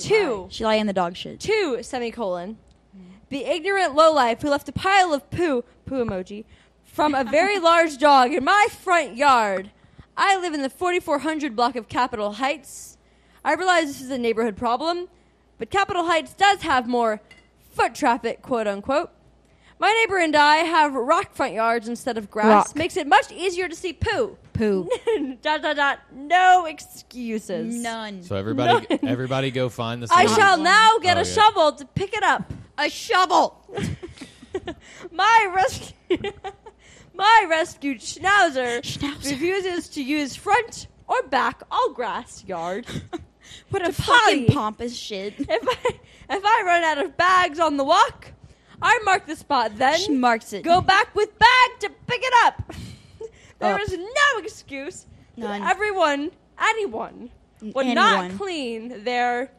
S4: Two.
S6: She lay in the dog shit.
S4: Two semicolon. The ignorant lowlife who left a pile of poo poo emoji from a
S6: <laughs>
S4: very large dog in my front yard. I live in the 4400 block of Capitol Heights. I realize this is a neighborhood problem, but Capitol Heights does have more foot traffic, quote unquote. My neighbor and I have rock front yards instead of grass.
S6: Rock.
S4: Makes it much easier to see poo. <laughs>
S6: Poo.
S4: dot dot dot. No excuses.
S6: None.
S1: So everybody, everybody, go find this.
S4: I
S1: lady.
S4: shall now get
S1: Oh,
S4: a
S1: yeah.
S4: shovel to pick it up.
S6: a shovel.
S4: My rescue, <laughs> my rescued schnauzer,
S6: Schnauzer.
S4: refuses to use front or back all grass yard.
S6: What
S4: To
S6: a
S4: potty.
S6: fucking pompous shit.
S4: If I if I run out of bags on the walk, I mark the spot. Then
S6: She marks it.
S4: go back with bag to pick it up. <laughs> There
S6: Up.
S4: is no excuse that
S6: None.
S4: everyone, anyone, would not
S6: Anyone.
S4: clean their.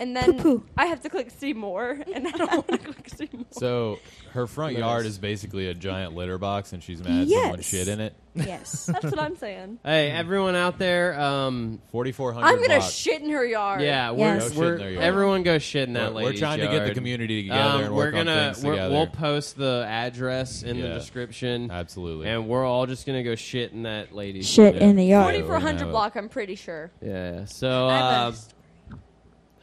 S4: And then
S6: Poo-poo.
S4: I have to click see more, and I don't want to <laughs> click see more.
S1: So her front
S3: Litters.
S1: yard is basically a giant litter box, and she's mad someone
S6: Yes.
S1: shit in it.
S6: Yes.
S4: That's what I'm saying.
S3: Hey,
S1: Mm-hmm.
S3: everyone out there. Um,
S1: Forty four <laughs> hundred.
S4: I'm gonna shit in her yard.
S3: yeah, we're,
S6: Yes. Go shit
S1: in
S3: we're
S1: there, y'all.
S3: everyone go shit in that
S1: We're, we're
S3: lady's
S1: trying to get the
S3: yard.
S1: community together
S3: Um,
S1: and work
S3: we're gonna
S1: on things
S3: we're-
S1: together.
S3: we'll post the address in the
S1: Yeah.
S3: description,
S1: Absolutely.
S3: and we're all just gonna go shit in that lady's
S6: shit
S1: Oh, Yeah.
S6: in the yard.
S1: Yeah, we're gonna have
S4: 4400
S1: it.
S4: block, I'm pretty sure.
S3: Yeah. So,
S6: I have
S3: uh,
S6: a story.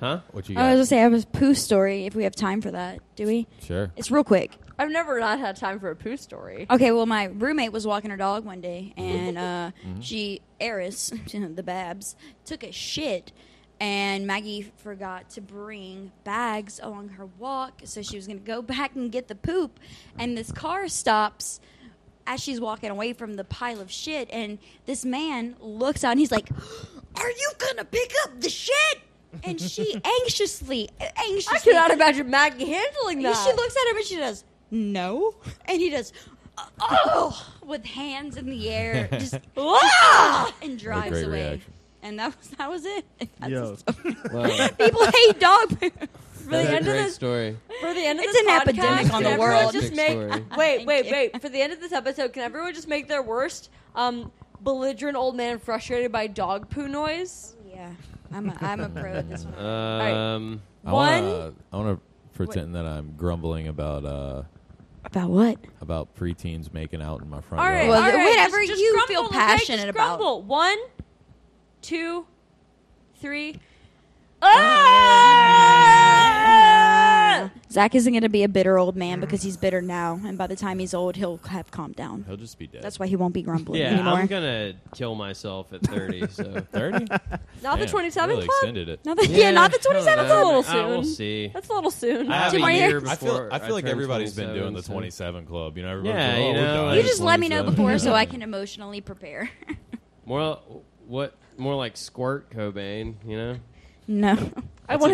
S3: huh?
S1: what you
S6: I was
S1: got?
S6: gonna say I have a poo story if we have time for that. Do we?
S1: sure.
S6: It's real quick.
S4: I've never not had time for a poo story.
S6: <laughs> Okay, well, my roommate was walking her dog one day, and uh, she, Eris, <laughs> the Babs, took a shit, and Maggie forgot to bring bags along her walk, so she was going to go <laughs> back and get the poop, and this car stops as she's walking away from the pile of shit, and this man looks out, and he's like, "Are you going to pick up the shit?" And she anxiously, anxiously,
S4: I cannot imagine Maggie handling that.
S6: she looks at him and she does, no. And he does, oh, with hands in the <laughs> air, just, "Ah!" and drives
S1: great
S6: away.
S1: reaction.
S6: And that was that was it. <laughs> That's
S5: Yo. <laughs>
S3: Wow.
S6: People hate dog poop.
S4: for the
S3: That's a
S4: end of
S3: great
S4: this,
S3: story.
S4: for the end of
S6: It's
S4: this
S6: an
S4: podcast,
S6: epidemic on
S4: can
S6: the
S4: everyone
S6: world.
S4: Just
S3: Fantastic
S4: make,
S3: story.
S4: wait, wait,
S6: you.
S4: wait. For the end of this episode, can everyone just make their worst um, belligerent old man frustrated by dog poo noise?
S6: Yeah, I'm a, I'm a pro at this one.
S3: Um,
S1: I
S4: One-
S1: wanna, Uh, I want to pretend that I'm grumbling about uh
S6: <laughs> About what?
S1: about preteens making out in my front
S4: All right,
S1: yard.
S6: Well,
S4: all right,
S6: whatever
S4: just- just
S6: you
S4: grumble,
S6: feel
S4: okay?
S6: passionate
S4: Just
S6: about.
S4: grumble. One, two, three. Ah!
S6: Zach isn't going to be a bitter old man because he's bitter now, and by the time he's old, he'll have calmed down.
S1: He'll just be dead.
S6: That's why he won't be grumbling
S3: Yeah,
S6: anymore.
S3: I'm gonna kill myself at 30. So
S1: thirty.
S7: Not the
S1: Damn,
S7: 27
S1: really
S7: club.
S1: Extended it.
S6: Not the- yeah, not the
S3: I don't
S6: 27th
S3: know.
S6: hole.
S7: soon.
S3: Uh, we'll see.
S7: That's a little soon.
S3: I have
S6: Two
S3: a
S6: more
S3: year
S6: years.
S1: I
S3: before
S1: feel I feel like
S3: turn
S1: everybody's been doing the
S3: 27, so-
S1: 27 club. You know, everyone's
S3: Yeah,
S1: like, oh,
S3: you
S1: we're
S3: know,
S1: done
S3: like-
S6: You
S1: at
S6: just let me know
S1: 27.
S6: before so <laughs>
S3: <laughs>
S6: I can emotionally prepare.
S3: More what? More like squirt Cobain, you know?
S6: no. <laughs>
S7: I wanted